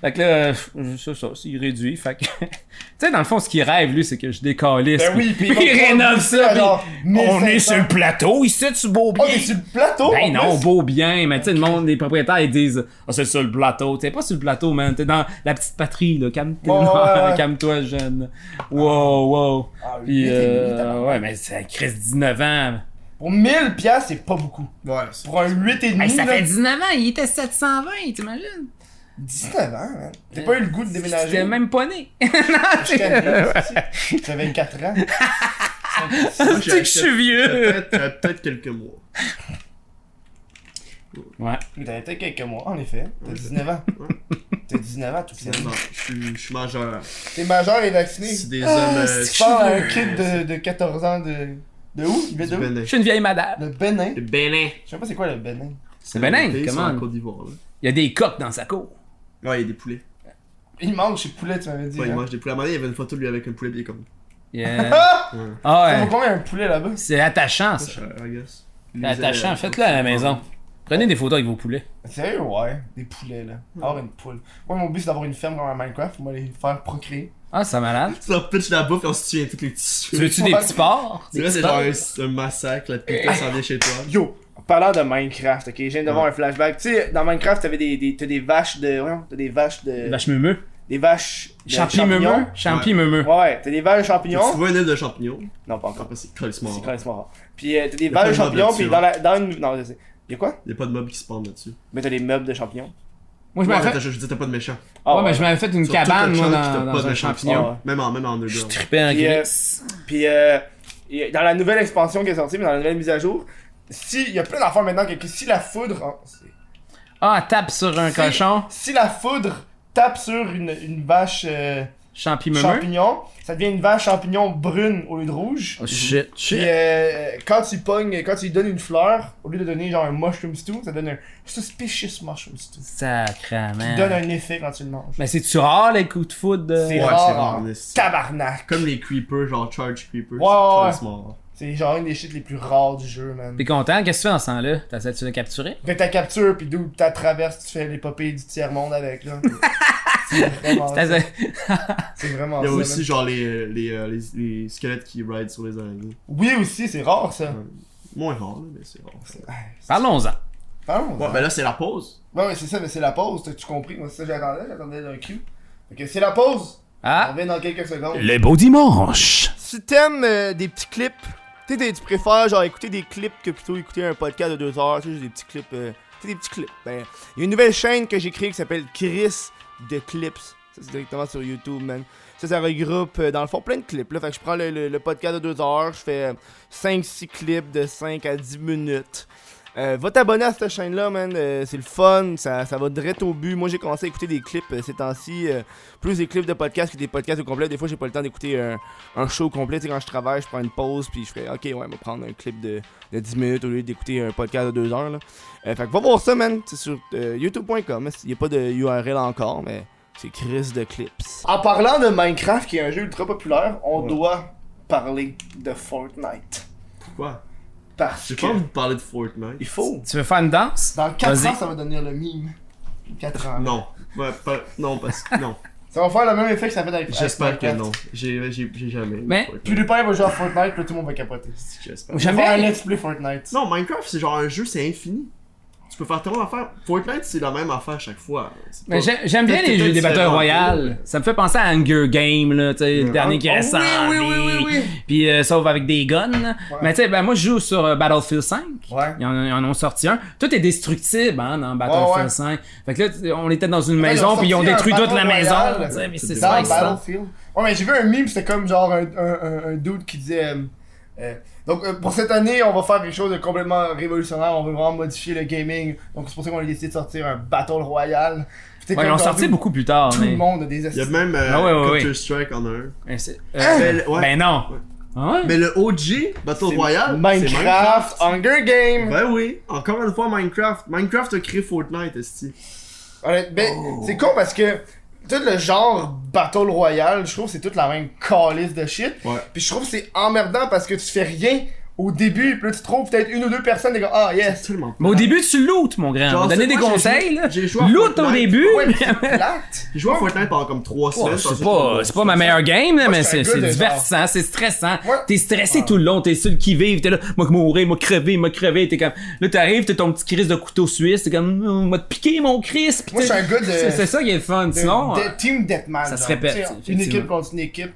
D: Fait que là, euh, ça, ça, il réduit. Fait que, tu sais, dans le fond, ce qu'il rêve, lui, c'est que je décalisse.
A: Ben oui, puis
D: il,
A: il va
D: rénove
A: prendre
D: ça. puis
A: genre
D: on est
A: 1500.
D: sur le plateau, ici, tu beau bien.
A: Oh, t'es sur le plateau?
D: Ben
A: en
D: non,
A: plus?
D: beau bien, mais tu sais, le monde, les propriétaires, ils disent, ah, c'est ça le plateau. T'es pas sur le plateau, man. T'es dans la petite patrie, là. Calme-toi,
A: Ouais, ouais, ouais.
D: calme-toi, jeune. Wow, wow.
A: Ah,
D: Puis,
A: huit et demi,
D: euh,
A: tabarnak.
D: ouais, mais ça crée 19 ans.
A: Pour 1000 piastres, c'est pas beaucoup.
C: Ouais, c'est
A: Pour un 8,5,
D: Hey, ça
A: là,
D: fait 19 ans, il était 720, t'imagines?
A: 19 ans, man. T'as pas eu le goût de déménager?
D: J'étais même pas né.
A: Je t'aime, ici. J'avais 4 ans.
C: Moi,
D: Tu sais Ah, que je suis vieux.
C: Peut-être euh, peut-être quelques mois.
D: Ouais.
A: Oui, T'avais peut-être quelques mois, en effet. T'as 19 ans. T'as 19 ans, tout ça.
C: Non, je suis- je suis majeur.
A: T'es majeur et vacciné.
C: C'est des hommes
D: Ah,
C: euh,
D: c'est
A: Tu parles à un kid de, de 14 ans de. De où Il vient
C: du
A: de où
C: Bénin.
D: Je suis une vieille madame.
A: Le Bénin.
C: Le Bénin.
A: Je sais pas c'est quoi le Bénin.
D: C'est Bénin,
C: un pays sur
D: comment?
C: la Côte d'Ivoire, là.
D: Il y a des coques dans sa cour.
C: Ouais, il y a des poulets.
A: Il mange chez Poulet, tu m'avais dit.
C: Ouais, il
A: hein.
C: mange des poulets. À un moment donné, il y avait une photo de lui avec un poulet, puis il est comme.
D: Yeah. ah
A: Ça vaut
D: ouais.
A: combien un poulet là-bas?
D: C'est attachant, Ah, ça.
C: Ah, I guess. euh,
D: C'est
A: euh,
D: attachant. Faites-le à la maison. Prenez des photos avec vos poulets.
A: Sérieux, ouais. Des poulets là. Avoir une poule. Moi, mon but c'est d'avoir une ferme comme à Minecraft. Moi, les faire procréer.
D: Ah, c'est malade.
C: Tu leur pitches la bouffe et on se tue tous les petits
D: Tu veux-tu des petits porcs?
C: Tu
D: Des
C: vois,
D: petits
C: c'est genre
D: porcs?
C: un, un massacre, là, depuis que ça vient chez toi.
A: Yo! En parlant de Minecraft, ok, je viens d'avoir
C: Ouais.
A: un flashback. Tu sais, dans Minecraft, t'avais des, des, t'as des vaches de. voyons, T'as des vaches de.
D: Vache meumeux.
A: Des vaches. de
D: Champi meumeux. Champi meumeux.
A: Ouais, ouais, t'as des vaches de
C: Tu
A: champignons.
C: vois une île de champignons.
A: Non, pas
C: Enfin,
A: encore.
C: c'est colissement.
A: C'est
C: Il
A: quand mort. Puis euh, t'as des
C: a pas
A: vaches de
C: de meubles
A: champignons, puis
C: là-dessus,
A: dans la. Dans une. Non, je sais. Y'a quoi?
C: n'y a pas de mobs qui se pendent là-dessus.
A: Mais t'as des meubles de champignons.
D: Moi, je
C: Ouais,
D: m'avais
C: t'as
D: fait...
C: juste dit t'as pas de méchant.
A: Ah,
D: ouais, mais je m'avais fait une cabane, moi, dans, dans un
A: champignons.
D: champignon. Ah
A: Ouais.
C: Même en, même en underground.
D: Trippé en
A: Puis, euh,
D: gris.
A: Puis euh, y- dans la nouvelle expansion qui est sortie, mais dans la nouvelle mise à jour, si il y a plein d'affaires maintenant que, que si la foudre, en-
D: Ah, tape sur un
A: Si-
D: cochon.
A: si la foudre tape sur une, une vache euh,
D: Champi meumeux.
A: champignon, ça devient une vache champignon brune au lieu de rouge.
D: Oh shit.
A: Puis euh, quand tu pognes, quand tu lui donnes une fleur, au lieu de donner genre un mushroom stew, ça donne un suspicious mushroom stew. Qui donne
D: Sacrament.
A: un effet quand tu le manges.
D: Mais c'est-tu rare les coups de foudre? de-
A: C'est
C: Ouais,
A: rare,
C: c'est rare,
A: hein.
C: mais c'est-
A: Tabarnak!
C: Comme les creepers, genre charge creepers.
A: Ouais, ouais,
C: c'est colissement rare.
A: C'est genre une des shit les plus rares du jeu, man.
D: T'es content? Qu'est-ce que tu fais dans ce temps-là? T'essaies-tu de capturer?
A: Fais ta capture, pis d'où ta traverse, tu fais l'épopée du tiers-monde avec, là. c'est vraiment ça.
D: T'essaies-
A: Ah, C'est vraiment
C: Il y a
A: ça,
C: aussi
A: man.
C: genre les, les, euh, les, les squelettes qui ride sur les araignées.
A: Oui, aussi, c'est rare, ça.
C: Moins rare, là, mais c'est rare.
D: Parlons-en.
A: Parlons.
C: Ouais, ben là, c'est la pause.
A: Ouais, ouais, c'est ça, mais c'est la pause, t'as-tu compris? Moi, c'est ça que j'attendais, j'attendais d'un cul. Ok, c'est la pause! On
D: Ah,
A: revient dans quelques secondes.
D: le beau dimanche!
A: Si t'aimes euh, des petits clips, tu sais, des- tu préfères genre écouter des clips que plutôt écouter un podcast de deux heures, tu sais, juste des petits clips, euh, tu sais, des petits clips. Ben, il y a une nouvelle chaîne que j'ai créée qui s'appelle Chris de Clips. Ça, c'est directement sur YouTube, man. Ça, ça regroupe, euh, dans le fond, plein de clips, là. Fait que je prends le, le- le podcast de deux heures, je fais 5-6 clips de 5 à 10 minutes. Euh, va t'abonner à cette chaîne-là, man. Euh, c'est le fun, ça, ça va direct au but. Moi, j'ai commencé à écouter des clips euh, ces temps-ci. euh, plus des clips de podcasts que des podcasts au complet. Des fois, j'ai pas le temps d'écouter un, un show complet. Tu sais, quand je travaille, je prends une pause, puis je fais OK, ouais, on va prendre un clip de, de 10 minutes au lieu d'écouter un podcast de 2 heures. Là. Euh, fait que va voir ça, man. C'est sur euh, youtube.com. Il n'y a pas de URL encore, mais c'est Chris de Clips. En parlant de Minecraft, qui est un jeu ultra populaire, on
C: Ouais.
A: doit parler de Fortnite.
C: Pourquoi?
A: Parce
C: J'ai
A: que
C: pas envie de parler de Fortnite.
A: il faut.
D: Tu veux faire une danse?
A: Dans 4
D: Vas-y.
A: ans, ça va devenir le meme. 4 ans.
C: Non. Ouais, pas- non, parce que non.
A: Ça va faire le même effet que ça fait avec
C: J'espère
A: avec
C: que
A: Minecraft.
C: non. J'ai j'ai- j'ai jamais. aimé
D: Mais-
C: Fortnite.
A: PewDiePie va jouer à Fortnite, puis tout le monde va capoter.
C: J'espère.
A: J'avais un
D: Jamais.
A: let's play Fortnite.
C: Non, Minecraft, c'est genre un jeu, c'est infini. Tu peux faire tellement d'affaires. Fortnite, c'est la même affaire à chaque fois. C'est
D: Mais
C: pas-
D: j'ai- j'aime bien
C: Peut-être
D: les
C: que
D: jeux des
C: tu fais
D: Battle
C: un peu.
D: Royale. Ça me fait penser à Hunger Game, là, tu sais, le dernier qui
C: Oh,
D: est
C: oui,
D: sorti.
C: oui, oui, oui, oui.
D: Puis euh, sauf avec des guns. là. Mais tu sais, ben, moi je joue sur euh, Battlefield 5.
A: Ouais.
D: Ils en, ils en ont sorti un. Tout est destructible hein, dans Battlefield
A: Ouais, ouais.
D: 5. Fait que là, tu- on était dans une
A: ils ont
D: maison, puis ils ont
A: sorti un
D: détruit toute la
A: Battle
D: maison.
A: Royale.
D: tu sais, Mais c'est
C: Dans
D: ça,
A: Dans
D: excitant.
A: Battlefield. Ouais, mais j'ai vu un meme, c'était comme genre un, un, un, un dude qui disait. euh, euh, donc euh, pour cette année, on va faire quelque chose de complètement révolutionnaire. On veut vraiment modifier le gaming. Donc c'est pour ça qu'on a décidé de sortir un Battle Royale. Puis t'es
D: Ouais, ils
A: comme
D: l'ont
A: genre,
D: sorti
A: dude,
D: beaucoup plus tard.
A: Tout le
D: Mais...
A: monde a des
C: Il y a
A: astuces.
C: même euh,
D: Ah ouais, ouais, ouais.
C: Counter-Strike en un.
D: Mais c'est-
A: Hein?
D: euh,
C: Mais- ouais.
D: Ben non.
C: Ouais.
D: Ah ouais?
C: Mais le OG Battle Royale, c'est
A: Minecraft, Hunger Game.
C: Ben oui, encore une fois Minecraft. Minecraft a créé Fortnite, esti.
A: Honnête- ben,
C: Oh.
A: c'est con parce que tout le genre Battle Royale, je trouve que c'est toute la même calice de shit.
C: Ouais.
A: Puis je trouve que c'est emmerdant parce que tu fais rien au début, puis là tu trouves peut-être une ou deux personnes, des gars, ah yes.
C: Tellement.
D: Mais au début, tu lootes, mon grand.
C: Genre,
D: On donnait
C: c'est-
D: des
C: moi, j'ai
D: conseils,
C: joué-
D: là.
C: j'ai joué à
D: Loot au
C: Fortnite.
D: début.
A: Ouais, mais c'est plate.
C: J'ai joué à Fortnite pendant comme 3
D: Ouais,
C: semaines.
A: hein,
D: c'est pas, c'est pas ma meilleure game, là,
A: Moi,
D: mais
A: je suis un
D: c'est
A: gars
D: c'est
A: de
D: divertissant, c'est stressant.
A: Ouais.
D: T'es stressé tout le long, t'es seul qui vive, t'es là, moi que mourir, moi crever, moi crever, t'es comme. Là, t'arrives, t'es ton petit Chris de couteau suisse, t'es comme, Hum, m'a te piqué mon Chris. pis
A: Moi, je suis
D: t'es-
A: un gars de-
D: C'est c'est ça qui est le fun,
A: De-
D: sinon.
A: de-
D: euh,
A: team Deathmatch.
D: ça se
A: genre,
D: répète,
A: tu sais, Une
D: effectivement.
A: équipe contre une équipe.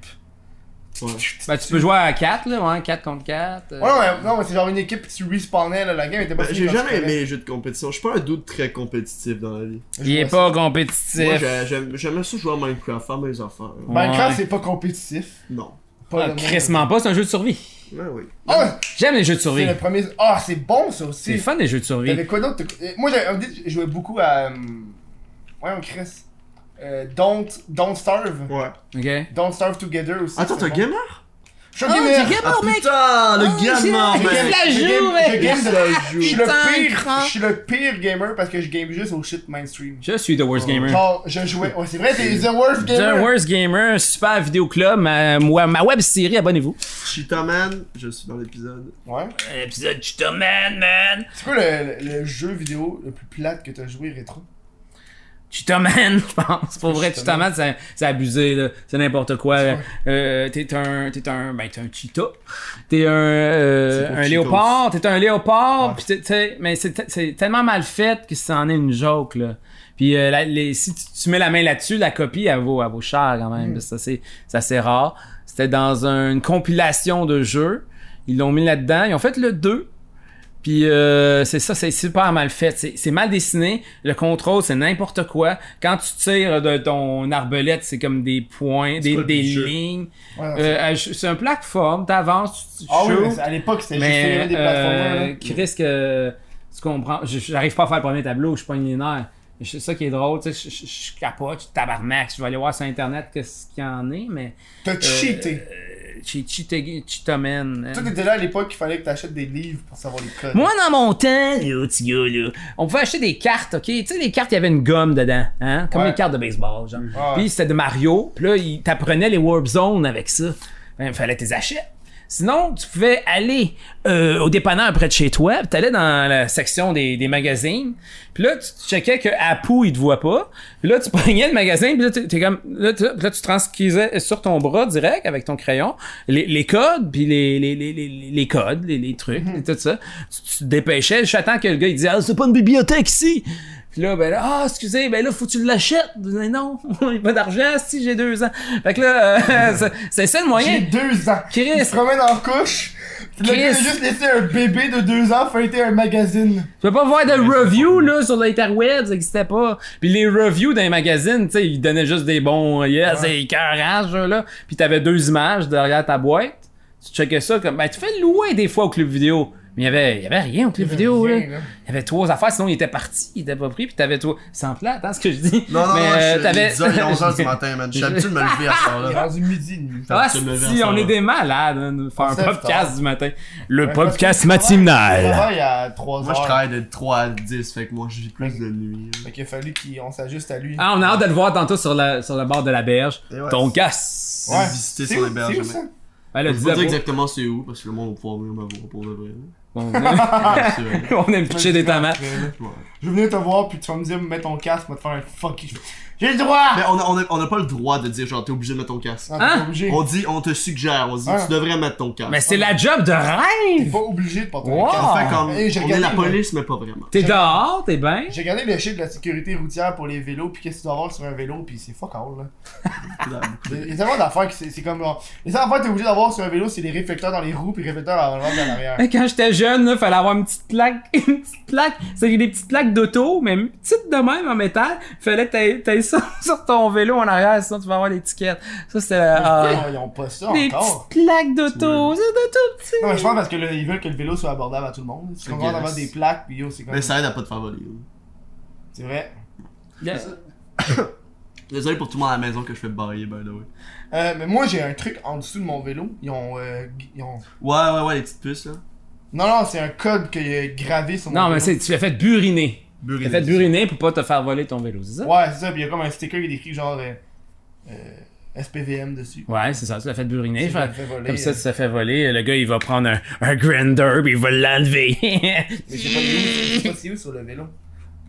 C: Ouais.
D: Ben, tu peux jouer à 4, là, ouais, 4 contre euh, 4.
A: Ouais, non, mais, non, mais c'est genre une équipe qui tu respawnais, là, la game était pas
C: Ben,
A: finie
C: J'ai
A: quand tu
C: jamais aimé
A: prenais.
C: les jeux de compétition. Je suis pas un doute très compétitif dans la vie.
D: Il est
A: vois
D: pas
C: Moi,
D: compétitif.
C: j'ai- j'aime- j'aimais ça jouer à Minecraft, faire mes affaires. hein.
A: Minecraft,
D: Ouais.
A: c'est pas compétitif.
C: Non.
A: Pas
D: Ah,
A: le monde.
D: crissement pas, c'est un jeu de survie.
C: Ben oui.
A: Ah,
D: J'aime les jeux de survie.
A: c'est le premier. Ah, c'est bon ça
D: C'est le
A: aussi.
D: fun, les jeux de survie.
A: T'avais quoi d'autre Euh, Moi, j'avais un dit, je jouais beaucoup à. Ouais, on Chris. Euh, don't, don't Starve.
C: Ouais.
D: Ok.
A: Don't Starve Together aussi.
C: Attends,
A: c'était
C: t'as
A: bon.
C: gamer?
A: Je suis
E: Oh,
A: un
E: du
A: gamer.
E: gars,
C: Ah
E: mec!
C: putain,
E: Oh,
C: le gamer,
E: j'ai-
A: Je game-
C: man!
E: la
A: je game-
E: joue,
A: je
E: mec.
A: game de la joue. Je suis le
E: Putain,
A: pire,
E: cran.
A: je suis le pire gamer parce que je game juste au shit mainstream.
D: Je suis The Worst Gamer.
A: Oh. Genre, je jouais. Ouais, c'est vrai, t'es The Worst
D: The
A: Gamer.
D: Worst Gamer, super vidéo club, ma, moi- ma web série, abonnez-vous.
C: Cheetah Man, je suis dans l'épisode.
A: Ouais.
D: Épisode Cheetah Man, man.
A: C'est quoi le, le- le jeu vidéo le plus plate que t'as joué rétro
D: Cheetah Man, je pense. Pour vrai,
A: Cheetah
D: Cheetah Man, c'est c'est abusé, là. C'est n'importe quoi.
A: C'est
D: là.
A: vrai.
D: Euh, t'es un, t'es un, ben, t'es un cheetah. T'es un, euh,
C: C'est pour
D: un
C: cheetos.
D: léopard. T'es un léopard.
A: Ouais.
D: Pis t'es- t'sais, mais c'est te- c'est tellement mal fait que ça en est une joke, là. Puis euh, la- les, si tu, tu mets la main là-dessus, la copie, elle vaut, elle vaut cher quand même. parce que Ça, c'est ça, c'est rare. C'était dans un- une compilation de jeux. Ils l'ont mis là-dedans. Ils ont fait le 2. Puis euh, c'est ça, c'est super mal fait. C'est c'est mal dessiné. Le contrôle, c'est n'importe quoi. Quand tu tires de ton arbalète, c'est comme des points, des,
C: pas le
D: des
C: jeu.
D: lignes.
A: Ouais,
D: Euh,
A: non, c'est-
D: euh, c'est un plateforme, t'avances, tu, tu
A: Ah oui,
D: shoots,
A: mais c'est- à l'époque, c'était juste
D: mais,
A: un des hein.
D: euh,
A: plateformers. là.
D: Chris, que tu comprends, je- j'arrive pas à faire le premier tableau, je suis pas une nerfs. C'est ça qui est drôle, tu sais, je, je, je capote, je suis tabarnak, je vais aller voir sur internet qu'est-ce qu'il y en est, mais
A: T'as cheaté.
D: j'ai cheaté, cheatomen. man.
A: Toi, t'étais là à l'époque qu'il fallait que t'achètes des livres pour savoir les codes.
D: euh. Moi, dans mon temps, là, petit gars, là, on pouvait acheter des cartes, ok? Tu sais, les cartes, il y avait une gomme dedans, hein? Comme
A: Ouais.
D: les cartes de baseball, genre.
A: Ah.
D: Puis c'était de Mario, puis là, il t'apprenait les Warp Zones avec ça. Ben, fallait que t'es achètes. Sinon, tu pouvais aller euh, au dépanneur près de chez toi, puis t'allais dans la section des, des magazines, puis là, tu checkais que Apu, il te voit pas, puis là, tu prenais le magazine, puis là, t'es- t'es comme, là, tu- puis là, tu transcrivais sur ton bras direct avec ton crayon les, les codes, puis les, les, les, les, les codes, les, les trucs, et tout ça. Tu, tu te dépêchais, j'attends que le gars, il dise « Ah, c'est pas une bibliothèque ici! » Puis là, ben là, ah, excusez, ben là, faut que tu l'achètes. Ben non, j'ai pas d'argent, si j'ai deux ans. Fait que là, euh, c'est- c'est ça le
A: J'ai
D: moyen.
A: deux ans.
D: Chris.
A: Il se promène en couche. Puis le
D: Chris.
A: gars, il a juste laissé un bébé de deux ans feuilleter un magazine.
D: Tu peux pas voir de reviews, là, sur l'interweb, ça existait pas. Puis les reviews dans les magazines, tu sais, ils donnaient juste des bons, euh, yes, c'est écœurant, ce jeu-là. Puis t'avais deux images derrière ta boîte. Tu checkais ça comme, ben, tu fais loin des fois au club vidéo. Mais il y avait, il y avait rien au club vidéo,
A: rien,
D: là.
A: là.
D: Il y avait trois affaires, sinon il était parti, il était pas pris, puis t'avais toi. Sans plat, hein, ce que je dis.
C: Non, non,
D: Mais,
C: non,
D: euh,
C: je suis
D: t'avais-
C: 10 11h du matin, man. J'ai l'habitude de me lever à ce
A: Il est
C: heure-là.
A: rendu midi, nous.
D: Ah,
C: Tu me lèves à
D: si,
C: ça,
D: on
C: là.
D: est des malades hein, de faire un
A: C'est
D: podcast
A: fort.
D: du matin. Le
A: Ouais, parce que
D: podcast
A: tu travailles- Tu
D: matinal.
A: travailles à 3
C: Moi, je
A: heures.
C: travaille de 3 à 10, fait que moi, je vis plus de nuit.
A: Fait qu'il a fallu qu'on s'ajuste à lui.
D: Ah, on a hâte de le voir tantôt sur la, sur la barre de la berge.
C: Et ouais.
D: Ton casse.
A: Ouais.
C: visiter
A: C'est
C: son
A: où-
C: hébergement.
A: c'est où ça?
D: Ben,
C: Je
D: là,
C: vais
D: dis
C: pas
D: la
C: dire
D: voix.
C: exactement c'est où, parce que le monde va pouvoir venir me voir pour de vrai.
D: Bon, on aime-
C: Ah, c'est vrai.
D: on aime pitcher des tomates.
C: Ouais.
A: Je vais venir te voir, puis tu vas me dire, mets ton casque, moi te faire un fucking. J'ai le droit!
C: Mais on a, on, a, on a pas le droit de dire, genre, t'es obligé de mettre ton casque.
A: Non, t'es
D: Hein?
A: pas obligé.
C: On dit, on te suggère, on dit,
A: Ah.
C: tu devrais mettre ton casque.
D: Mais c'est la job de
A: T'es
D: rêve.
A: pas obligé de porter
D: Wow.
A: un casque.
C: On fait comme,
A: Hey, j'ai
C: on est la
A: regardé, moi.
C: police, mais pas vraiment.
D: T'es dehors, t'es bien.
A: J'ai regardé le chiffre de la sécurité routière pour les vélos, puis qu'est-ce que tu dois avoir sur un vélo, puis c'est fuck all, là. Il y a tellement d'affaires qui c'est c'est comme genre. Les seules affaires que t'es obligé d'avoir sur un vélo, c'est les réflecteurs dans les roues, puis les réflecteurs à l'avant et à l'arrière.
D: Quand j'étais jeune, là, fallait avoir une petite plaque, une petite plaque, c'est des petites plaques d'auto, mais petites de même en métal. Fallait que t'aies- t'aies ça sur ton vélo en arrière, sinon tu vas avoir l'étiquette. Ça, c'était la- ah.
A: Ils ont pas ça
D: Des
A: encore.
D: petites plaques d'auto, c'est de tout petit.
A: Non, mais je pense parce que là, ils veulent que le vélo soit abordable à tout le monde. Ils sont
C: I
A: contents d'avoir
C: guess.
A: des plaques, puis yo, c'est comme.
C: Mais ça aide à pas te faire voler. là.
A: C'est vrai.
D: Yeah.
C: Désolé pour tout le monde à la maison que je fais bailler, by the way.
A: Euh, mais moi, j'ai un truc en dessous de mon vélo. Ils ont. euh, gu- ils ont...
C: Ouais, ouais, ouais, les petites puces, là.
A: Non, non, c'est un code qu'il a gravé sur mon
D: Non, mais
A: vélo.
D: c'est, tu l'as fait buriner. Tu l'as
C: Burinez.
D: fait buriner pour pas te faire voler ton vélo, c'est ça?
A: Ouais, c'est ça, puis il y a comme un sticker qui est écrit genre. euh, euh, SPVM dessus.
D: Ouais, c'est ça, tu l'as fait buriner.
A: Tu
D: Fait-
A: l'as fait voler,
D: comme ça,
A: euh.
D: tu t'es fait voler. Le gars, il va prendre un, un grinder puis il va l'enlever.
A: Mais je sais pas où, je sais pas c'est où sur le vélo.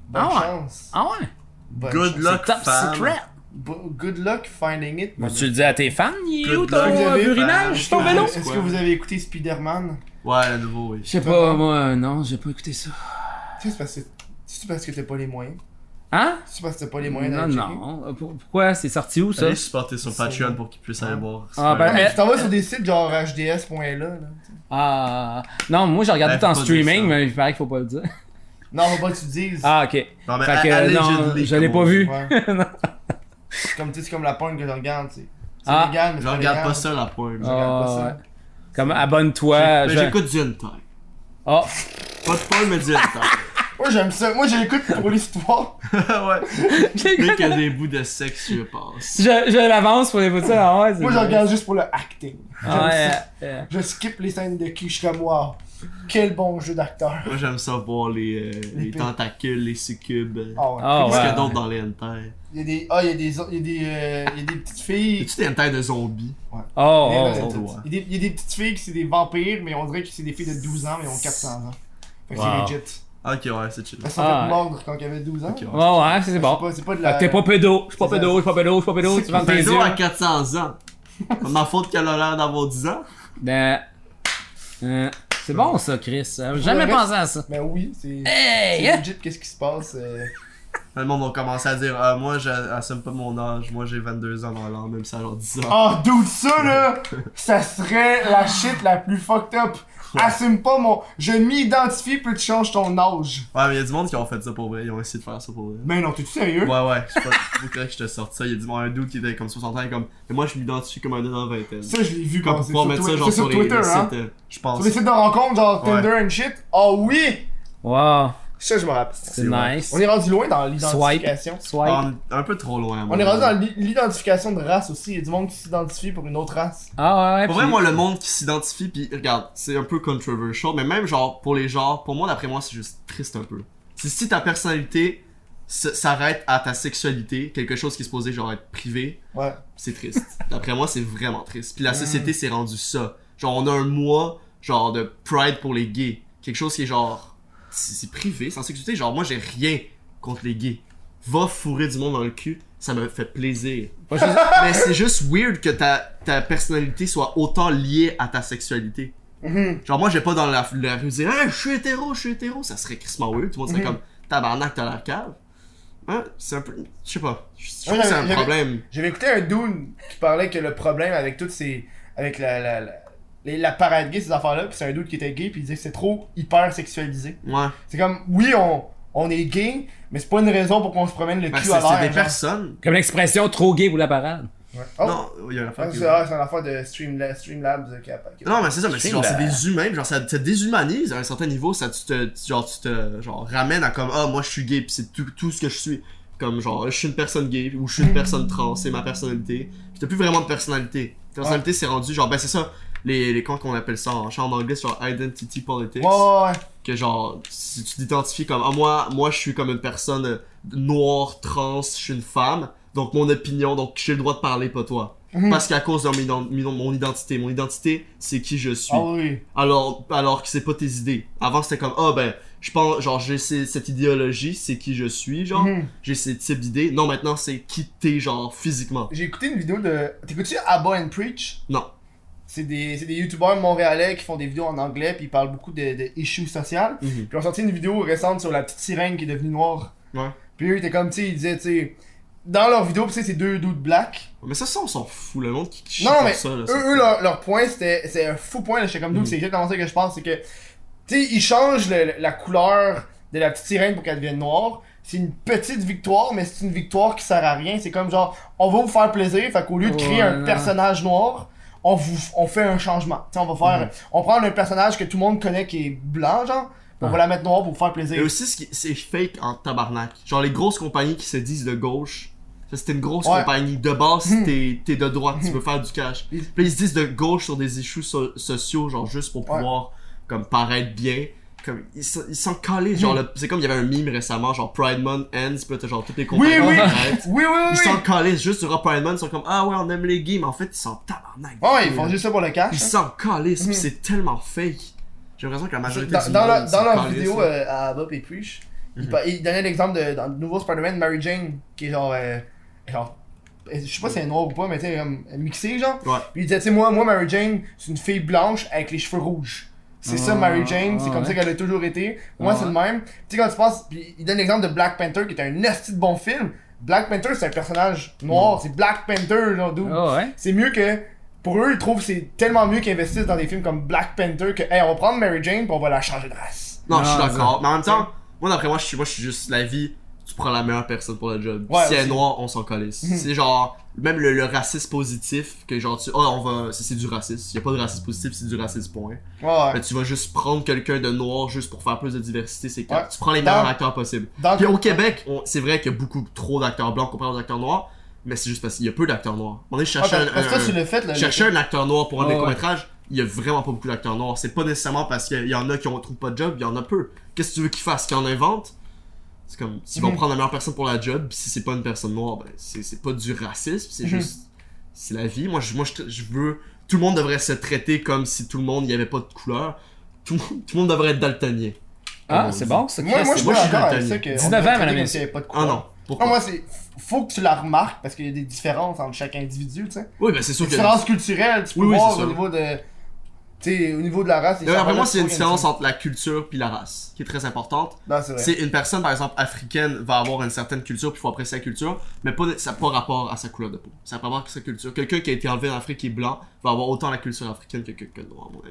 A: Bonne
D: Ah ouais.
A: chance.
D: ah ouais?
A: Bonne
C: Good
A: chance.
C: luck,
D: Top
C: femme.
D: secret!
A: Bo- Good luck finding it.
D: Vas-tu le dis à tes fans? Il est où
C: Good
D: ton
C: luck,
D: euh,
A: vous avez-
D: burinage?
A: Est-ce
D: Ton
A: que-
D: vélo?
A: Est-ce
C: Quoi?
A: que vous avez écouté Spider-Man
C: Ouais, le nouveau, oui.
D: Je sais pas, moi, non, j'ai pas écouté ça.
A: Tu sais, c'est parce que c'est parce que t'as pas les moyens.
D: Hein?
A: C'est parce que t'as pas les moyens
D: Non,
A: d'aller checker.
D: non. Euh, pour- Pourquoi? C'est sorti où, ça?
C: Allez supporter sur Patreon pour qu'ils puissent aller voir.
D: Ah, ben,
A: Ouais, mais
D: Eh,
A: tu t'en vas sur des sites genre hds.la. Là.
D: Ah, non, moi, j'ai regardé
C: Ben,
D: tout en
C: faut pas dire
D: streaming,
C: ça.
D: mais il paraît qu'il faut pas le dire.
A: Non, faut pas que tu le dises.
D: Ah, ok.
C: Non, mais
D: fait que,
C: allegedly,
D: non, je
C: comme
D: l'ai
C: on
D: pas
C: dit.
D: vu.
A: Ouais. c'est comme, tu sais, c'est comme la pointe que je regarde. tu sais. C'est
D: Ah.
A: légal, mais
C: Je
A: c'est
C: regarde
A: légal.
C: pas ça, la pointe.
A: Je regarde pas
D: Ah,
A: ça.
D: ouais. Comme, abonne-toi.
C: Mais
D: je-
C: j'écoute du hentai.
D: Ah,
C: Pas de poil, mais du hentai.
A: Moi, j'aime ça. Moi, j'écoute pour l'histoire.
C: ouais. Dès que des bouts de sexe je passe.
D: Je, je l'avance pour les boutons, ah ouais, c'est
A: Moi, je
D: bon.
A: regarde juste pour le acting.
D: Ah
A: J'aime
D: ouais,
A: ça.
D: euh,
A: Je skip les scènes de cul. Je suis comme, wow, quel bon jeu d'acteur.
C: Moi j'aime ça voir les, euh, les tentacules, les succubes.
A: Ah ouais.
D: Ah
C: Qu'est-ce qu'il y a
D: ouais.
C: d'autre dans les E hentai?
A: Il y a des, ah, il y a des, il y a des, euh, il y a des petites filles.
C: Es-tu des hentai de zombies?
D: Oh,
A: Mais,
D: oh,
A: euh,
D: oh.
C: oh,
A: Il y a des- il y a des petites filles qui c'est des vampires, mais on dirait que c'est des filles de 12 ans, mais ils ont 400 ans. hein. Fait que
D: Wow.
A: c'est legit.
C: Ah, Ok, ouais, c'est chill.
A: Elles se sont
D: Ah,
A: fait
D: ouais.
A: mordre quand ils avaient 12 ans.
C: Ok, ouais.
D: Ouais, ouais, c'est
A: C'est
D: bon.
A: pas- C'est pas de
D: Fait
A: la.
D: que t'es pas pédo, je suis pas
A: c'est ça.
D: pédo, je suis pas pédo, je suis pas pédo, tu vends tes
C: Pédo
D: yeux.
C: à 400 ans. On m'en faute qu'elle a l'air d'avoir 10 ans.
D: Ben, euh, c'est bon ça, Chris. J'avais jamais
A: Ouais,
D: pensé à ça.
A: Mais Ben oui, c'est.
D: Hey!
A: C'est legit, qu'est-ce qui se passe. euh,
C: Le monde va commencer à dire Ah, Moi, j'assume pas mon âge. Moi, j'ai 22 ans dans l'an, même si elle a 10 ans.
A: Ah, d'où ça là? Ça serait la shit la plus fucked up. Assume pas mon. Je m'identifie, puis tu changes ton âge.
C: Ouais, mais il y a du monde qui ont fait ça pour vrai. Ils ont essayé de faire ça pour vrai.
A: Mais non, t'es-tu sérieux?
C: Ouais, ouais, je sais pas vous correct que je te sorte ça. Il y a du monde, un dude qui était comme 60 ans, comme Mais moi, je m'identifie comme un dude dans la vingtaine.
A: Ça, je l'ai vu
C: Comme
A: quand
C: pour
A: c'est
C: pouvoir
A: sur,
C: mettre
A: Twi-
C: ça,
A: c'est
C: genre,
A: sur
C: sur les,
A: Twitter,
C: les sites,
A: hein?
C: euh, je pense.
A: Sur les sites de rencontres, genre
C: Ouais.
A: Tinder and shit. Ah oui!
D: Wow,
A: Ça, je me rappelle.
D: c'est nice.
A: On est rendu loin dans l'identification.
D: Swipe.
C: Ah, on- un peu trop loin, à mon
A: On est rendu
C: avis.
A: dans l'i- l'identification de race aussi. Il y a du monde qui s'identifie pour une autre race.
D: Ah ouais, ouais.
C: Pour vrai,
D: puis-
C: moi, le monde qui s'identifie, puis regarde, c'est un peu controversial, mais même genre, pour les genres, pour moi, d'après moi, c'est juste triste un peu. C'est si ta personnalité s- s'arrête à ta sexualité, quelque chose qui est supposé genre être privé,
A: Ouais.
C: c'est triste. D'après moi, c'est vraiment triste. Puis la société s'est rendue ça. Genre, on a un mois, genre, de pride pour les gays. Quelque chose qui est genre, c'est c'est privé, sans sexualité. Genre, moi, j'ai rien contre les gays. Va fourrer du monde dans le cul, ça me fait plaisir.
D: Moi, je-
C: Mais c'est juste weird que ta, ta personnalité soit autant liée à ta sexualité.
A: Mhm.
C: Genre, moi, j'ai pas dans la, la rue dire Hey, je suis hétéro, je suis hétéro. Ça serait crissement weird. Tout le monde serait
A: Mhm.
C: comme Tabarnak, t'as l'air cave. Hein? C'est un peu. Je sais pas. Je je trouve
A: Ouais,
C: que c'est
A: j'avais-
C: un
A: j'avais-
C: problème.
A: J'avais écouté un dude qui parlait que le problème avec toutes ces. avec la. la, la... les- la parade gay, ces affaires-là, puis c'est un dude qui était gay, puis il disait que c'est trop hyper sexualisé.
C: Ouais.
A: C'est comme, oui, on, on est gay, mais c'est pas une raison pour qu'on se promène le
C: Parce
A: cul
C: que
A: à
C: Ben, Bah, c'est
A: l'air.
C: des
A: genre.
C: personnes.
D: Comme l'expression trop gay pour la parade.
A: Ouais. Oh,
C: Non, il y a une affaire
A: Ah,
C: qui-
A: c'est ah, c'est une affaire de Streamla- Streamlabs euh, qui a qui a-
C: Non, mais c'est ça, mais c'est
D: Stream,
C: genre, c'est
D: là.
C: des humains, genre, ça te déshumanise à un certain niveau, ça, tu te, tu- genre, tu te, genre, ramène à comme, ah, moi, je suis gay, pis c'est tout, tout ce que je suis. Comme, genre, je suis une personne gay, ou je suis une personne trans, c'est ma personnalité. Pis t'as plus vraiment de personnalité. Ta personnalité, c'est rendu, genre, ben, c'est ça, les, les, comment qu'on appelle ça en, en anglais, c'est genre, identity politics.
A: Ouais, ouais, ouais.
C: Que genre, si tu t'identifies comme, ah, moi, moi, je suis comme une personne euh, noire, trans, je suis une femme, donc mon opinion, donc j'ai le droit de parler, pas toi.
A: Mhm.
C: Parce qu'à cause de mon, ident- mon- mon identité, mon identité, c'est qui je suis.
A: Ah oui.
C: Alors, alors que c'est pas tes idées. Avant, c'était comme, ah ben, je pense, genre, j'ai ces- cette idéologie, c'est qui je suis, genre,
A: Mhm.
C: j'ai ces types d'idées. Non, maintenant, c'est qui t'es, genre, physiquement.
A: J'ai écouté une vidéo de. T'écoutes-tu Abba and Preach
C: Non.
A: C'est des, c'est des youtubeurs montréalais qui font des vidéos en anglais, puis ils parlent beaucoup de, de issues sociales.
C: Mhm.
A: Puis ils ont sorti une vidéo récente sur la petite sirène qui est devenue noire.
C: Ouais.
A: Puis eux, ils étaient comme, tu sais, ils disaient, tu sais. Dans leur vidéo, pis tu sais, c'est deux dudes black.
C: Mais ça, ça, on s'en fout, le monde qui qui chie
A: Non,
C: pour
A: mais
C: ça, là, ça-
A: Eux, eux leur, leur point, c'était c'est un fou point, là, j'étais comme, dude,
C: Mhm.
A: c'est exactement ça que je pense, c'est que. Tu sais, ils changent le- la couleur de la petite sirène pour qu'elle devienne noire. C'est une petite victoire, mais c'est une victoire qui sert à rien. C'est comme genre, on va vous faire plaisir, fait qu'au lieu de créer
D: Ouais,
A: un
D: non.
A: personnage noir, on, vous, on fait un changement. Tu sais, on va faire.
C: Mm-hmm.
A: On prend un personnage que tout le monde connaît qui est blanc, genre, puis on va la mettre noire pour vous faire plaisir.
C: Et aussi, ce qui- c'est fake en tabarnak. Genre, les grosses compagnies qui se disent de gauche. Ça, c'était une grosse
A: Ouais. Hmm.
C: compagnie. De base, t'es t'es de droite, tu peux faire du cash.
A: Ils-
C: Puis ils se disent de gauche sur des issues so- sociaux, genre juste pour
A: Ouais.
C: pouvoir comme paraître bien. Comme, ils s'en- ils s'en calaient. Genre,
A: Hmm.
C: le- c'est comme il y avait un meme récemment, genre Pride Month ends, puis là, t'as genre toutes les compagnies
A: oui.
C: qui arrêtent.
A: Oui, oui, oui!
C: Ils
A: oui.
C: s'en calaient juste sur Pride Month, ils sont comme Ah ouais, on aime les gays, mais en fait, ils s'en tabarnak.
A: Ouais, ils font juste ça pour le cash.
C: Ils
A: hein.
C: s'en calissent,
A: Mhm.
C: puis c'est tellement fake. J'ai l'impression que la majorité
A: Dans,
C: du
A: dans,
C: monde
A: leur-
C: s'en
A: dans leur
C: calisse,
A: vidéo
C: là. Mhm.
A: euh, à Abba et Preach, ils pa- ils donnaient l'exemple de, dans le nouveau Spider-Man, Mary Jane, qui est genre. euh, genre euh, je sais pas si elle est noire ou pas, mais tu sais, comme mixée, genre.
C: Ouais.
A: Puis il disait, tu sais, moi, moi, Mary Jane, c'est une fille blanche avec les cheveux rouges. C'est ça, Mary
D: Ah,
A: Jane, c'est
D: ah,
A: comme
D: ouais.
A: ça qu'elle a toujours été. Moi,
D: Ah,
A: c'est
D: ouais.
A: le même. Tu sais, quand tu penses, puis il donne l'exemple de Black Panther, qui est un esti de bon film. Black Panther, c'est un personnage noir,
C: Mhm.
A: c'est Black Panther, genre, d'où.
D: Ah ouais.
A: C'est mieux que. Pour eux, ils trouvent que c'est tellement mieux qu'ils investissent dans des films comme Black Panther que, hey, on va prendre Mary Jane puis on va la changer de race.
C: Non, je suis
D: Non,
C: d'accord. Mais en même temps, moi d'après moi, je suis, moi, je suis juste la vie. tu prends la meilleure personne pour le job.
A: Ouais,
C: si elle est
A: aussi. Mhm.
C: noire, on s'en calisse. C'est genre, même le, le racisme positif, que genre tu. Oh, on va. C'est c'est du racisme. Y'a pas de racisme positif, c'est du racisme point.
A: Ouais,
C: Mais
A: ouais.
C: tu vas juste prendre quelqu'un de noir juste pour faire plus de diversité, c'est clair.
A: Ouais.
C: Tu prends les meilleurs
A: Dans-
C: acteurs possibles.
A: Dans-
C: Puis au Québec, on- c'est vrai qu'il y a beaucoup trop d'acteurs blancs comparé aux acteurs noirs, mais c'est juste parce qu'il y a peu d'acteurs noirs. On est
A: Ah,
C: chercher
A: parce-
C: un,
A: parce que
C: un-
A: toi, tu le fait, là. le-
C: chercher un acteur noir pour un
D: Ouais,
C: des court-métrage, il y a vraiment pas beaucoup d'acteurs noirs. C'est pas nécessairement parce qu'il y en a qui ont trouve pas de job, il y en a peu. Qu'est-ce que tu veux qu'ils fassent Qu'ils en inventent C'est comme, s'ils vont
A: Mhm.
C: prendre la meilleure personne pour la job, pis si c'est pas une personne noire, ben c'est c'est pas du racisme, c'est
A: Mhm.
C: juste. C'est la vie. Moi, je, moi je, je veux. Tout le monde devrait se traiter comme si tout le monde, il y avait pas de couleur. Tout, le monde- tout le monde devrait être daltonien. Comme on
D: Ah, c'est
C: dit.
D: bon, ça.
A: Moi, moi,
D: Chris,
A: je
D: c'est
A: suis
C: moi,
A: pas
C: je suis
A: d'accord avec
C: daltonien.
A: ça. que on
D: 19 ans,
A: devrait traiter
D: madame
A: comme
D: Miss.
A: s'il y avait pas de couleur.
C: Ah non. Pourquoi
A: Non, moi, c'est. Faut que tu la remarques parce qu'il y a des différences entre chaque individu, tu sais.
C: Oui, ben c'est sûr
A: Des
C: que.
A: différences culturelles, tu peux
C: Oui, oui,
A: voir
C: c'est
A: au
C: ça.
A: niveau de. Tu sais, au niveau de la race. les
C: D'après
A: saveurs,
C: moi,
A: tu
C: c'est une
A: vois, il y a
C: différence entre la culture puis la race, qui est très importante.
A: Non, c'est vrai.
C: C'est une personne, par exemple, africaine, va avoir une certaine culture, puis il faut apprécier sa culture, mais pas, ça n'a pas rapport à sa couleur de peau. Ça n'a pas rapport à sa culture. Quelqu'un qui a été enlevé en Afrique qui est blanc va avoir autant la culture africaine que quelqu'un de noir, à mon avis.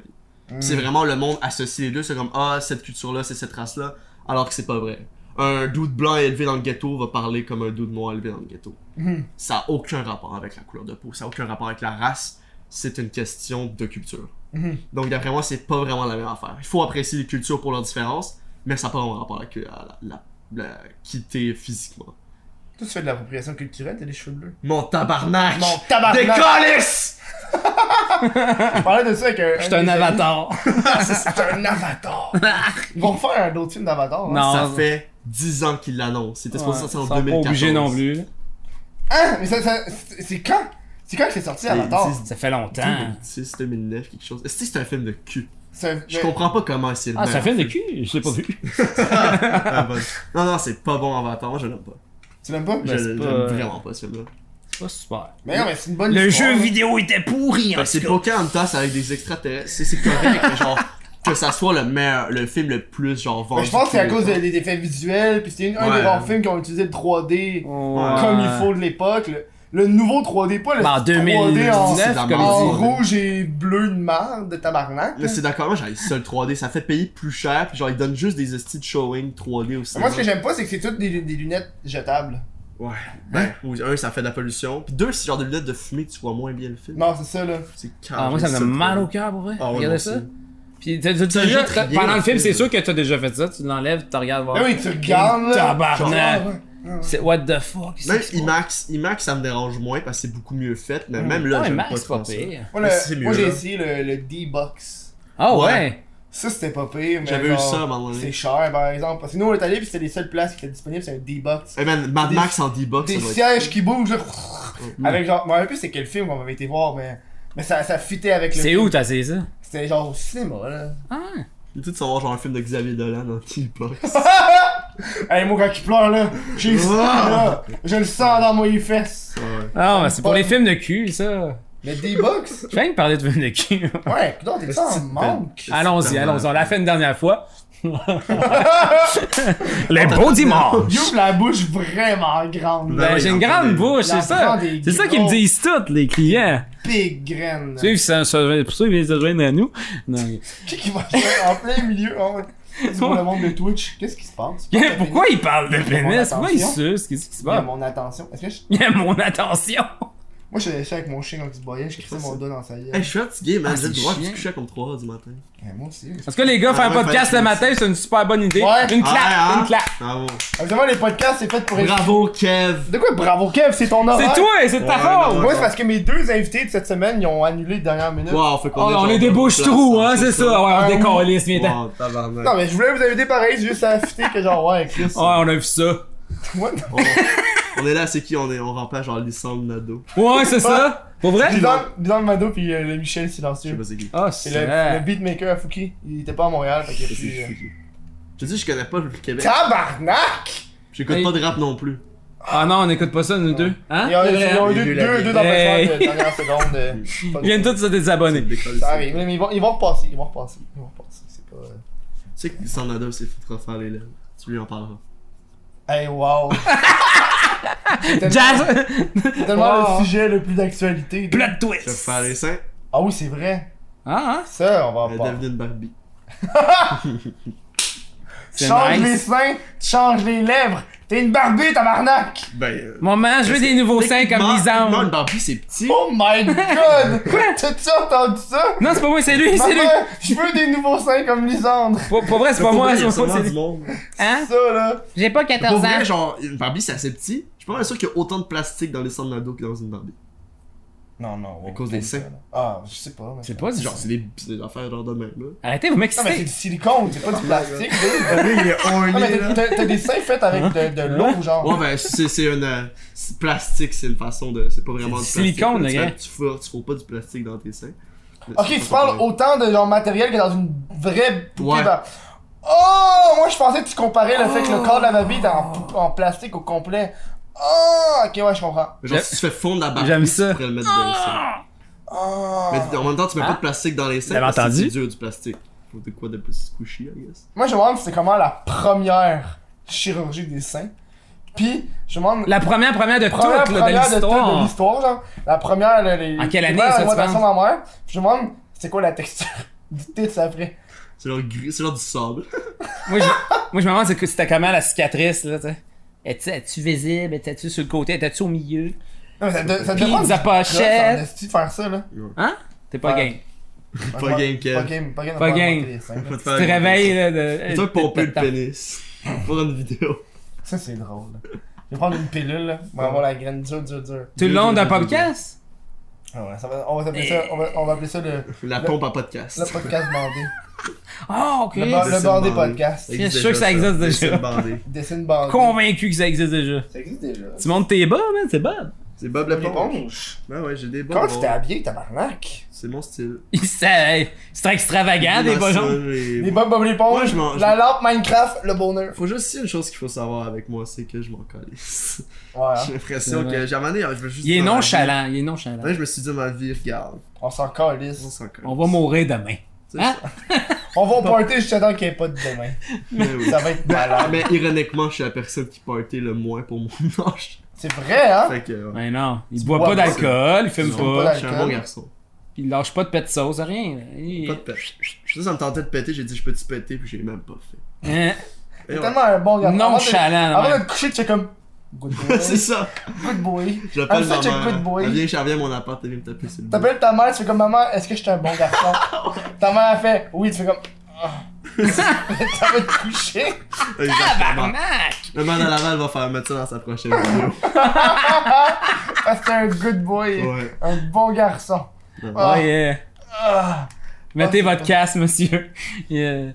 A: Hmm.
C: Puis C'est vraiment le monde associe les deux, c'est comme Ah, cette culture-là, c'est cette race-là, alors que c'est pas vrai. Un dude blanc élevé dans le ghetto va parler comme un dude noir élevé dans le ghetto.
A: Mhm.
C: Ça n'a aucun rapport avec la couleur de peau, ça n'a aucun rapport avec la race, c'est une question de culture.
A: Mhm.
C: Donc d'après moi, c'est pas vraiment la même affaire. Il faut apprécier les cultures pour leurs différences, mais ça n'a pas vraiment rapport à la, cul- à la, la- la quitter physiquement.
A: Toi, tu fais de l'appropriation culturelle, t'as des cheveux bleus.
C: Mon tabarnak!
A: Mon tabarnak!
C: Des calices!
A: Je parlais de ça avec un.
D: Je suis un
A: des amis.
D: avatar.
A: C'est un avatar. Ils vont faire un autre film d'avatar. hein.
D: Non.
C: Ça
D: ouais.
C: fait 10 ans qu'il l'annonce. C'était supposé sortir en
D: Ils sont pas
C: 2014.
D: obligés non plus.
A: Hein? Mais ça, ça- c'est c'est quand? C'est quand que c'est sorti
C: C'est-
A: Avatar?
C: c'est-
D: Ça fait longtemps.
C: 2006, 2009, quelque chose. Est-ce que c'est un film de cul?
A: C'est un-
C: Je comprends pas comment c'est le
D: Ah, ça
C: meilleur
D: fait de cul, je l'ai pas vu.
C: Ah, bon. Non, non, c'est pas bon Avatar, moi je l'aime pas.
A: Tu l'aimes pas?
C: Je
D: Ben, c'est
C: l'aime
D: pas, euh,
C: vraiment pas ce film-là.
D: C'est pas super.
A: Mais non, mais c'est une bonne
D: Le
A: histoire,
D: jeu
A: hein.
D: vidéo était pourri en
C: Ben, c'est
D: tout cas.
C: Pocahontas avec des extraterrestres, c'est c'est correct, mais genre, que ça soit le meilleur, le film le plus genre vendu.
A: Mais je pense que c'est à
C: tous les
A: cause
C: temps.
A: de- des effets visuels, puis c'est une- un
C: Ouais.
A: des rares films qui ont utilisé le 3D
D: Ouais.
A: comme il faut de l'époque. Le, le nouveau 3D, pas le
D: Ben, en
A: 3D en,
D: 2019,
C: en
D: comme
A: en
D: ils disent.
A: rouge et bleu de merde de tabarnak.
C: Mais c'est d'accord, moi j'avais seul 3D, ça fait payer plus cher, puis genre ils donnent juste des hosties de showing 3D aussi.
A: Moi, ce que j'aime pas, c'est que c'est toutes des, lu- des lunettes jetables.
C: Ouais. Ben, ou un, ça fait de la pollution. Puis deux, c'est genre de lunettes de fumée, tu vois moins bien le film.
A: Non, c'est ça, là.
C: C'est
D: Ah, moi ça me donne mal au cœur pour vrai.
C: Ah ouais,
D: Regardez
C: moi
D: ça.
C: aussi.
D: Puis t'as- t'as
C: Ça
D: déjà-
C: jette rien
D: pendant
C: au
D: le
C: film.
D: film, c'est sûr que t'as déjà fait ça. Tu l'enlèves, tu regardes voir.
A: Ah oui, tu regardes, là.
D: Tabarnak.
A: Genre,
D: C'est what the fuck. qu'est-ce
C: Même
D: qui se passe?
C: IMAX, IMAX ça me dérange moins parce que c'est beaucoup mieux fait, mais même là,
D: Ah,
C: j'aime
D: Max,
C: pas
D: c'est pas
C: trop ça.
D: pire.
A: Moi, le-
C: C'est mieux,
A: moi, j'ai
C: là.
A: essayé le, le D-Box.
D: Ah
C: Ouais.
D: ouais.
A: Ça, c'était pas pire, mais.
C: J'avais eu
A: genre,
C: ça à un moment donné.
A: C'est cher, par exemple. Parce que nous, on est allé, puis c'était les seules places qui étaient disponibles, c'est un D-Box.
C: Eh man, Mad
A: Des-
C: Max en D-Box,
A: Des
C: ça doit être- Mm.
A: sièges qui bougent, là. Avec genre. Moi, un peu, c'est quel film qu'on avait été voir, mais. Mais ça, ça fitait avec le.
D: C'est
A: film.
D: où t'as essayé ça?
A: C'était genre au cinéma, là.
D: Ah.
C: Tu sais, de savoir genre un film de Xavier Dolan en D-Box.
A: Hey, moi, quand il pleure, là, j'ai le sang,
C: Ah!
A: là. Je le sens dans mes fesses.
D: Ah, mais c'est pour
A: pas-
D: les films de cul, ça.
A: Le D-Box?
D: Je viens de parler de films de cul.
A: Ouais, putain, t'es pas en manque.
D: allons-y,
C: tellement-
D: allons-y. On l'a fait une dernière fois. les beaux dimanches.
A: J'ouvre la bouche vraiment grande.
C: Ben,
A: là.
D: Ben,
C: oui,
D: j'ai une
C: on
D: grande
C: connaît.
D: bouche,
A: La
D: c'est ça.
A: grande et
D: C'est ça qu'ils me
A: gros.
D: disent toutes, les clients.
A: Big graine.
D: Tu sais, ça- ça- pour ça, ils viennent se joindre à nous. Non.
A: Qui qui va jouer en plein milieu, hein? Sur le monde de Twitch. Qu'est-ce qui se passe?
D: Yeah, Pourquoi ils parlent de pénis? Pourquoi ils
A: attention.
D: sucent? Qu'est-ce qui se
A: Il y a
D: passe?
A: mon attention. Est-ce que je...
D: Il y a mon attention.
A: Moi, je suis avec mon chien quand il se baillait, je crissais mon doigt dans sa gueule.
C: Hey, Eh, je suis fatigué, man.
D: Ah,
C: J'ai le
D: c'est
C: droit de
D: chiant.
C: coucher comme 3h du matin.
A: Eh, moi aussi.
D: En tout cas, les gars, faire un
C: Ah, ouais,
D: podcast
C: faire
D: le
C: du
D: matin, c'est une super bonne idée.
A: Ouais.
D: Une clap,
C: Ouais, hein?
D: une clap.
C: Bravo.
A: Évidemment, les podcasts, c'est fait pour être.
C: Bravo, Kev.
A: De quoi, bravo Kev, c'est ton horaire.
D: C'est toi, c'est ta
C: Ouais,
D: faute.
C: non,
A: Moi, c'est parce que mes deux invités de cette semaine, ils ont annulé de dernière minute.
C: Wow, fait qu'on
D: Oh, on
C: genre
D: est des
C: dans
D: bouches
C: la
D: trous,
C: place,
D: hein, c'est ça. Ouais, on
A: Ouais,
D: décolle, viens ten. Ouais,
C: Wow, tabarnak.
A: Non, mais je voulais vous inviter pareil, c'est juste à fitter que genre, ouais, Chris.
D: on a vu ça.
A: What?
C: On- On est là, c'est qui On est, on remplace genre Lissandre Nado.
D: Ouais, c'est ça. Pour vrai?
A: Dylan, Dylan Mado pis euh, le Michel
C: Je sais
A: silencieux.
C: pas c'est qui.
D: Ah,
A: C'est
D: c'est
A: le, le
D: vrai.
A: beatmaker à Fouki. Il était pas à Montréal, fait qu'il
C: Je sais
A: a
C: c'est
A: plus. euh,
C: qui. Je te dis, je connais pas le Québec.
A: Tabarnak!
C: J'écoute pas de rap non plus.
D: Ah non, on n'écoute pas ça, nous deux. Hein?
A: Ils ont,
D: C'est vrai,
A: ils ont
D: hein?
A: eu
C: les
A: deux,
C: deux la
A: deux,
C: vie.
A: deux dans
D: Hey.
A: de dernière seconde. euh, pas
D: Ils viennent tous se désabonner.
C: Décolle,
A: Ça
C: c'est-
A: arrive, mais ils vont, ils vont repasser, ils vont repasser, ils vont repasser, c'est pas... euh.
C: Tu sais que Lissandre Nado s'est fait refaire les lèvres. Tu lui en parleras.
A: Hey, wow! C'est tellement-
D: Jazz!
A: c'est tellement
D: Wow.
A: le sujet le plus d'actualité. là.
D: Plot
C: Tu vas
D: twist!
C: faire les seins.
A: Ah oui, c'est vrai!
D: Ah, hein?
A: Ça, on va en
C: Elle est
A: parler.
C: devenue une Barbie.
D: C'est
A: Change
D: nice.
A: les seins, change les lèvres, T'es une barbue, tabarnak!
C: Ben. euh,
D: Maman, je veux des nouveaux seins comme
C: techniquement- techniquement,
D: Lisandre.
C: une Barbie, c'est petit.
A: Oh my god! T'as-tu entendu ça?
D: Non, c'est pas moi, c'est lui, c'est lui.
A: Maman, je veux des nouveaux seins comme Lisandre!
D: Pour, pour vrai, c'est pas
C: Pour
D: moi,
C: vrai, il
D: c'est
C: y a
D: pas moi,
C: sûrement
D: c'est
C: du
D: lui.
C: monde.
D: Hein?
A: Ça là!
D: J'ai pas
C: Pour
D: 14 ans.
C: vrai, genre, une Barbie, c'est assez petit. Je suis pas mal sûr qu'il y a autant de plastique dans les sangs d'ado que dans une Barbie.
A: Non, non, oh ouais,
C: À cause des seins.
A: Ah, je sais pas. mais-
D: Je sais pas, c'est
C: Genre,
D: genre.
C: c'est des, c'est des affaires genre de même, là.
D: Arrêtez, vous
A: Non, mais c'est
D: m'excitez.
A: du silicone, c'est pas
C: Oh
A: du plastique. dude.
C: il est
A: Non, mais t'as- t'as t'as des seins faits avec de, de l'eau, genre.
C: Ouais, ben, c'est c'est une. euh, c'est- plastique, c'est une façon de. C'est pas vraiment du
D: du
C: plastique.
D: silicone,
C: Tu
D: le
C: fais-
D: gars.
C: Tu fous, tu fous pas du plastique dans tes seins.
A: Ok, tu parles autant de genre matériel que dans une vraie poupée.
C: Ouais. Oh.
A: dans- Oh, moi je pensais que tu comparais le fait que le corps de la Barbie était en, pou- en plastique au complet. Oh, ok, ouais, je comprends.
C: Genre, si tu fais fondre la Barbie,
D: J'aime ça.
C: tu pourrais le mettre dans les seins.
A: Ah! Oh.
C: Mais en même temps, tu mets
D: Ah.
C: pas de plastique dans les seins.
D: J'avais
C: parce que
D: entendu.
C: C'est dur du plastique. Faut de quoi de plus squishy, I guess.
A: Moi je me demande c'était comment la première chirurgie des seins. Puis je me demande
D: La première, première de
A: première,
D: toutes, là,
A: première
D: de
A: de toutes de
D: l'histoire.
A: l'histoire, genre. La première, là, les.
D: En quelle année,
A: les premières
D: ça, tu
A: augmentations de ma mère. Puis je me demande, c'est quoi la texture du titre après?
C: C'est genre gris, c'est genre du sable.
D: Moi, je, moi, je me demande c'est que c'était comment la cicatrice, là, tu sais. Es-tu es-tu visible? Étais-tu sur le côté? Étais-tu au milieu?
A: Non, mais ça, de, ça
D: Puis
A: dépend
D: des
A: du
D: pochettes.
A: cross, en esti, de faire ça, là.
D: Hein? T'es pas
A: Ouais.
D: game.
C: Pas
A: Pas
C: game, Kev.
A: game, pas game. de
D: Pas
A: faire
D: game.
A: augmenter les seins, là.
C: Faut te
D: Tu
C: faire-
D: te réveilles, euh, là, de...
C: C'est toi
D: de-
C: pomper le
D: de- de-
C: pénis. Pour une vidéo.
A: Ça, c'est drôle. là. Je vais prendre une pilule, là. On va avoir la graine dure, dure, dure.
D: Tout le long d'un podcast?
A: Ah ouais, ça va- on, va s'appeler ça, on, va, on va appeler ça le,
C: La
A: Le-
C: pompe à podcast.
A: le podcast bandé.
D: Ah, ok.
A: Le bar-
C: Dessine
A: bandé
C: bandé.
A: podcast.
C: Ça
D: Je suis
C: existe
D: sûr que ça
C: déjà,
D: existe déjà.
C: Dessine bandé.
A: Dessine bandé.
D: Convaincu que ça existe déjà.
A: Ça existe déjà.
D: Tu montes tes bas, man, c'est Bob.
C: C'est Bob
A: Une
C: l'éponge.
A: éponge.
C: Ouais, ouais, j'ai des bons.
A: Comment tu t'es habillé, tabarnak?
C: C'est mon style.
D: Il s'est- C'est extravagant, des
C: bah,
D: bas jaunes.
A: Les Bob Bob l'éponge,
C: Moi, je m'en-
A: la lampe Minecraft, le bonheur.
C: Faut juste dire une chose qu'il faut savoir avec moi, c'est que je m'en calisse.
A: Ouais, hein.
C: J'ai l'impression
D: C'est vrai.
C: que j'ai amené, je veux juste.
D: Il est
C: dire ma vie.
D: nonchalant, il est nonchalant.
C: Ouais, je me suis dit ma vie, regarde.
A: on s'en
C: On
A: calisse.
C: s'en calisse.
D: On va mourir demain.
C: Tu sais,
D: Hein?
A: On va au party jusqu'à temps qu'il n'y ait pas de demain.
C: Mais, oui.
A: Ça va être malade.
C: Mais ironiquement, je suis la personne qui partait le moins pour mon âge.
A: C'est vrai, hein?
C: Fait que, ouais.
D: Mais non, il
A: Tu
D: boit
A: bois
D: pas
A: pas,
D: d'alcool, il fume
A: Tu bois
D: pas,
A: pas
C: Je suis un bon garçon.
D: il lâche pas de pet de sauce, rien. Il-
C: Pas de pète. Ça, ça me tentait de péter, j'ai dit je peux-tu péter, puis j'ai même pas fait.
D: Hein?
C: Et
A: T'es
C: ouais.
A: tellement un bon garçon.
D: Nonchalant,
A: Avant de-
D: ouais.
A: Avant de te coucher, tu fais comme. Good boy.
C: C'est ça.
A: Good boy.
C: Je l'appelle
A: I'm such a
C: ma
A: good boy.
C: mère. Elle vient, elle vient à mon appart, elle vient me taper sur le dos.
A: T'appelles ta mère, tu fais comme maman, est-ce que je suis un bon garçon? ta mère a fait oui, tu fais comme. Ah. T'as envie de te coucher?
C: Exactement.
D: Mac!
C: Le man à Laval va faire mettre ça dans sa prochaine vidéo.
A: Parce que t'es un good boy.
C: Ouais.
A: Un bon garçon.
C: Ouais.
A: Ah.
D: Ouais, euh,
A: Ah.
D: Mettez
A: Ah,
D: votre casque, monsieur. Yeah.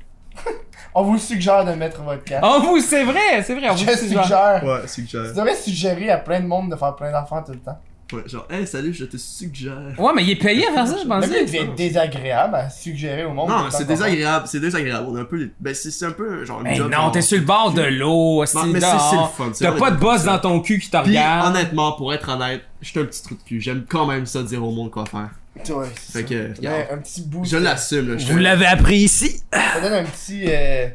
A: On vous suggère de mettre votre casque.
D: Oh, vous, c'est vrai, c'est vrai. on vous
A: je
D: suggère.
A: suggère.
C: Ouais, suggère.
A: Tu devrais suggérer à plein de monde de faire plein d'enfants tout le temps.
C: Ouais, genre, hey, salut, je te suggère.
D: Ouais, mais il est payé à faire ça, je
A: Le
D: pensais.
A: but devient désagréable à suggérer au
D: Oh,
A: monde.
C: Non,
A: de
C: c'est
A: faire d'enfants.
C: désagréable, c'est désagréable. On a un peu. les- Ben, c'est c'est un peu genre. une
D: Hey,
C: job,
D: non,
C: genre-
D: t'es sur le bord de l'eau, c'est
C: mais c'est- c'est le fun,
D: dehors.
C: c'est
D: T'as
C: vrai,
D: pas
C: des
D: de
C: trucs comme
D: boss
C: ça.
D: dans ton cul qui te
C: Puis,
D: regarde.
C: honnêtement, pour être honnête, j'étais un petit trou de cul. J'aime quand même ça dire au monde quoi faire.
A: Ouais, c'est
C: Fait
A: ça.
C: que,
A: T'as
C: regarde.
A: un petit bout.
C: Je l'assume, là. Je
D: Vous l'avez appris ici.
A: Ça donne un petit euh,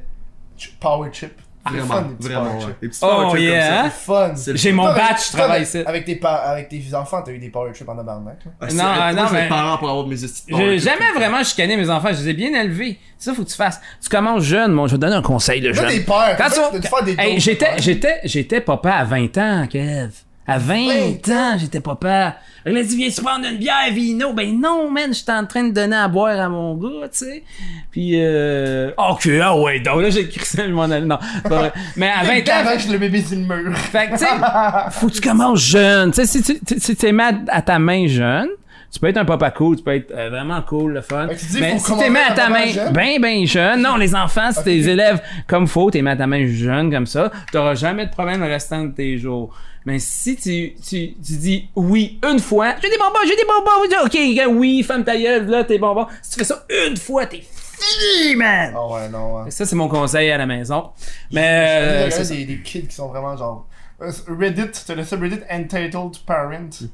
A: ch- power chip. C'est le fun,
C: Vraiment,
A: des petits
C: vraiment,
A: power
C: ouais.
A: chip.
C: Les petits
D: Oh,
C: power trips
D: yeah,
C: comme
D: hein?
C: ça.
A: Fun.
C: C'est le
D: J'ai
C: fun.
D: mon
A: Toi, avec-
D: badge, je
A: toi,
D: travaille
A: avec-
D: ici.
A: Avec tes, pa- avec tes enfants, t'as eu des power trips en tabarnak. là.
C: Ah, c'est-
D: Non,
C: moi,
D: non,
C: je vais
D: mais-
C: parents pour avoir mes estimes.
D: J'ai jamais vraiment chicané mes enfants, je les ai bien élevés. Ça, faut que tu fasses. Tu commences jeune, bon, je vais te donner un conseil de
A: Toi, t'es
D: jeune.
A: peur.
D: Quand
A: Quand
D: tu-
A: tu faire des
D: Hey,
A: jokes,
D: j'étais,
A: hein.
D: j'étais, j'étais papa à 20 ans, Kev. À 20 ans, j'étais papa. Il a dit, viens tu prendre une bière, vino. Ben non, man, j'étais en train de donner à boire à mon gars, tu sais. Puis, euh... Ok, ah ouais, donc là, j'ai écrit ça, je m'en allais. Non, c'est pas vrai. Mais à 20
A: T'es
D: ans,
A: avec le bébé sur le mur.
D: fait que, tu sais, faut que tu commences jeune. Tu sais, si tu si t'es mis à- à ta main jeune, tu peux être un papa cool, tu peux être euh, vraiment cool, le fun.
A: Fait que tu dis,
D: Mais
A: faut
D: si
A: commencer
D: t'es mis à
A: à
D: ta
A: ta main
D: main
A: jeune?
D: ben, ben jeune, non, les enfants, si tes élèves comme faut, t'es mis à ta main jeune comme ça, t'auras jamais de problème le restant de tes jours. Mais si tu, tu, tu dis oui une fois, j'ai des bonbons, j'ai des bonbons, oui, ok, gars, oui, femme ta gueule, là, tes bonbons. Si tu fais ça une fois, t'es fini, man!
A: Ah ouais, non. ouais.
D: Ça, c'est mon conseil à la maison. Mais, euh,
A: Il y
D: c'est
A: a
D: ça.
A: des, des kids qui sont vraiment genre. euh, Reddit, t'as le subreddit Entitled Parent,
D: Mhm.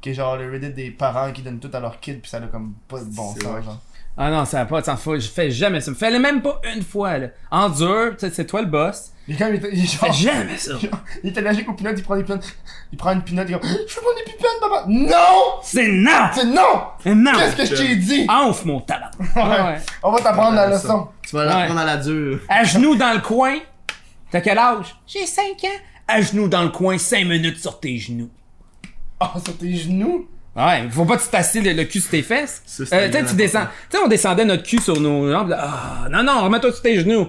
A: qui est genre le Reddit des parents qui donnent tout à leurs kids, puis ça a comme pas de bon
C: C'est
A: sens.
C: vrai.
A: genre.
D: Ah non, ça n'a pas de sens. Faut- Je fais jamais ça. Je fais même pas une fois. Là. En dur, tu sais, c'est toi le boss.
A: Mais quand il était- il est
D: Je
C: Oh.
A: genre.
D: fais jamais ça.
A: Il est allergique aux peanuts, il prend des peanuts. Il prend une peanut, il est comme. Je veux prendre des peanuts, papa! Non!
D: C'est non!
A: C'est non!
D: C'est non!
A: Qu'est-ce que je t'ai dit?
D: Enf, mon tabac. Ouais, ouais.
A: On va t'apprendre la
C: Ouais, ça.
A: leçon.
C: Tu vas l'apprendre à la dure.
D: À genoux dans le coin. T'as quel âge? J'ai 5 ans. à genoux dans le coin, 5 minutes sur tes genoux.
A: Ah, sur tes genoux?
D: Ouais, faut pas que tu tasses le, le cul sur tes fesses.
C: Ça, c'est
D: Euh, tu sais, tu
C: n'importe
D: descends. Tu sais, on descendait notre cul sur nos jambes. là, Ah, non, non, remets-toi sur tes genoux.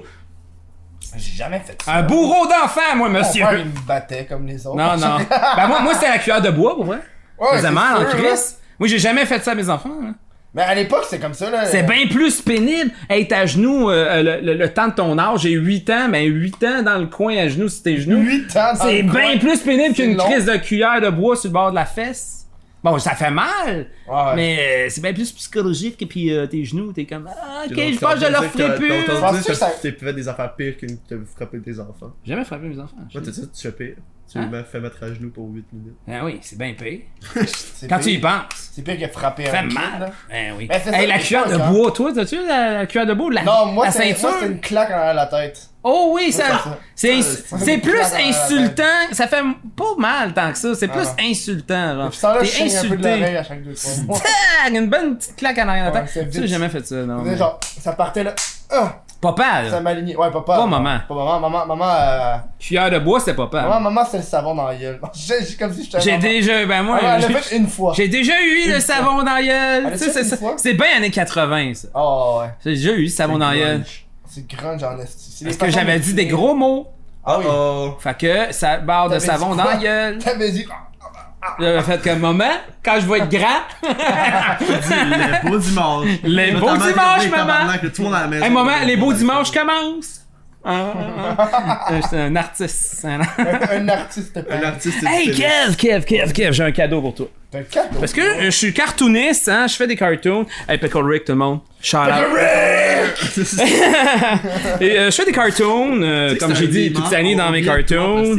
A: J'ai jamais fait ça.
D: Un bourreau d'enfant, moi,
A: Mon
C: Oh,
D: monsieur.
A: père, il me battait comme les autres.
D: Non, non. ben, moi, moi c'était la cuillère de bois, pour vrai.
A: Ouais,
D: Ça faisait
A: c'est
D: mal en
A: sûr, hein.
D: crise. Moi, j'ai jamais fait ça à mes enfants. hein.
A: Mais à l'époque, c'était comme ça, là.
D: C'est bien plus pénible être à genoux euh, le, le- le temps de ton âge. J'ai 8 ans, mais 8 ans dans le coin à genoux sur tes genoux.
A: 8 ans, dans
D: C'est
A: le coin.
D: bien plus pénible
A: C'est
D: qu'une
A: long.
D: crise de cuillère de bois sur le bord de la fesse. Bon, ça fait mal,
A: Ouais.
D: mais euh, c'est bien plus psychologique que puis euh, tes genoux, t'es comme ah, ok,
C: T'es
D: je
C: en
D: pense
C: train
D: que je
C: de
D: leur
C: dire
D: ferai
C: que t'as-
D: plus.
C: t'as
D: J'ai
C: entendu
A: Je pense
C: que
A: que ça-
C: T'as fait des affaires pires que de frapper tes enfants.
D: Jamais frappé mes enfants.
C: Moi, t'as dit, tu chopé. Tu
D: Hein?
C: m'as fait mettre à genoux pour 8 minutes.
D: Ah oui, c'est bien pire.
A: C'est
D: Quand
A: pire.
D: tu y penses,
A: C'est pire que frapper
D: ça
A: un
D: fait
A: kid,
D: mal.
A: là.
D: Ben oui.
A: Ben, c'est
D: Hey,
A: ça,
D: la
A: c'est
D: cuillère
A: ça,
D: de
A: quand-
D: bois, toi, t'as-tu la, la cuillère de bois? La,
A: Non, moi,
D: la
A: c'est
D: ceinture?
A: moi, c'est une claque en arrière de la tête.
D: Oh oui,
A: c'est
D: ça.
A: ça.
D: C'est
A: Ça,
D: ins-
A: c'est
D: c'est
A: une
D: plus
A: claque dans la
D: insultant. Ça fait pas mal tant que ça. C'est plus
A: Ah.
D: insultant. genre.
A: Puis ça, là, je
D: T'es
A: chigne un peu de
D: insulté.
A: l'oreille à chaque deux, trois mois.
D: Tag! Une bonne petite claque en arrière de la
A: Ouais,
D: tête.
A: c'est
D: Ça, j'ai
A: vite.
D: jamais fait ça. Non,
A: Tu sais,
D: mais-
A: Genre, ça partait là. Ah,
D: Papa, là.
A: ça m'alignait. Ouais, papa.
D: Pas maman.
A: Pas maman, maman, maman. euh,
D: Cuillère de bois, c'est papa.
A: Maman, maman, c'est le savon dans la gueule. J'ai j'ai- comme si j'étais.
D: J'ai
A: maman.
D: déjà. Ben moi.
A: Ah, ouais, elle
D: j'ai-
A: l'a fait une fois.
D: J'ai déjà eu le savon dans la gueule.
A: Elle a
D: Tu sais,
A: fait
D: c'est
A: une
D: ça-
A: fois?
D: C'est bien années 80, ça.
A: Oh, ouais.
D: J'ai déjà eu le savon dans la gueule.
A: C'est grunge en esti. C'est les
D: Parce que
A: façons
D: j'avais
A: de-
D: dit des gros mots.
A: Ah oui.
C: Oh!
D: Fait que ça barre de
A: T'avais dit
D: savon dans
A: quoi?
D: la gueule.
A: T'avais dit.
D: J'avais fait comme maman, quand je vais être grand.
C: Les beaux dimanches!
D: Les beaux
C: Notamment
D: dimanches,
C: les
D: maman.
C: tabarnak, que tout le monde à la maison.
D: Hey maman, les beaux dimanches commencent. Ah, ah, ah. Euh, J'étais un artiste. hein.
A: Un artiste,
C: Un
A: t'as
C: artiste
D: hey
C: exprime.
D: Kev, Kev, Kev, Kev, j'ai un cadeau pour toi.
A: T'as un cadeau.
D: Parce que euh, je suis cartooniste, hein, je fais des cartoons. Hey Pickle Rick tout le monde. Shout out. Et, euh, je fais des cartoons, euh, comme j'ai dit toute l'année dans mes cartoons.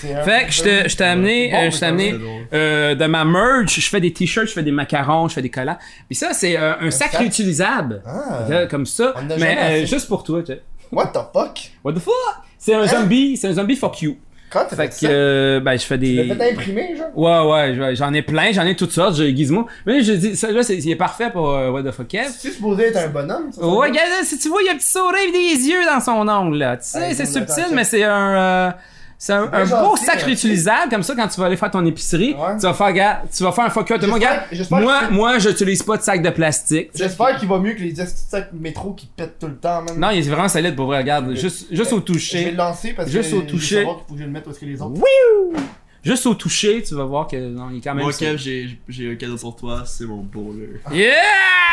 A: C'est un-
D: Fait que je t'ai- je t'ai amené,
A: Bon,
D: euh, je t'ai
A: c'est
D: amené
C: c'est drôle.
D: euh, de ma merch, je fais des t-shirts, je fais des macarons, je fais des collants. Puis ça, c'est euh, un sac
A: sac?
D: réutilisable.
A: Ah.
D: Là, comme ça,
A: On en a
D: mais
A: jamais
D: euh,
A: assez.
D: juste pour toi. tu sais.
A: What the fuck?
D: What the fuck? C'est
A: Hein?
D: un zombie, c'est un zombie fuck you.
A: Quand t'as
D: Fait
A: fait
D: que,
A: ça?
D: euh, ben, je fais
A: T'as
D: des...
A: fait imprimer, genre?
D: Ouais, ouais, je- j'en ai plein, j'en ai toutes sortes, j'ai Gizmo. Mais je dis, ça, là, c'est, il est parfait pour euh, What the fuck Kev.
A: Tu supposé être un bonhomme? ça, ça?
D: Ouais, regarde, là, si tu vois, il y a un petit sourire et des yeux dans son ongle, là. Tu sais,
A: Ouais,
D: c'est
A: je vais mettre
D: subtil,
A: un
D: mais c'est un, euh, c'est un,
A: bien
D: un beau
A: gentil,
D: sac
A: hein.
D: réutilisable, comme ça, quand tu vas aller faire ton épicerie,
A: Ouais.
D: tu vas faire, regarde, tu vas faire un fuck out de moi,
A: J'espère-
D: regarde.
A: j'espère que
D: Moi,
A: c'est-
D: moi, j'utilise pas de sac de plastique.
A: J'espère qu'il va mieux que les estis de sacs métro qui pètent tout le temps, même.
D: Non, il est vraiment solide pour vrai, regarde. Juste, juste au
A: Je vais
D: toucher.
A: le lancer parce
D: Juste
A: que
D: au
A: je vais
D: toucher.
A: savoir qu'il faut que je le mette où est-ce que les autres.
D: Juste au toucher, tu vas voir que, non, il est quand Ah, même
C: Moi,
D: solide.
C: Kev, j'ai j'ai un cadeau pour toi, c'est mon bowler.
D: Yeah!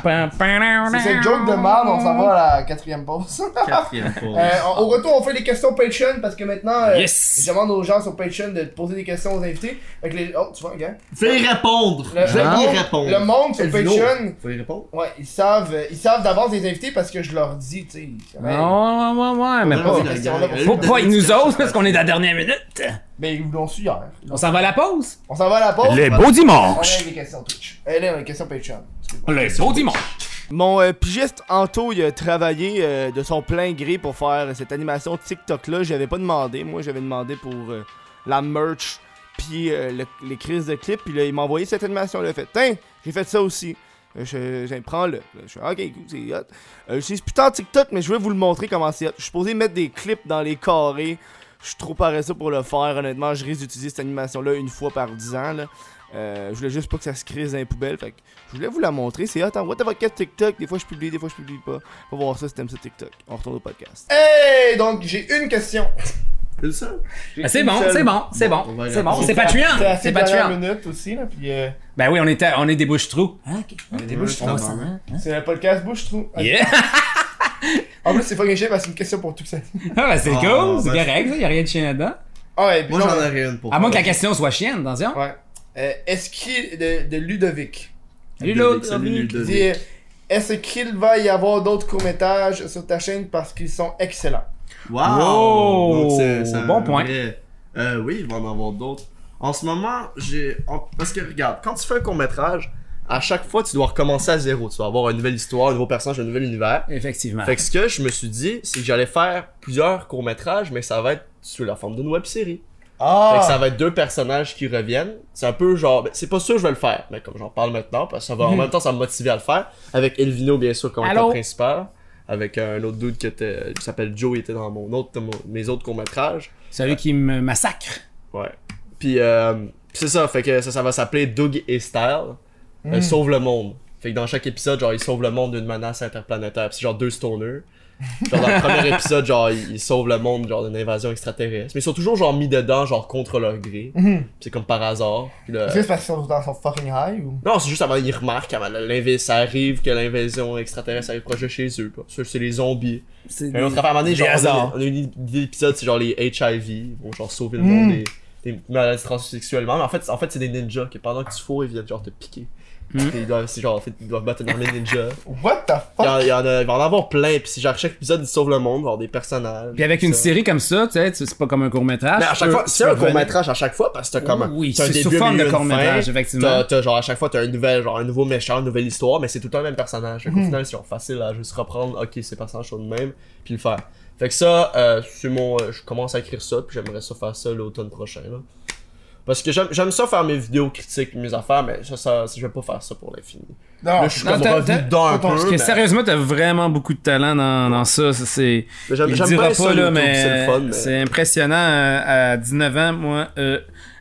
A: C'est cette joke de merde, on s'en va à la quatrième pause.
C: Quatrième fois.
A: Euh, on- au retour, on fait des questions Patreon parce que maintenant, euh,
D: Yes!
A: je demande aux gens sur Patreon de poser des questions aux invités. Fait que les... Oh, tu vois, gars.
C: Fais y répondre!
A: Le,
C: Je vais
A: le
C: y
A: monde-
C: répondre!
A: le monde sur
C: Fais-le.
A: Patreon,
C: Faut y répondre?
A: ouais, ils savent, euh, ils savent d'avance les invités parce que je leur dis, tu sais.
D: Ouais, ouais, ouais, ouais, mais
A: Faut
D: pas.
A: pas-
D: Faut pas ils nous osent parce qu'on est dans la dernière minute.
A: Mais ils l'ont su hier.
D: On s'en va à la pause?
A: On s'en va à la pause.
D: beaux
A: On est
D: dimanches!
A: avec les questions Twitch. Et là, on a les questions Patreon. Excuse-moi.
D: Les beaux dimanches!
A: Mon euh, pigiste Anto, il a travaillé euh, de son plein gré pour faire cette animation TikTok-là. J'avais pas demandé. Moi, j'avais demandé pour euh, la merch, puis euh, le- les crises de clips. Puis là, il m'a envoyé cette animation-là. Il a fait Tiens, j'ai fait ça aussi. Euh, Je, je prends le. Je suis ok, cool, c'est hot. Euh, J'utilise putain TikTok, mais je vais vous le montrer comment c'est hot. Je suis supposé mettre des clips dans les carrés. Je suis trop paresseux pour le faire. Honnêtement, je risque d'utiliser cette animation-là une fois par 10 ans. Là. Euh, je voulais juste pas que ça se crise dans les poubelles. Fait que je voulais vous la montrer. C'est attends, what the fuck TikTok. Des fois je publie, des fois je publie pas. On va voir ça si t'aimes ça TikTok. On retourne au podcast. Hey! Eh, Donc j'ai une question.
C: C'est le seul?
D: Ah, c'est bon, c'est bon, c'est
C: Bon, on
D: bon,
C: va y
D: c'est bon,
C: répondre.
D: Oh, c'est
A: C'est
D: Patreon,
A: assez
D: c'est
A: dernière
D: Patreon.
A: minute aussi, là. Puis euh,
D: Ben oui, on est, à- on est des bouches-trous. Ah, ok. On est
C: des bouches-trous.
A: c'est le podcast bouche trou.
D: Yeah!
A: En plus, c'est pas gâché parce que c'est une question pour tout ça.
D: Ah, ben c'est
C: Ah,
D: cool, c'est
C: ben-
D: correct, ça, y a rien de chien là-dedans.
A: Ah ouais, puis
C: Moi,
A: non,
C: j'en
A: mais-
C: aurais une pour
D: À
C: toi.
D: moins que la question soit chienne, attention.
A: Ouais. Euh, Est-ce qu'il. De, de Ludovic.
D: Salut,
C: Ludovic,
D: l'autre,
C: salut,
D: Dominique.
A: Il
C: Ludovic.
A: dit euh, Est-ce qu'il va y avoir d'autres courts-métrages sur ta chaîne parce qu'ils sont excellents
C: Wow!
D: Wow!
C: Donc, c'est- c'est un
D: Bon point.
C: vrai- Euh, oui, il va en avoir d'autres. En ce moment, j'ai. en- Parce que regarde, quand tu fais un court-métrage, à chaque fois, tu dois recommencer à zéro. Tu dois avoir une nouvelle histoire, un nouveau personnage, un nouvel univers.
D: Effectivement.
C: Fait que ce que je me suis dit, c'est que j'allais faire plusieurs courts-métrages, mais ça va être sous la forme d'une web-série.
A: Ah!
C: Fait que ça va être deux personnages qui reviennent. C'est un peu genre, ben, c'est pas sûr que je vais le faire, mais comme j'en parle maintenant, parce que ça va, en même temps, ça me motiver à le faire. Avec Elvino, bien sûr, comme acteur
D: Allô?
C: principal. avec un autre dude qui était, qui s'appelle Joe, il était dans mon autre, mon- mes autres courts-métrages.
D: Celui qui me massacre.
C: Ouais. Puis euh, c'est ça, fait que ça, ça va s'appeler Doug et Style. Euh, sauve le monde. Fait que dans chaque épisode, genre, ils sauvent le monde d'une menace interplanétaire. Puis c'est genre deux stoners. Genre, dans le premier épisode, genre, ils, ils sauvent le monde, genre, d'une invasion extraterrestre. Mais ils sont toujours, genre, mis dedans, genre, contre leur gré. Puis c'est comme par hasard. Puis là-
A: Est-ce que c'est parce qu'ils sont dans son fucking high ou.
C: Non, c'est juste avant, ils remarquent, avant, l'inv- ça arrive que l'invasion extraterrestre arrive proche de chez eux. quoi. Ça, C'est les zombies.
D: C'est
C: Un autre affaire, à un moment donné,
D: Des
C: genre, on a-
D: hasards.
C: on a eu des épisodes, c'est genre les HIV, vont genre sauver le monde des, des maladies transsexuellement. Mais en fait, en fait c'est des ninjas qui, pendant que tu fous, ils viennent genre te piquer.
D: Mm.
C: Et Ils doivent, c'est genre, en fait, ils doivent battre une armée de ninjas.
A: What the
C: Il y
A: fuck?
C: en- il y en a- il va en avoir plein, puis c'est genre chaque épisode, ils sauvent le monde, genre des personnages.
D: Puis avec une
C: ça.
D: série comme ça, tu sais, tu- c'est pas comme un court-métrage.
C: Mais à
D: tu
C: chaque
D: Ah, peux-
C: fois,
D: tu
C: c'est
D: peux
C: un
D: revenir.
C: court-métrage à chaque fois, parce que t'as comme. un-
D: Oui,
C: t'as un
D: c'est sous
C: début,
D: forme de
C: milieu, une
D: court-métrage,
C: fin.
D: effectivement.
C: T'as- T'as genre à chaque fois, t'as une nouvelle, genre un nouveau méchant, une nouvelle histoire, mais c'est tout le temps le même personnage. Fait qu'au final, c'est genre facile à juste reprendre, ok, ces personnages sont les mêmes, puis le faire. Fait que ça, euh, c'est mon. euh, je commence à écrire ça, puis j'aimerais ça faire ça l'automne prochain, là. Parce que j'aime j'aime ça faire mes vidéos critiques, mes affaires, mais ça, ça, je vais pas faire ça pour l'infini.
A: Non,
C: Là, je suis
D: Non,
C: comme
D: t'as-
C: revenu
D: t'as-
C: dedans un peu.
D: Parce que
C: mais-
D: sérieusement, t'as vraiment beaucoup de talent dans, dans ça. ça, c'est...
C: mais j'aime-
D: Il
C: j'aime
D: dira
C: bien
D: pas,
C: ça,
D: là,
C: YouTube, c'est
D: mais
C: le fun, mais-
D: c'est impressionnant. euh, à 19 ans, moi, euh,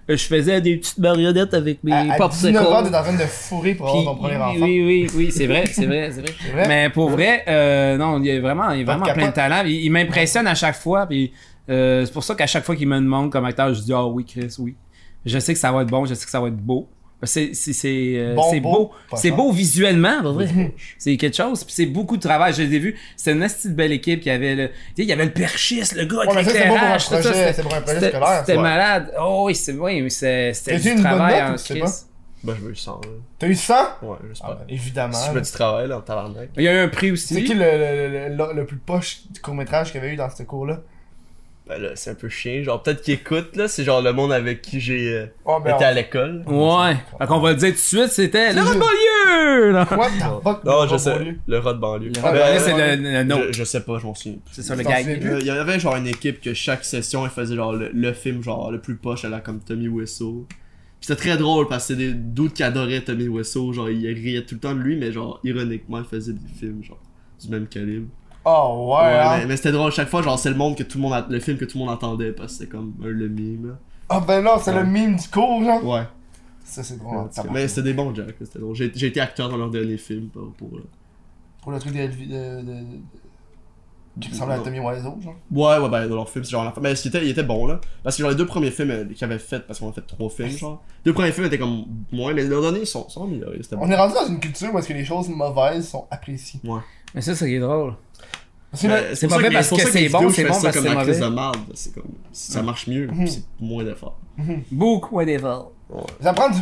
D: je faisais des petites marionnettes avec mes
A: à, à
D: popsicles.
A: 19 ans, t'es en train de fourrer pour avoir
D: Puis-
A: ton premier
D: oui,
A: enfant.
D: oui, oui, oui, c'est vrai, c'est vrai, c'est vrai.
A: C'est vrai?
D: Mais pour vrai, euh, non, il est vraiment, il est vraiment
A: Pas de
D: plein de
A: capote.
D: talent. Il, il m'impressionne à chaque fois. Puis euh, c'est pour ça qu'à chaque fois qu'il me demande comme acteur, je dis ah oui Chris, oui. Je sais que ça va être bon, je sais que ça va être beau. C'est c'est c'est euh,
A: Bon,
D: c'est
A: beau,
D: beau,
A: pas
D: c'est
A: cher.
D: beau visuellement, pour vrai. c'est quelque chose. Puis c'est beaucoup de travail. Je les ai vus. C'était une assez belle équipe qui avait le, tu sais, il y avait le perchiste, le gars avec
A: Ouais, mais ça, c'est bon pour un
D: l'éclairage, tout ça,
A: projet,
D: c'était-
A: c'est pour un projet
D: c'était-
A: scolaire.
D: C'était
A: ça.
D: malade. Oh oui, c'est oui, mais c'est- c'était
A: T'as-tu
D: du
A: une bonne
D: travail
A: note
D: en
A: ou tu sais
D: Chris.
A: pas?
C: Ben, je veux le sang, là.
A: T'as eu 100?
C: Ouais, j'espère.
A: Ah, ben, évidemment.
C: Si je fais du travail, là, en tabarnak.
D: Il y a eu un prix aussi.
A: C'est qui le, le, le- le- le plus poche du court-métrage qu'il y avait eu dans ce cours-là?
C: Ben là, c'est un peu chiant. Genre, peut-être qu'il écoute, là. C'est genre le monde avec qui j'ai euh,
A: Oh, ben,
C: été
A: on-
C: à l'école.
D: Ouais. Fait qu'on va le dire tout de suite, c'était le Rod-Beaulieu! Non.
A: What the fuck?
C: Non,
A: le
C: je
A: bon
C: sais.
A: banlieue.
C: Le rat de banlieue.
D: Le
A: Ah,
D: Rod-Beaulieu,
A: ben,
D: c'est
A: ouais.
D: le, le- no.
C: je, je sais pas, je m'en souviens plus.
D: C'est ça le
A: T'en
D: gag.
A: souviens
C: Euh, Il y avait genre une équipe que chaque session, elle faisait genre le, le film genre le plus poche, elle a comme Tommy Wiseau. Puis c'était très drôle parce que c'est des doutes qui adoraient Tommy Wiseau, genre ils riaient tout le temps de lui, mais genre ironiquement, ils faisaient des films genre du même calibre.
A: Oh, ouais.
C: Ouais,
A: hein.
C: mais, mais c'était drôle chaque fois, genre c'est le monde que tout le monde, a- le film que tout le monde entendait parce que c'était comme un le mime.
A: Ah, ben non, c'est
C: Ouais.
A: le mime du cours, genre.
C: Ouais.
A: Ça, c'est drôle. hein, ça marche.
C: Euh, mais c'était des bons Jack, c'était drôle. J'ai j'ai été acteur dans leur dernier film pour, pour euh,
A: Pour le truc de. de, de- qui ressemble à Tommy Wiseau, genre.
C: Ouais, ouais, ben dans leur film, c'est genre la Mais il était, il était bon là. Parce que genre les deux premiers films euh, qu'ils avaient fait, parce qu'on a fait trois films, genre. Les deux premiers films étaient comme moins, mais leurs derniers ils sont, sont améliorés, c'était bon.
A: On est rendu dans une culture où est-ce que les choses mauvaises sont appréciées.
D: Mais ça, c'est qui est drôle.
A: Parce que là,
C: Mais
D: c'est
C: pour
D: mauvais
C: ça que-
D: parce
C: pour
D: que
C: ça
D: c'est
C: les
D: bon,
C: vidéos,
D: c'est
C: je fais
D: bon
C: ça
D: parce que
C: comme
D: c'est
C: actrice de
D: mauvais.
C: marde, c'est comme. si Ça marche mieux,
A: Mhm.
C: c'est moins d'efforts.
D: Beaucoup ouais, des vols.
A: j'apprends du,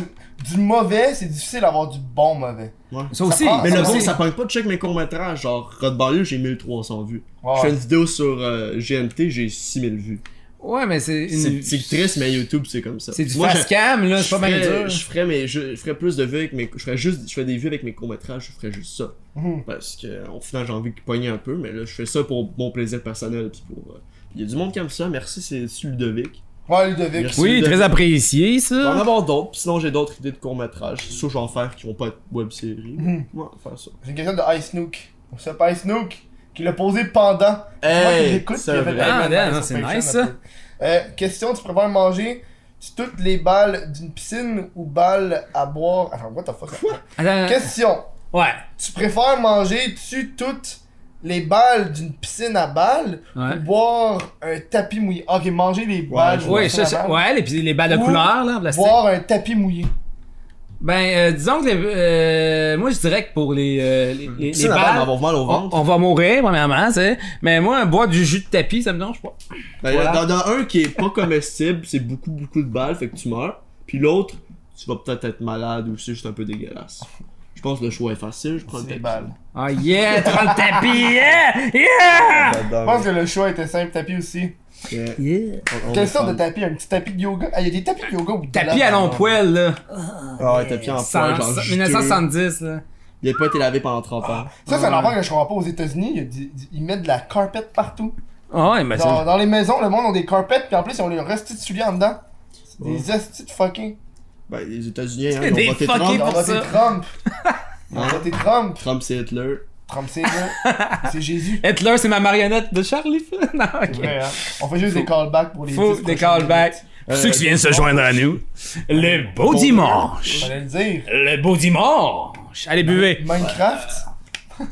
A: du mauvais, c'est difficile d'avoir du bon mauvais.
C: Ouais.
D: Ça aussi.
A: prend-
C: Mais
A: ça
C: le
A: aussi-
C: bon, ça pogne pas de check mes courts-métrages. Genre, Rod Banlieue, j'ai 1300 vues.
A: Ouais,
C: Je fais
A: ouais.
C: une vidéo sur euh, GMT, j'ai 6000 vues.
D: Ouais, mais c'est
C: C'est
D: une.
C: c'est triste, mais YouTube, c'est comme ça.
D: C'est du
C: Moi, je-
D: fast cam, là,
C: Je
D: c'est pas mal
C: ferais,
D: dur.
C: je ferais mes- je, je ferais plus de vues avec mes. Je ferais juste. Je fais des vues avec mes courts-métrages, je ferais juste ça.
A: Mhm.
C: Parce que au final j'ai envie de pogner un peu, mais là je fais ça pour mon plaisir personnel puis pour. euh, Il y a du monde comme ça, merci, c'est c'est Ludovic.
A: Ouais, Ludovic.
C: Merci.
D: Oui,
C: de-
D: très apprécié,
C: Je vais en
D: ça.
C: avoir d'autres, puis sinon j'ai d'autres idées de courts-métrages. Sauf que je vais en faire qui vont pas être web-série.
A: Mhm.
C: Ouais, faire ça.
A: J'ai une question de Ice Nook. On sait pas Ice Nook, qui l'a posé pendant.
C: Hey,
A: Moi,
C: c'est vrai.
D: Ah,
A: de la-
D: non, c'est
A: Inspection
D: nice, ça.
A: après. Euh, question, tu préfères manger toutes les balles d'une piscine ou balles à boire Attends, what the fuck
D: Attends.
A: Question,
D: Ouais.
A: tu préfères manger tu toutes les balles d'une piscine à balles
D: Ouais.
A: ou boire un tapis mouillé Ok, manger les balles d'une
D: Ouais,
A: piscine
D: ça,
A: à
D: ça-
A: balles,
D: ouais, les, puis les balles de
A: Ou
D: couleur, là, en plastique.
A: Boire un tapis mouillé.
D: Ben, euh, disons que les, euh, moi, je dirais que pour les, euh, les, les, les
C: Hmm. Ça, la balle,
D: balles,
C: on va mal au
D: on,
C: ventre.
D: on va mourir, premièrement, tu sais. Mais moi, boire du jus de tapis, ça me dérange pas.
C: Ben,
D: Voilà.
C: dans, dans un qui est pas comestible, c'est beaucoup beaucoup de balles, fait que tu meurs. Puis l'autre, tu vas peut-être être malade ou c'est juste un peu dégueulasse. Je pense que le choix est facile, je prends
A: C'est
C: le
A: des
C: tapis.
A: balles.
D: Ah yeah, tu prends le tapis, yeah! Yeah!
A: Je pense que le choix était simple, tapis aussi.
C: Ouais,
D: Yeah!
C: on- on
A: Quelle
C: va
A: sorte de
C: faire-
A: tapis Un petit tapis de yoga Ah, il y a des tapis de yoga ou de
D: Tapis
A: la-
D: à long poil, là.
C: Ah ouais, tapis en poil, genre.
D: 100,
C: juteux.
D: 1970, là.
C: Il a pas été lavé pendant 30 ans.
A: Ça, c'est un enfant que je comprends pas aux États-Unis. Ils, ils- ils mettent de la carpet partout.
D: Ah ouais, mais
A: Dans,
D: ça.
A: dans les maisons, le monde ont des carpets, puis en plus, ils ont les restes de souliers en dedans. C'est
D: Oh.
A: Des restes de fucking.
C: Ben, les États-Unis, hein,
D: Des
C: ils ont voté
D: fucking-
A: Ils
C: Trump.
A: ont
D: pour
A: voté
D: ça.
A: Trump. Ils ont
C: Hein?
A: voté Trump.
C: Trump, c'est Hitler.
A: Trump, c'est là. C'est Jésus.
D: Hitler, c'est ma marionnette de Charlie. non, ok.
A: Ouais, hein. On fait juste des callbacks pour les
D: Faut
A: 10
D: des
A: prochaines
D: callbacks.
A: Euh,
D: Ceux qui viennent se
A: dimanche.
D: joindre à nous. Le beau
A: minutes.
D: dimanche.
A: Fallait le dire.
D: Le beau dimanche. Allez, buvez.
A: Minecraft.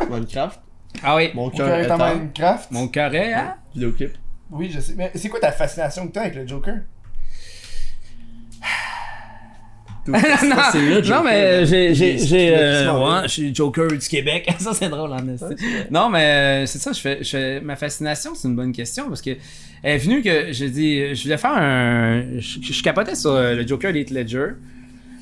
C: Minecraft.
D: Ah oui.
C: Mon
A: Joker
C: cœur
A: est
C: est
A: en
C: en
A: Minecraft.
D: Mon carré, hein?
C: Vidéoclip.
A: Oui, je sais. Mais c'est quoi ta fascination que t'as avec le Joker?
D: non,
C: c'est le Joker,
D: non, mais euh,
C: là.
D: j'ai,
C: Il
D: j'ai,
C: est-
D: j'ai,
C: il est
D: euh,
C: excellent,
D: ouais,
C: là.
D: je suis Joker du Québec. ça, c'est drôle, en esti. Non, mais euh, c'est ça, je fais, je fais- ma fascination, c'est une bonne question parce que elle est venue que j'ai dit, euh, je voulais faire un, je, je capotais sur euh, le Joker d'Heath Ledger.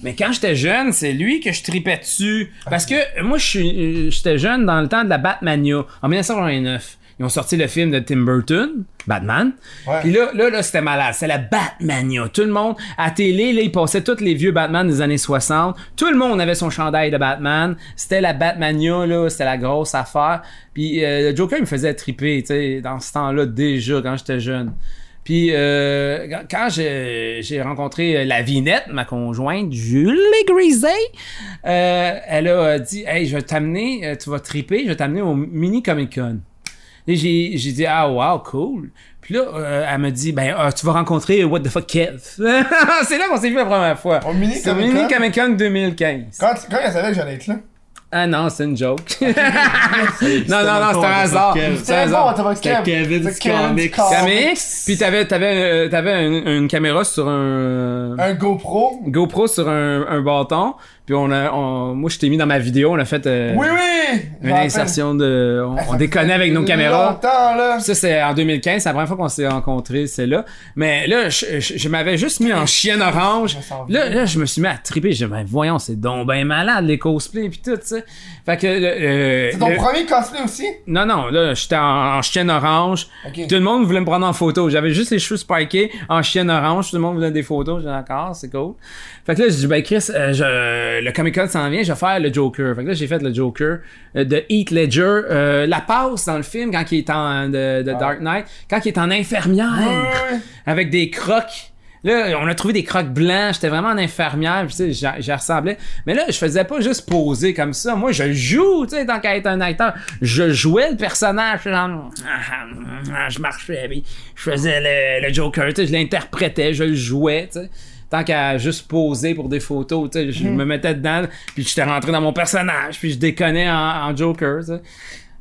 D: Mais quand j'étais jeune, c'est lui que je tripais dessus. Parce que euh, moi, je suis- euh, j'étais jeune dans le temps de la Batmania, en 1989. Ils ont sorti le film de Tim Burton, Batman.
A: Ouais.
D: Puis là, là, là, c'était malade. C'est la Batmania. Tout le monde, à télé, là, ils passaient tous les vieux Batman des années 60. Tout le monde avait son chandail de Batman. C'était la Batmania, là. C'était la grosse affaire. Puis euh, le Joker, il me faisait triper, tu sais, dans ce temps-là, déjà, quand j'étais jeune. Puis euh, quand- quand j'ai j'ai rencontré euh, la Vinette, ma conjointe, Julie Grisey, euh, elle a euh, dit « Hey, je vais t'amener, euh, tu vas triper, je vais t'amener au Mini Comic Con. » Et j'ai j'ai dit « Ah, wow, cool. » Puis là, euh, elle me dit « Ben, euh, tu vas rencontrer What the fuck Kev. » C'est là qu'on s'est vu la première fois.
A: Au Mini
D: C'est au
A: Comic Con?
D: Mini Comic Con 2015.
A: Quand, quand elle savait que j'allais être là?
D: Ah non, c'est une joke. non, non, non, c'est un hasard. C'est un
A: C'était bon,
D: hasard.
A: t'as pas
C: C'était Kevin
A: C'est
C: du comics.
A: Comics.
D: Camix, puis t'avais t'avais euh, t'avais une, une caméra sur un,
A: Un GoPro.
D: GoPro sur un, un bâton, puis on a on- moi je t'ai mis dans ma vidéo, on a fait euh,
A: Oui, oui!
D: une insertion de on, on déconnait avec nos caméras.
A: longtemps, là.
D: Ça c'est en 2015, c'est la première fois qu'on s'est rencontrés, c'est là. Mais là je, je- je m'avais juste mis en chienne orange.
A: Je sens
D: Là,
A: bien.
D: là, je me suis mis à triper, j'ai dit, ben voyons, c'est donc ben malade les cosplays puis tout ça. Fait que euh,
A: C'est ton
D: le-
A: premier cosplay aussi?
D: non non, là j'étais en, en chienne orange.
A: Ok.
D: Tout le monde voulait me prendre en photo. J'avais juste les cheveux spikés en chienne orange. Tout le monde voulait des photos. J'ai dit, d'accord, c'est cool. Fait que là, j'ai dit, ben Chris, euh, je- le Comic Con s'en vient, je vais faire le Joker. Fait que là, j'ai fait le Joker euh, de Heath Ledger. Euh, la passe dans le film quand il est en de, de Dark Knight, quand il est en infirmière
A: Oui.
D: avec des crocs. Là, on a trouvé des crocs blancs. J'étais vraiment en infirmière. puis, Tu sais, j'a- j'y ressemblais. Mais là, je faisais pas juste poser comme ça. Moi, je joue, tu sais, tant qu'à être un acteur. Je jouais le personnage. Je, genre, je marchais, puis je faisais le, le Joker, tu sais, je l'interprétais, je le jouais, tu sais. Tant qu'à juste poser pour des photos, tu sais, je me mettais dedans, puis j'étais rentré dans mon personnage, puis je déconnais en, en Joker, tu sais.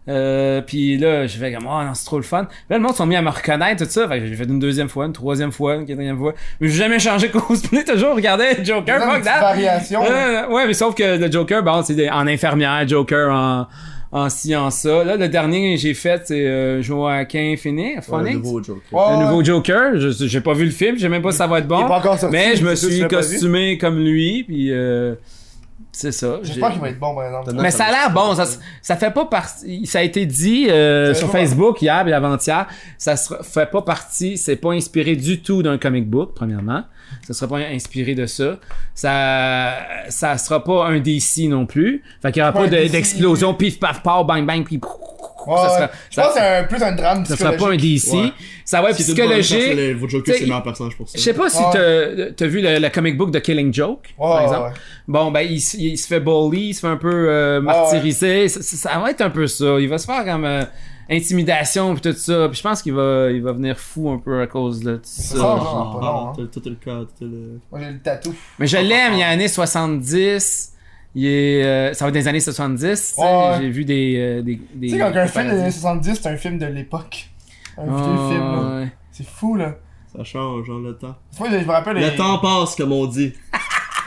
D: Euh, puis là, je fais comme, oh non, c'est trop le fun. Là, le monde sont mis à me reconnaître, tout ça. Fait que j'ai fait une deuxième fois, une troisième fois, une quatrième fois. Mais j'ai jamais changé de cosplay, toujours regardé Joker,
A: Faisant une
D: fuck
A: petite
D: that.
A: variation.
D: Euh, ouais, mais sauf que le Joker, bon, c'est des- en infirmière, Joker en, en ci, en ça. Là, le dernier que j'ai fait, c'est euh, Joaquin Phoenix.
C: Le
D: Phoenix?
C: nouveau Joker.
A: Ouais,
D: le
A: ouais.
D: nouveau Joker. Je- J'ai pas vu le film, je sais même pas si ça va être bon.
A: Il est pas encore sorti,
D: mais je me
A: c'est sûr que tu
D: suis
A: l'as pas vu.
D: costumé comme lui, puis euh, c'est ça. j'ai-
A: J'espère qu'il va être bon, par exemple.
C: T'as
D: mais ça a l'air bon, ça, s- ça fait pas partie. Ça a été dit euh,
A: Ça
D: sur
A: fait pas-
D: Facebook hier et avant-hier. Ça se fait pas partie. C'est pas inspiré du tout d'un comic book, premièrement. Ça sera pas inspiré de ça. Ça, ça sera pas un DC non plus. Fait qu'il y aura
A: Pas
D: pas
A: un
D: de-
A: DC.
D: d'explosion, pif, paf, paf, bang, bang, puis.
A: Ouais,
D: ça sera,
A: ouais. Je
D: ça-
A: pense que c'est un- plus un drame
D: ça sera
A: psychologique.
D: pas un DC.
C: Ouais.
D: Ça va être
C: Si t'as une bonne chance,
D: psychologique.
C: le- votre Joker,
D: T'sais,
C: c'est le meilleur personnage pour ça.
D: Je sais pas si
A: Ouais.
D: t'as t'as vu le, le comic book de Killing Joke,
A: Ouais,
D: par
A: ouais,
D: exemple.
A: ouais.
D: Bon, ben, il, s- il se fait bully, il se fait un peu
A: Ah
D: euh, martyriser. Ça, ça- ça va être un peu ça. Il va se faire comme euh, intimidation puis tout ça. Puis je pense qu'il va, il va venir fou un peu à cause de tout
A: Ça,
D: ça.
A: genre, pas long, hein.
D: ah,
C: t'as tout le cas, t'as le.
A: Moi, j'ai le tatou.
D: Mais je l'aime, il y a années 70. Il est, euh, ça va être des années 70. tu sais.
A: Ouais, ouais.
D: J'ai vu des. euh, des, des
A: Tu sais, quand un film des
D: comparatifs.
A: années 70, c'est un film de l'époque. Un vieux
D: Ah,
A: film, là.
D: ouais.
A: C'est fou, là.
C: Ça change, genre, le temps.
A: Moi, je me rappelle. les-
C: Le temps passe, comme on dit.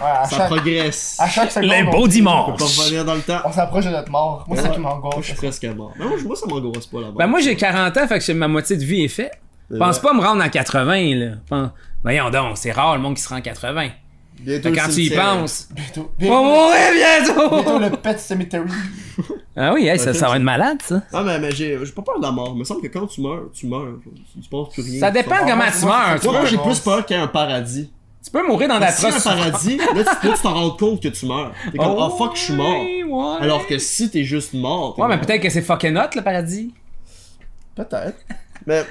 A: Ouais, à
C: Ça
A: chaque,
C: progresse.
A: à chaque seconde.
D: Les
A: on-
D: beaux
C: On peut
D: dimanches.
C: revenir dans le temps.
A: On s'approche de notre mort. Moi, c'est ça qui
C: Moi,
D: Oh,
A: m'angoisse.
C: je suis presque mort. Mais moi, je- moi, ça m'angoisse pas, là-bas.
D: Ben, moi, j'ai 40 ans, fait que ma moitié de vie est faite. Pense pas me rendre à 80, là. Pense- Voyons donc, c'est rare le monde qui se rend à 80.
C: Bientôt,
D: Fait que quand
C: le
D: tu y
C: cimetière.
D: penses,
A: Bientôt.
D: on va
A: Bientôt,
D: mourir bientôt!
A: bientôt le Pet Cemetery.
D: Ah oui, hey, ça,
C: Un
D: ça va être malade, ça.
C: Ah, mais, mais j'ai j'ai pas peur de la mort. Il me semble que quand tu meurs, tu meurs. Tu, tu penses plus rien.
D: Ça
C: Tu
D: dépend
C: sors.
A: moi,
D: comment
A: moi,
D: tu
A: c'est-
D: meurs. Tu
C: Moi,
D: peux,
C: moi, j'ai
A: Ouais,
C: plus
A: ouais.
C: peur qu'il y ait un paradis.
D: tu peux mourir dans la
C: Si un
D: trosse.
C: paradis, là, tu là, tu t'en rends compte que tu meurs. T'es comme, oh, fuck, je suis mort. Alors que si t'es juste mort. t'es
D: Ouais, mais
C: mort.
D: peut-être que c'est fucking hot, le paradis.
C: Peut-être. Mais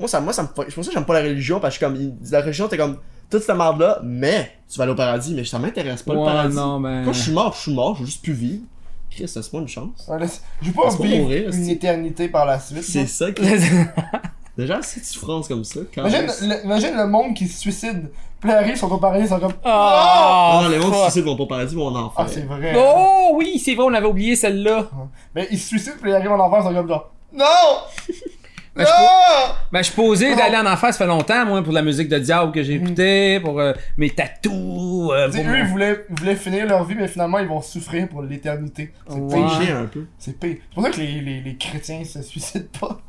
C: moi, ça, moi, ça me. fa- C'est pour ça que j'aime pas la religion, parce que je suis comme. il- La religion, t'es comme. Toute cette merde-là, mais tu vas aller au paradis, mais ça m'intéresse pas le
D: Ouais,
C: paradis.
D: non, ben-
C: Quand je suis mort, je suis mort, je veux juste plus vivre. Chris, ça se pas une chance.
A: Ouais, là, c'est- Je
D: Ah,
A: veux pas
C: C'est pas
A: vivre
C: mourir,
A: une
C: c'est-
A: éternité par la suite.
C: C'est
A: là.
C: ça qui. Déjà, si tu frances comme ça, quand même.
A: Imagine le, imagine le monde qui se suicide. Puis là, ils arrivent, ils sont au paradis, ils sont comme.
D: Oh,
C: Ah, les gens qui se
D: fuck.
C: suicident vont pas au paradis, vont en enfer.
A: Ah, c'est vrai. hein.
D: Oh oui, c'est vrai, on avait oublié celle-là.
A: Mais ils se suicident, puis là, ils arrivent en enfer, ils sont comme genre. Non!
D: Ben, je
A: non!
D: Ben, je suis posé d'aller en enfer, ça fait longtemps, moi, pour la musique de diable que
C: Mm.
D: j'écoutais, pour euh, mes tatous. euh,
A: Tu sais,
D: pour
A: eux,
D: mon-
A: ils voulaient, ils voulaient finir leur vie, mais finalement, ils vont souffrir pour l'éternité. C'est
D: Ouais.
A: pire.
C: J'ai un peu.
A: C'est pire. C'est pour ça que les, les, les chrétiens se suicident pas.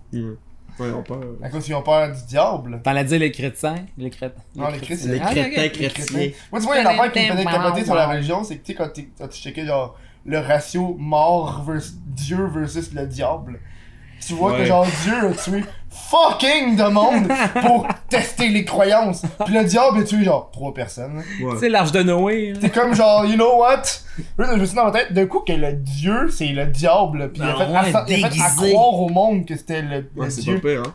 C: Ouais, euh, on parle.
A: À cause qu'ils ont peur du diable.
D: T'en as dit les crétins? Les crétins.
A: Non, les chrétiens.
C: Les
D: Ah, ok,
C: crétins
D: les
C: chrétiens.
A: Moi, tu vois, il y a une affaire qui me faisait capoter sur la religion, c'est que, tu sais, quand t'es- quand tu checkais, genre, le ratio mort versus Dieu versus le diable, tu vois que,
C: Ouais.
A: genre, Dieu a tué fucking de monde pour tester les croyances. Puis le diable a tué, genre, trois personnes.
D: Tu
C: Ouais.
D: sais, l'arche de Noé. là.
A: C'est comme, genre, you know what? Là, je me suis dit dans ma tête, d'un coup, que le Dieu, c'est le diable. Puis il a
D: Ben
A: fait,
D: ouais,
A: à, il a fait à
D: déguisé.
A: croire au monde que c'était le, le
C: Ouais, c'est
A: Dieu.
C: pas pire, hein.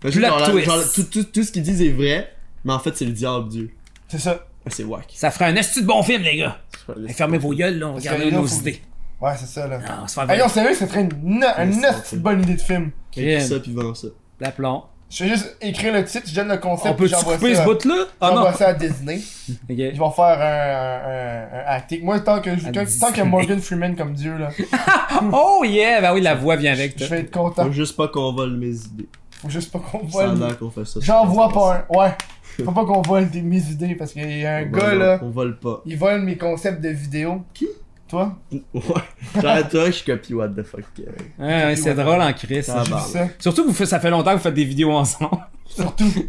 D: Plot
C: Genre, la-
D: twist.
C: genre, tout, tout, tout ce qu'ils disent est vrai, mais en fait, c'est le diable, Dieu.
A: C'est ça.
C: Ah, C'est whack.
D: Ça ferait un astuce de bon film, les gars.
C: Ouais,
D: Hey, Fermez vos gueules, là, on
A: Parce
D: regarde
A: que là,
D: nos
A: faut-
D: idées.
A: Ouais, c'est ça, là.
D: Ah, on se fait
A: Hey,
D: avec
A: non, sérieux, ce serait une, une,
C: c'est un
A: hostie de
C: film.
A: bonne idée de film.
C: Crée ça, puis vends ça.
D: l'aplomb.
A: Je vais juste écrire le titre, je donne le concept.
D: On peut-tu
A: j'envoie
D: couper
A: ça-
D: ce bout-là? Ah non.
A: J'envoie ça à Disney. Ils
D: Ok.
A: vont faire un, un, un, un acting. Moi, tant que, je-
D: À
A: tant-
D: Disney.
A: tant que Morgan Freeman comme Dieu, là,
D: Oh yeah, ben oui, la voix vient avec.
A: je
D: toi.
A: vais être
C: Faut
A: content.
C: juste pas qu'on vole mes idées.
A: Faut juste pas qu'on
C: Ça a
A: vole.
C: l'air qu'on fait ça.
A: J'en vois
C: un.
A: pas un. Ouais. Faut pas qu'on vole des, mes idées parce qu'il y a un gars, là,
C: On vole pas.
A: il vole mes concepts de vidéos.
C: Qui?
A: Toi?
C: Ouais. Genre, toi, je copie what the fuck. euh,
D: Ouais, ouais, Ah, c'est drôle en Chris.
C: Ah,
A: J'ai
C: bah,
A: vu ça.
D: Surtout que vous faites- ça fait longtemps que vous faites des vidéos ensemble.
A: Surtout. Tu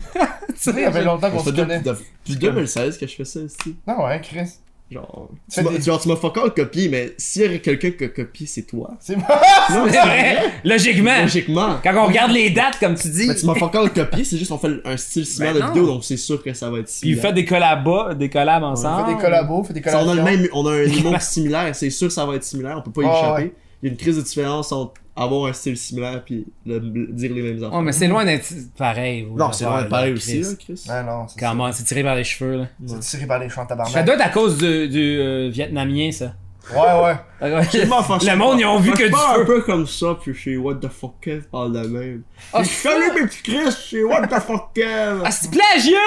A: sais, il y avait longtemps qu'on
C: Ça
A: se
C: fait
A: connaît.
C: depuis- depuis 2016 que je fais ça, aussi.
A: Non, ouais, Chris.
C: Genre,
A: Tu fais
C: tu m'as-
A: des-
C: genre, tu m'as fuck all copié, mais s'il y a quelqu'un qui a copié, c'est toi.
A: C'est moi.
C: Non,
D: C'est vrai, Logiquement.
C: Logiquement.
D: Quand on regarde les dates, comme tu dis,
C: Mais Bah, tu m'as fuck all copié, c'est juste on fait un style similaire
D: Ben
C: de
D: non.
C: vidéo, donc c'est sûr que ça va être
D: puis vous
C: similaire.
D: faites des collabs, des collabs ensemble.
A: Fais des collabos, fais des
C: Si on a le
A: collaborations.
C: même, on a un humour similaire, c'est sûr que ça va être similaire, on peut pas y
A: Ah,
C: échapper. Il y a une crise de différence entre avoir un style similaire puis le- le- dire les mêmes affaires.
D: Oh, mais c'est loin d'être pareil. vous,
C: Non, c'est
D: l'affaire,
C: vrai, pareil
D: là,
C: aussi, hein.
D: Chris.
C: là, Chris.
A: Ah non, c'est ça.
D: Comment, c'est tiré par les cheveux, là.
A: C'est tiré par les chants tabarnak.
D: Ça doit être à cause du, du, euh, vietnamien, ça.
A: Ouais, ouais.
C: Je m'en fâche
D: Le monde,
C: pas.
D: ils ont vu que
C: Fâche
D: du
C: pas un
D: feu.
C: peu comme ça, puis chez What the fuck Kev parle de même.
D: Ah,
C: Puis
D: c'est
C: salut mes petits Chris, chez What the fuck Kev!
D: Ah, c'est plagiat!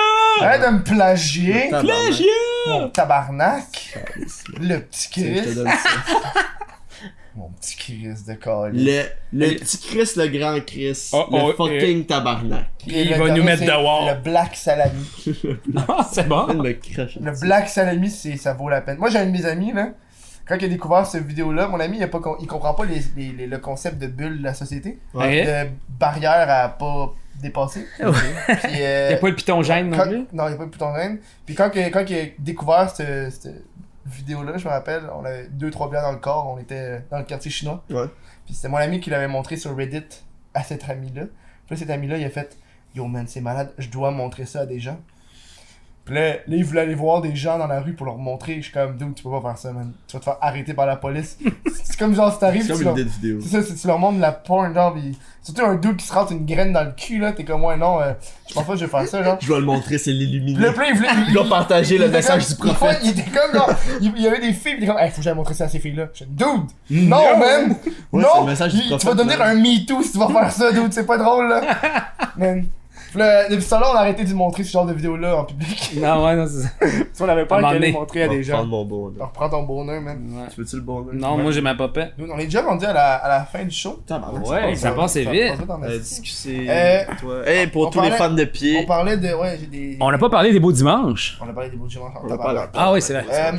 A: Arrête de me plagier.
D: Plagiat!
A: Mon tabarnak.
C: Tabarnak.
A: Le petit
C: Tiens, je te
A: Chris.
C: donne ça.
A: Mon petit Chris de colis.
C: Le, le petit Chris, le grand Chris,
D: Oh, oh,
C: le fucking tabarnak.
D: Il va nous mettre dehors.
A: Le Black Salami.
D: Ah, c'est
C: Il
D: bon.
C: me crache.
A: Le Black Salami, c'est, ça vaut la peine. Moi, j'ai un de mes amis, là. Quand il a découvert cette vidéo-là, mon ami, il, a pas con- il comprend pas les, les- les- le concept de bulle de la société.
D: Ouais.
A: De barrière à pas dépasser.
D: Ouais.
A: Puis, euh,
D: Il a pas le piton gêne non
A: quand-
D: plus.
A: Non, il n'y a pas eu Pluton Reine. Puis quand, que- quand il a découvert cette, cette vidéo-là, je me rappelle, on avait deux, trois bières dans le corps, on était dans le quartier chinois.
C: Ouais.
A: Puis c'était mon ami qui l'avait montré sur Reddit à cet ami-là. Puis là, cet ami-là, il a fait Yo man, c'est malade, je dois montrer ça à des gens. Puis là, là, il voulait aller voir des gens dans la rue pour leur montrer. Je suis comme, dude, tu peux pas faire ça, man. Tu vas te faire arrêter par la police. c'est comme genre, si t'arrives,
C: C'est
A: tu
C: comme
A: leur-
C: une idée de vidéo.
A: c'est ça, si tu leur montres de la porn, genre, pis surtout un dude qui se rentre une graine dans le cul, là, t'es comme, ouais, non, euh, je pense pas que je vais faire ça, genre.
C: Je vais le montrer, c'est l'illuminé.
A: Le play, il voulait.
C: Ils ont partagé le
A: il était
C: message
A: comme-
C: du prophète.
A: Il était comme, genre, il il y avait des filles, pis il était comme, hey, faut que j'aille montrer ça à ces filles-là. Je dis, dude, non, man!
C: Mm. Ouais, c'est
A: non!
C: le message du
A: il- tu vas
C: prophète,
A: devenir
C: man.
A: un Me Too si tu vas faire ça, dude, c'est pas drôle, là. man. Pis là, depuis ça, là, on a arrêté de montrer ce genre de vidéo-là en public.
D: Non, ouais, non, c'est ça.
A: Tu on avait
D: À un
A: peur
D: moment
A: qu'elle les
D: donné.
A: montrer à des
C: Je vais
A: gens.
C: prendre mon bonheur.
A: Reprends ton bonheur, man.
D: Ouais.
C: Tu veux-tu le bonheur?
D: Ah. Non, moi j'ai ma popette.
A: Dude, on est déjà rendu à la, à la fin du show.
C: Tabarnak,
D: Ouais,
C: c'est
D: ça
C: pas
D: passe vite.
A: passe vite en
C: Euh,
A: esti.
C: discuter.
A: Euh,
C: toi. Hey, pour
A: on
C: tous les
A: parlait-
C: fans de pied.
A: On parlait de. Ouais, j'ai des.
D: On n'a pas parlé des beaux dimanches.
A: On a parlé des beaux dimanches.
C: On a parlé.
D: Ah oui, c'est vrai.
A: Euh,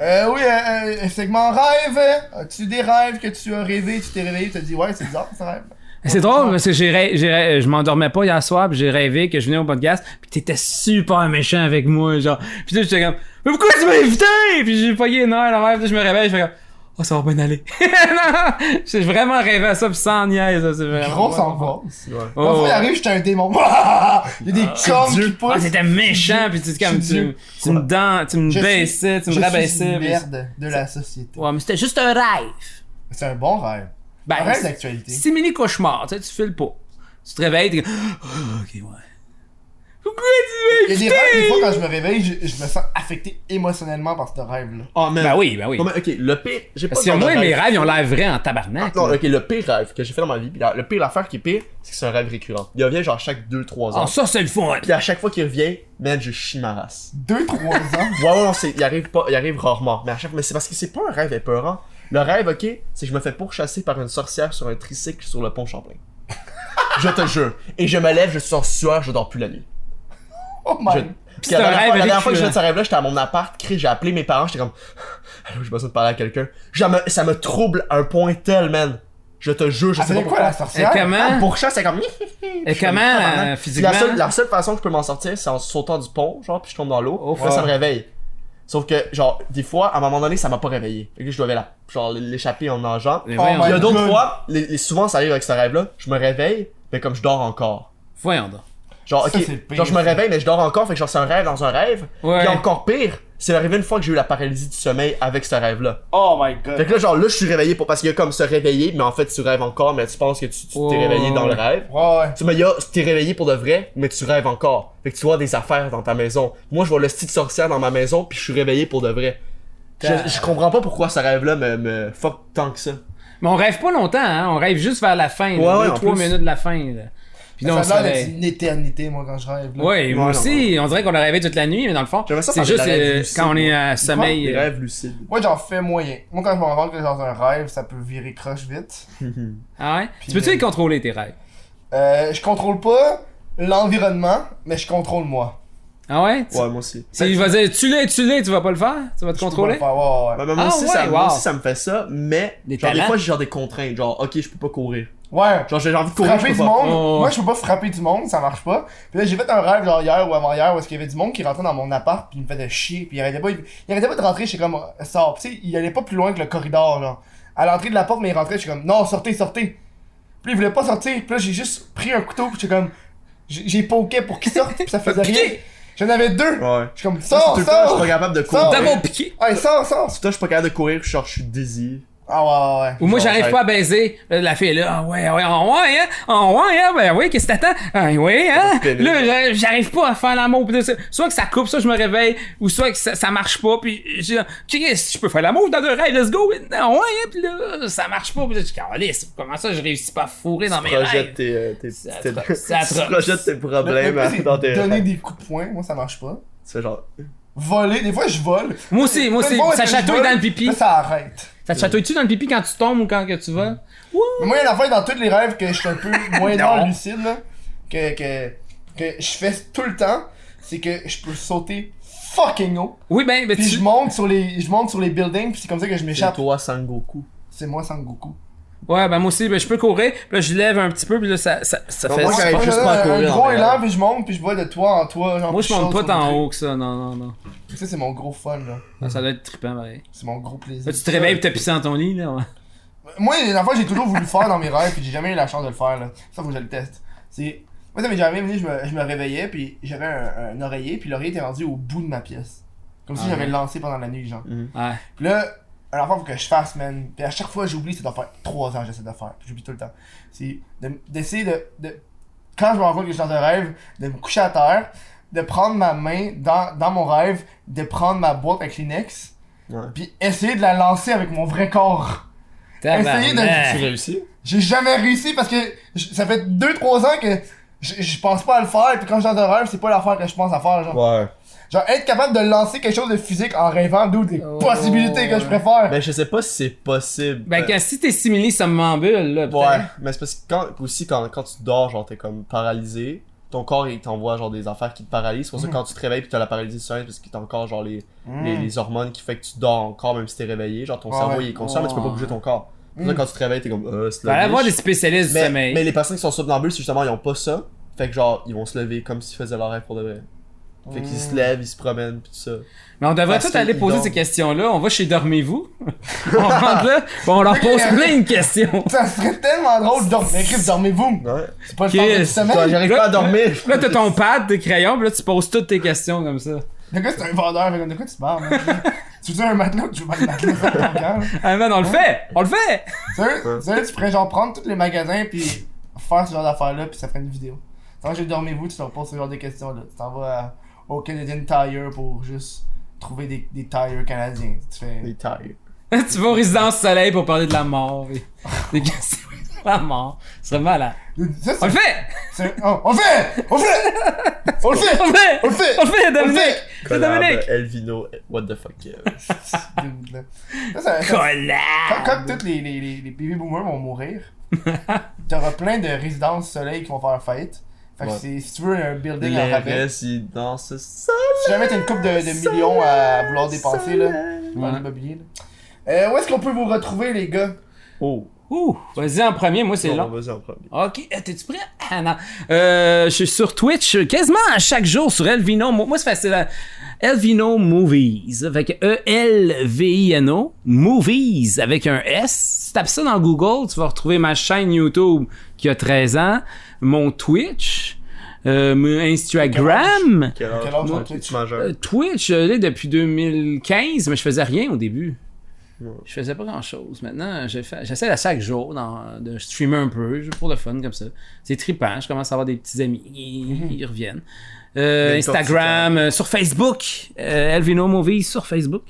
A: euh, oui, euh, euh, segment rêve. As-tu des rêves que tu as rêvé, tu t'es réveillé, tu t'es dit ouais, c'est bizarre ce rêve.
D: C'est drôle parce que j'ai, rê- j'ai rê- je m'endormais pas hier soir, puis j'ai rêvé que je venais au podcast, puis t'étais super méchant avec moi, genre. Puis là, j'étais comme, mais pourquoi tu m'as invité? Puis j'ai pogné une heure dans le rêve, puis je me réveille, je fais comme, oh, ça va bien aller. non, j'ai vraiment rêvé à ça, puis sans niaise, ça, c'est vraiment.
A: Grosse angoisse.
C: Ouais.
D: Oh,
A: Quand il
D: ouais.
A: arrive, j'étais un démon. Il y a des cornes qui poussent.
D: Ah, t'étais méchant, puis tu,
A: Je
D: comme,
A: suis
D: tu,
A: Dieu.
D: tu me dents, tu me
A: Je suis-
D: baissais,
A: Je
D: tu me
A: suis
D: rabaissais.
A: une
D: puis-
A: merde de la société.
D: Ouais, mais c'était juste un rêve.
A: C'est un bon rêve.
D: Ben,
A: Un rêve
D: c'est-
A: d'actualité.
D: C'est mini cauchemar, tu sais, tu files pas. Tu te réveilles, t'es comme, Ah, ok, ouais. Pourquoi tu m'as
A: Il y a des
D: invité?
A: rêves, des fois, quand je me réveille, je, je me sens affecté émotionnellement par ce rêve-là.
C: Oh, man.
D: Ben oui, ben oui.
C: Non, mais ok, le pire. J'ai pas
D: Parce que
C: le genre
D: moi,
C: de
D: mes
C: rêve.
D: rêves, ils ont l'air vrais en
A: Ah,
D: tabarnak.
C: Non,
D: là.
C: ok, le pire rêve que j'ai fait dans ma vie, pis la- le pire affaire qui est pire, c'est que c'est un rêve récurrent. Il revient genre chaque 2-3 ans.
D: Ah, ça, c'est le fun.
C: Puis à chaque fois qu'il revient, man, je chie ma race.
A: Deux, trois ans.
C: Ouais, ouais, non, c'est- il arrive pas, il arrive rarement. Mais à chaque mais c'est parce que c'est pas un rêve épeurant. Le rêve, ok, c'est que je me fais pourchasser par une sorcière sur un tricycle sur le pont Champlain. je te jure. Et je me lève, je suis en sueur, je dors plus la nuit.
A: Oh my.
C: Puis
D: C'est
C: la
D: un
C: dernière,
D: rêve
C: fois, la dernière
D: récurrent.
C: fois que j'ai fait ce rêve-là, j'étais à mon appart, cri, j'ai appelé mes parents, j'étais comme, allô, j'ai besoin de parler à quelqu'un. Ça me, ça me trouble à un point tel, man. Je te jure, je
A: Ah,
C: sais pas
A: c'est quoi
C: pourquoi.
A: la
D: Et
A: sorcière?
D: comment?
C: Ah, Pour chat, c'est comme.
D: Et
C: Je suis comme,
D: Hein? comment,
C: tabarnak.
D: euh,
C: Puis
D: physiquement?
C: La seule, la seule façon que je peux m'en sortir, c'est en sautant du pont, genre, puis je tombe dans l'eau.
D: Oh,
C: Puis là, ça
A: ouais.
C: me réveille. Sauf que, genre, des fois, à un moment donné, ça m'a pas réveillé. Fait que je devais la, genre, l'échapper en nageant.
D: Mais
A: Oh
D: Ben voyons
A: my
C: Il y a
D: donc.
C: d'autres
A: God.
C: fois, les, les- souvent ça arrive avec ce rêve-là, je me réveille, mais comme je dors encore.
D: Voyons donc.
C: Genre,
A: Ça,
C: ok,
A: c'est le pire,
C: genre je me
A: ça.
C: réveille, mais je dors encore, fait que genre c'est un rêve dans un rêve.
D: Ouais.
C: Puis encore pire, c'est arrivé une fois que j'ai eu la paralysie du sommeil avec ce rêve-là.
A: Oh my
C: Fait
A: god.
C: que là, genre là, je suis réveillé pour, parce qu'il y a comme se réveiller, mais en fait, tu rêves encore, mais tu penses que tu, tu
D: Oh.
C: t'es réveillé dans le rêve.
A: Ouais, ouais.
C: Tu me dis, Ah, t'es réveillé pour de vrai, mais tu rêves encore. Fait que tu vois des affaires dans ta maison. Moi, je vois le style de sorcière dans ma maison, puis je suis réveillé pour de vrai. Je, je comprends pas pourquoi ce rêve-là me, me fuck tant que ça.
D: Mais on rêve pas longtemps, hein. On rêve juste vers la fin.
C: Ouais, ouais,
D: là,
C: en
D: deux, trois
C: plus.
D: minutes de la fin, là. Puis là, on se
A: ça a l'air d'être
D: réveille.
A: une éternité, moi, quand je rêve. là.
D: Ouais, moi
C: Ouais,
D: aussi, on dirait qu'on a rêvé toute la nuit, mais dans le fond,
C: J'aimerais ça
D: c'est
C: parler
D: juste
C: de la rêve
D: euh,
C: lucide,
D: quand on est à
C: Des
D: sommeil. euh,
C: rêves lucides.
A: Moi, j'en fais moyen. Moi, quand je me rends compte que j'ai dans un rêve, ça peut virer croche vite.
D: Ah ouais? Tu peux-tu
A: euh,
D: les contrôler, tes rêves?
A: Euh, je contrôle pas l'environnement, mais je contrôle moi.
D: Ah ouais? Tu-
C: Ouais, moi aussi.
D: Si il va dire tu l'es, tu l'es, tu vas pas le faire? Tu vas te
A: Je
D: contrôler?
A: peux pas le faire, ouais, ouais,
C: Bah, bah, moi,
D: Ah
C: aussi,
D: ouais,
C: ça, moi
D: wow.
C: aussi, ça me fait ça, mais
D: Des
C: genre, des
D: talents.
C: fois, j'ai genre des contraintes. Genre, ok, je peux pas courir.
A: ouais. Ouais.
C: Genre, j'ai envie de courir.
A: Frapper
C: Je
A: du
C: peux pas.
A: monde.
D: Oh.
A: Moi, je peux pas frapper du monde, ça marche pas. Puis là, j'ai fait un rêve, genre, hier ou avant-hier, où est-ce qu'il y avait du monde qui rentrait dans mon appart, puis il me faisait chier, puis il arrêtait pas, il, il arrêtait pas de rentrer, j'étais comme, sort. Puis, tu sais, il allait pas plus loin que le corridor, genre. À l'entrée de la porte, mais il rentrait, j'étais comme, non, sortez, sortez. Puis il voulait pas sortir, puis là, j'ai juste pris un couteau, puis j'étais comme, j'ai j'ai poké pour qu'il sorte, puis ça faisait rien. J'en avais deux.
C: Ouais.
A: J'étais comme,
C: Ça, c'est
A: sors,
C: tout le temps, je suis
A: sors!
C: pas capable de
A: Sors.
C: courir.
D: T'as
A: Ouais.
C: Tout
D: mon piqué!
A: Ouais, sors, sors!
C: le temps, je suis pas capable de courir, genre, je suis désir.
A: Ah ouais, ouais, ouais.
D: Ou moi,
C: Genre,
D: j'arrive
C: ça-
D: pas à baiser. Là, La fille est là, ah ouais, ah ouais, ah ouais, hein, ah ouais, hein, ben oui, qu'est-ce que t'attends? Ah ouais, hein.
C: C'est pénible.
D: Là, j'a- j'arrive pas à faire l'amour. Puis là, c'est- Soit que ça coupe, soit je me réveille, ou soit que ça, ça marche pas, puis j'ai Chris, je peux faire l'amour dans deux rêves, let's go. Ah ouais, hein, puis là, ça marche pas. Puis là, je dis, Calisse, comment ça, je réussis pas à fourrer dans mes
C: Projette
D: rêves?
C: tes, euh, tes,
D: C'est
C: tes-
D: atroce, c'est
C: tu
D: atroce.
C: projettes tes problèmes
A: Le- le-
C: euh, dans tes
A: Donner
C: rêves.
A: des coups de poing, moi, ça marche pas.
C: Tu fais genre.
A: Voler, des fois, je vole.
D: Moi aussi, moi aussi.
A: Une fois,
D: Ça
A: est-ce que je
D: chatouille
A: vole?
D: dans le pipi.
A: Là, ça Mm. arrête.
D: Ça te chatouille-tu dans le pipi quand tu tombes ou quand que tu vas?
A: Mais moi, il y a une affaire dans tous les rêves que je suis un peu moins dans lucide, là, que, que, que je fais tout le temps, c'est que je peux sauter fucking haut.
D: Oui, ben, ben
A: Puis
D: tu.
A: je monte sur les, je monte sur les buildings, puis c'est comme ça que je
C: C'est
A: m'échappe.
C: toi, Sangoku.
A: C'est moi, Sangoku.
D: Ouais, ben moi aussi, ben je peux courir. Puis là, je lève un petit peu, puis là, ça, ça, ça
C: Non,
D: fait.
C: moi,
A: Moi,
C: j'arrive juste pas à
A: un
C: courir, en
A: gros
C: vrai.
A: élan, puis je monte, puis je vois de toi en toi. Genre,
D: Moi,
A: puis
D: je
A: saute
D: monte pas
A: sur le
D: tant
A: truc.
D: haut que ça, non, non, non.
A: Ça, c'est mon gros fun, là.
D: Ah, Ça doit être trippant, pareil.
A: C'est mon gros plaisir.
D: Là, tu te réveilles pis t'as pissé dans ton lit, là. ouais.
A: Moi, il y a une affaire que j'ai toujours voulu faire dans mes rêves, puis j'ai jamais eu la chance de le faire, là. Ça, faut que je le teste. C'est. Moi, ça m'est déjà arrivé, mais je me, je me réveillais, puis j'avais un, un oreiller, puis l'oreiller était rendu au bout de ma pièce. Comme si
D: Ah,
A: j'avais
D: ouais. Mm.
A: lancé pendant la nuit, genre.
D: Ouais.
A: Puis là, un enfant, faut que je fasse, man. Puis à chaque fois, j'oublie cette affaire. Trois ans, j'essaie de le faire. Puis j'oublie tout le temps. C'est de- d'essayer de, de- Quand je me rends compte que je suis dans un rêve, de me coucher à terre, de prendre ma main dans, dans mon rêve, de prendre ma boîte à Kleenex,
C: Ouais.
A: puis essayer de la lancer avec mon vrai corps. Essayez de-
D: Tabarnak.
C: Tu réussis?
A: J'ai jamais réussi parce que j- ça fait 2-3 ans que j- je pense pas à le faire. Puis quand je suis dans un rêve, c'est pas l'affaire que je pense à faire. Genre.
C: Ouais.
A: genre, être capable de lancer quelque chose de physique en rêvant, d'où des
D: Oh,
A: possibilités que je
D: ouais.
A: préfère.
C: Mais Ben, je sais pas si c'est possible.
D: Ben, quand, si t'es simili somnambule, là,
C: Ouais,
D: peut-être.
C: mais c'est parce que quand, aussi quand, quand tu dors, genre t'es comme paralysé, ton corps il t'envoie genre des affaires qui te paralysent. C'est pour ça que quand tu te réveilles pis t'as la paralysie du sommeil, parce que t'as encore genre les,
A: Hmm.
C: les, les hormones qui fait que tu dors encore même si t'es réveillé. Genre ton
A: Mhm. Ouais,
C: cerveau
A: ouais.
C: il est conscient, mais tu peux pas
D: Ouais.
C: bouger ton corps. C'est pour ça que quand tu te réveilles, t'es comme euh, c'est
D: Fallait
C: la
D: Ben, avoir des
C: niche.
D: spécialistes du
C: mais,
D: sommeil.
C: mais les personnes qui sont somnambules, c'est justement ils ont pas ça. Fait que genre ils vont se lever comme s'ils faisaient leur rêve pour de vrai. Fait qu'ils se lèvent, ils se promènent pis tout ça.
D: Mais on devrait
C: Parce
D: tout aller
C: qu'ils
D: poser
C: dorment.
D: ces questions-là. On va chez Dormez-vous. on rentre là, pis on leur pose plein de questions.
A: Ça serait tellement drôle de dormir. Mais Chris, dormez-vous.
C: Ouais.
A: C'est pas le temps du
D: Chris,
C: Toi,
A: sommeil.
C: J'arrive pas à dormir.
D: Là, t'as ton pad de crayon, pis là, tu poses toutes tes questions comme ça.
A: De quoi c'est un vendeur? De quoi tu parles? man? tu veux un matelas ou tu veux pas de matelas? ça prend quand, là?
D: Ah, man, on le fait! On le fait!
A: Sérieux, sérieux, tu pourrais genre prendre tous les magasins puis faire ce genre d'affaires là puis ça ferait une vidéo. Tant que j'ai dormi vous, tu te poses ce genre de questions là. Tu t'en vas à- au Canadian Tire pour juste trouver des, des tires canadiens. Tu fais.
C: Les tailles.
D: tu vas au Résidence Soleil pour parler de la mort. et- Des questions de la mort. Ce serait malade.
A: Ça,
D: On
A: c'est-
D: le fait!
A: c'est- oh, on le fait! On le fait! On le fait!
D: On le fait!
A: On le fait!
D: On le fait, Dominique! C'est
C: Collab,
D: Dominique!
C: Elvino, what the fuck. euh,
A: Ça, ça- ça- Comme,
D: Collab!
A: comme tous les, les, les, les baby boomers vont mourir, t'auras plein de résidences soleil qui vont faire faillite. Fait que
C: Ouais.
A: c'est- si tu veux un building en
C: Les
A: rabais,
C: résidences ça.
A: si jamais t'as une coupe de, de millions à vouloir dépenser là, dans
D: Ouais.
A: l'immobilier, là. Euh, où est-ce qu'on peut vous retrouver les gars?
C: Oh,
D: Ouh! Vas-y en premier, moi c'est
C: non,
D: long.
C: vas-y en premier.
D: Ok, euh, t'es-tu prêt? Ah non. Euh, je suis sur Twitch quasiment à chaque jour sur Elvino. Mo- Moi, c'est facile. hein. Elvino Movies. E Fait que E-L-V-I-N-O Movies avec un S. Si tu tapes ça dans Google, tu vas retrouver ma chaîne YouTube qui a 13 ans, mon Twitch, euh, mon Instagram.
C: Quel
A: Quel
C: âge
A: âge
C: toi,
A: ont-ils?
C: t'es-tu majeur?
D: Euh, Twitch, je l'ai depuis 2015, mais je faisais rien au début.
C: Ouais.
D: Je faisais pas grand chose. Maintenant, j'ai fait- j'essaie à chaque jour d'en- de streamer un peu, juste pour le fun comme ça. C'est trippant, je commence à avoir des petits amis
C: Mhm.
D: qui reviennent. Euh,
C: Des
D: Instagram, euh, sur Facebook, euh, Elvino Movies sur Facebook.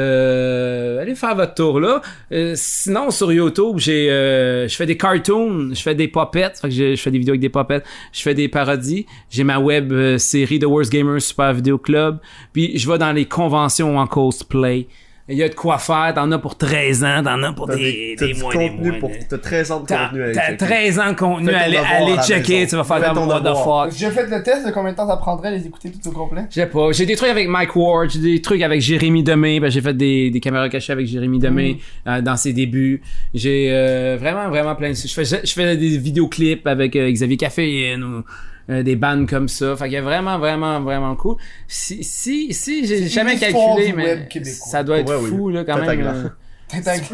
D: Euh, allez faire votre tour là. Euh, sinon sur YouTube, j'ai euh, je fais des cartoons, je fais des popettes, fait que je, je fais des vidéos avec des popettes, je fais des parodies, j'ai ma web euh, série The Worst Gamer Super Video Club, puis je vais dans les conventions en cosplay. Il y a de quoi faire, t'en as pour 13 ans, t'en as pour
C: T'as
D: des,
C: des, t'as
D: des
C: du
D: mois, des
C: contenu
D: mois,
C: pour.
D: des-
C: T'as 13 ans de
D: T'as
C: contenu à
D: t'as
C: checker.
D: 13 ans de contenu,
C: Fais ton
D: allez,
C: devoir
D: allez
C: à la
D: checker,
C: maison.
D: tu vas faire
C: Fais
D: ton
C: ton
D: what the
C: devoir.
D: fuck.
A: J'ai fait le test de combien de temps ça prendrait à les écouter tout au complet.
D: Je sais pas. J'ai des trucs avec Mike Ward, j'ai des trucs avec Jérémy Demé. Ben, j'ai fait des, des caméras cachées avec Jérémy Demé
C: Mm.
D: euh, dans ses débuts. J'ai euh, vraiment, vraiment plein de Je fais, je fais des vidéoclips avec euh, Xavier Café ou euh, des bandes comme ça. Fait qu'il y a vraiment, vraiment, vraiment cool. Si, si, si, j'ai jamais
A: l'histoire
D: calculé,
A: du
D: mais
A: web québécois.
D: ça doit être
C: Ouais, oui.
D: fou, là, quand
C: Tête à
D: même.
C: gland.
D: euh.
A: Tête à gland.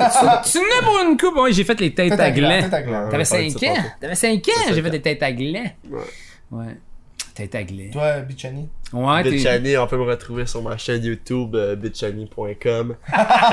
D: Tu n'as pas une coupe. Ouais, j'ai fait les têtes
A: Tête
D: à
A: à gland,
D: gland.
A: tête à gland.
C: Ouais, on
D: T'avais
C: va parler de
D: 5
C: ça
D: ans.
C: tantôt.
D: T'avais 5 ans.
C: cinq
D: J'ai fait
C: ans.
D: des têtes à gland.
C: Ouais.
D: Ouais. Têtes à gland.
A: Toi, Bichani.
D: Ouais,
C: Bitch
D: t'es.
C: Annie, on peut me retrouver sur ma chaîne YouTube, euh, bitchani.com.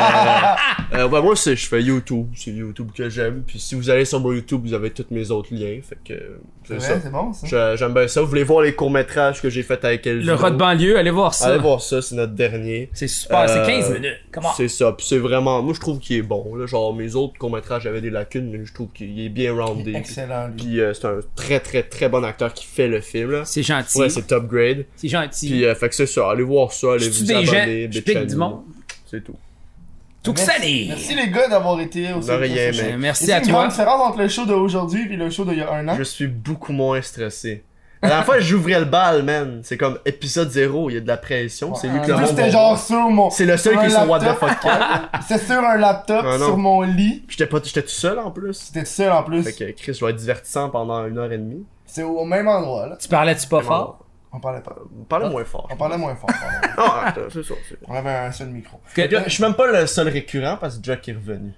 C: euh, euh, ouais, moi, c'est, je fais YouTube, c'est YouTube que j'aime. Puis si vous allez sur mon YouTube, vous avez tous mes autres liens. Fait que euh,
A: C'est
C: c'est ça.
A: vrai, c'est bon ça.
C: Je- j'aime bien ça. Vous voulez voir les courts-métrages que j'ai fait avec elle
D: Le rat de banlieue, allez voir ça.
C: Allez voir ça, c'est notre dernier.
D: C'est super, c'est
C: Euh,
D: 15 minutes. Comment?
C: C'est ça, puis c'est vraiment. Moi, je trouve qu'il est bon. Là. Genre, mes autres courts-métrages avaient des lacunes, mais je trouve qu'il est bien roundé.
A: Excellent lui.
C: Puis euh, c'est un très, très, très bon acteur qui fait le film. Là.
D: C'est gentil.
C: Ouais, c'est top grade.
D: c'est gentil.
C: Puis, euh, fait que c'est ça. Allez voir ça, allez
D: Je
C: vous
D: tue des gens,
C: abonner.
D: je
C: bitch
D: pique
C: Annie.
D: du monde.
C: C'est tout.
D: Tout que ça
A: Merci,
D: les.
A: merci les gars d'avoir été au
C: De rien,
A: service.
C: Eh, mais-
D: Euh,
A: Et
D: Merci
A: C'est
D: à
A: une grande
D: toi.
A: différence entre le show d'aujourd'hui et le show d'il y a un an.
C: Je suis beaucoup moins stressé. À la fois, j'ouvrais le bal, man. C'est comme épisode 0, il y a de la pression. C'est lui que le
A: Lui,
C: monde va
A: c'était genre
C: voir.
A: sur mon.
C: C'est le seul
A: sur
C: qui est
A: un
C: sur What the
A: laptop.
C: fuck. Cat.
A: C'était sur un laptop,
C: Ah non.
A: sur mon lit.
C: J'étais pas, j'étais tout seul en plus.
A: C'était tout seul en plus.
C: Fait que Chris, je vais être divertissant pendant une heure et demie.
A: C'est au même endroit là.
D: Tu parlais-tu pas fort?
A: On parlait pas.
C: Ah. Parle moins fort.
A: On parlait moins fort. pardon.
C: Ah, attends, c'est ça. c'est-
A: On avait un seul micro.
D: Que-
C: Je suis même pas le seul récurrent parce que Jack est revenu.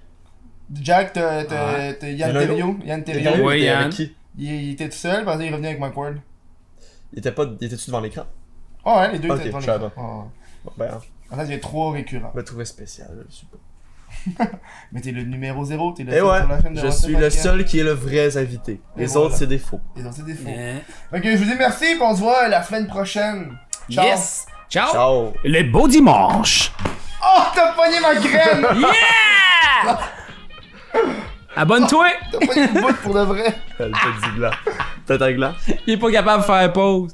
A: Jack, t'as t'as- t'as Yann
C: Il y en a un
A: Terrio. Yann
C: Il était avec-
A: Terrio.
D: Ouais,
C: il était avec
D: Yann.
C: qui?
A: Il, il était tout seul parce qu'il revenait avec Mike Ward.
C: Il était pas, il était-tu devant l'écran?
A: Oh ouais, les deux
C: Ok,
A: étaient devant
C: je
A: les
C: savais.
A: deux. Oh.
C: Bon, ben,
A: En fait, il y a trois récurrents.
C: je me trouvais spécial, je sais pas.
A: Mais t'es le numéro zéro, t'es le
C: Et
A: seul
C: Eh ouais,
A: sur la chaîne de
C: je
A: Rotten
C: suis le
A: Podcast.
C: seul qui est le vrai invité. Les
A: voilà.
C: autres, c'est des faux.
A: Ils ont ses défauts.
D: Euh,
A: Fait que je vous dis merci et on se voit la semaine prochaine. Ciao.
D: Yes! Ciao!
C: Ciao!
D: Les beaux dimanches!
A: Oh, t'as pogné ma graine!
D: Yeah! Abonne-toi!
A: T'as pogné le bout pour de vrai.
C: Elle te dit blanc. Tête à glace.
D: Il est pas capable de faire pause.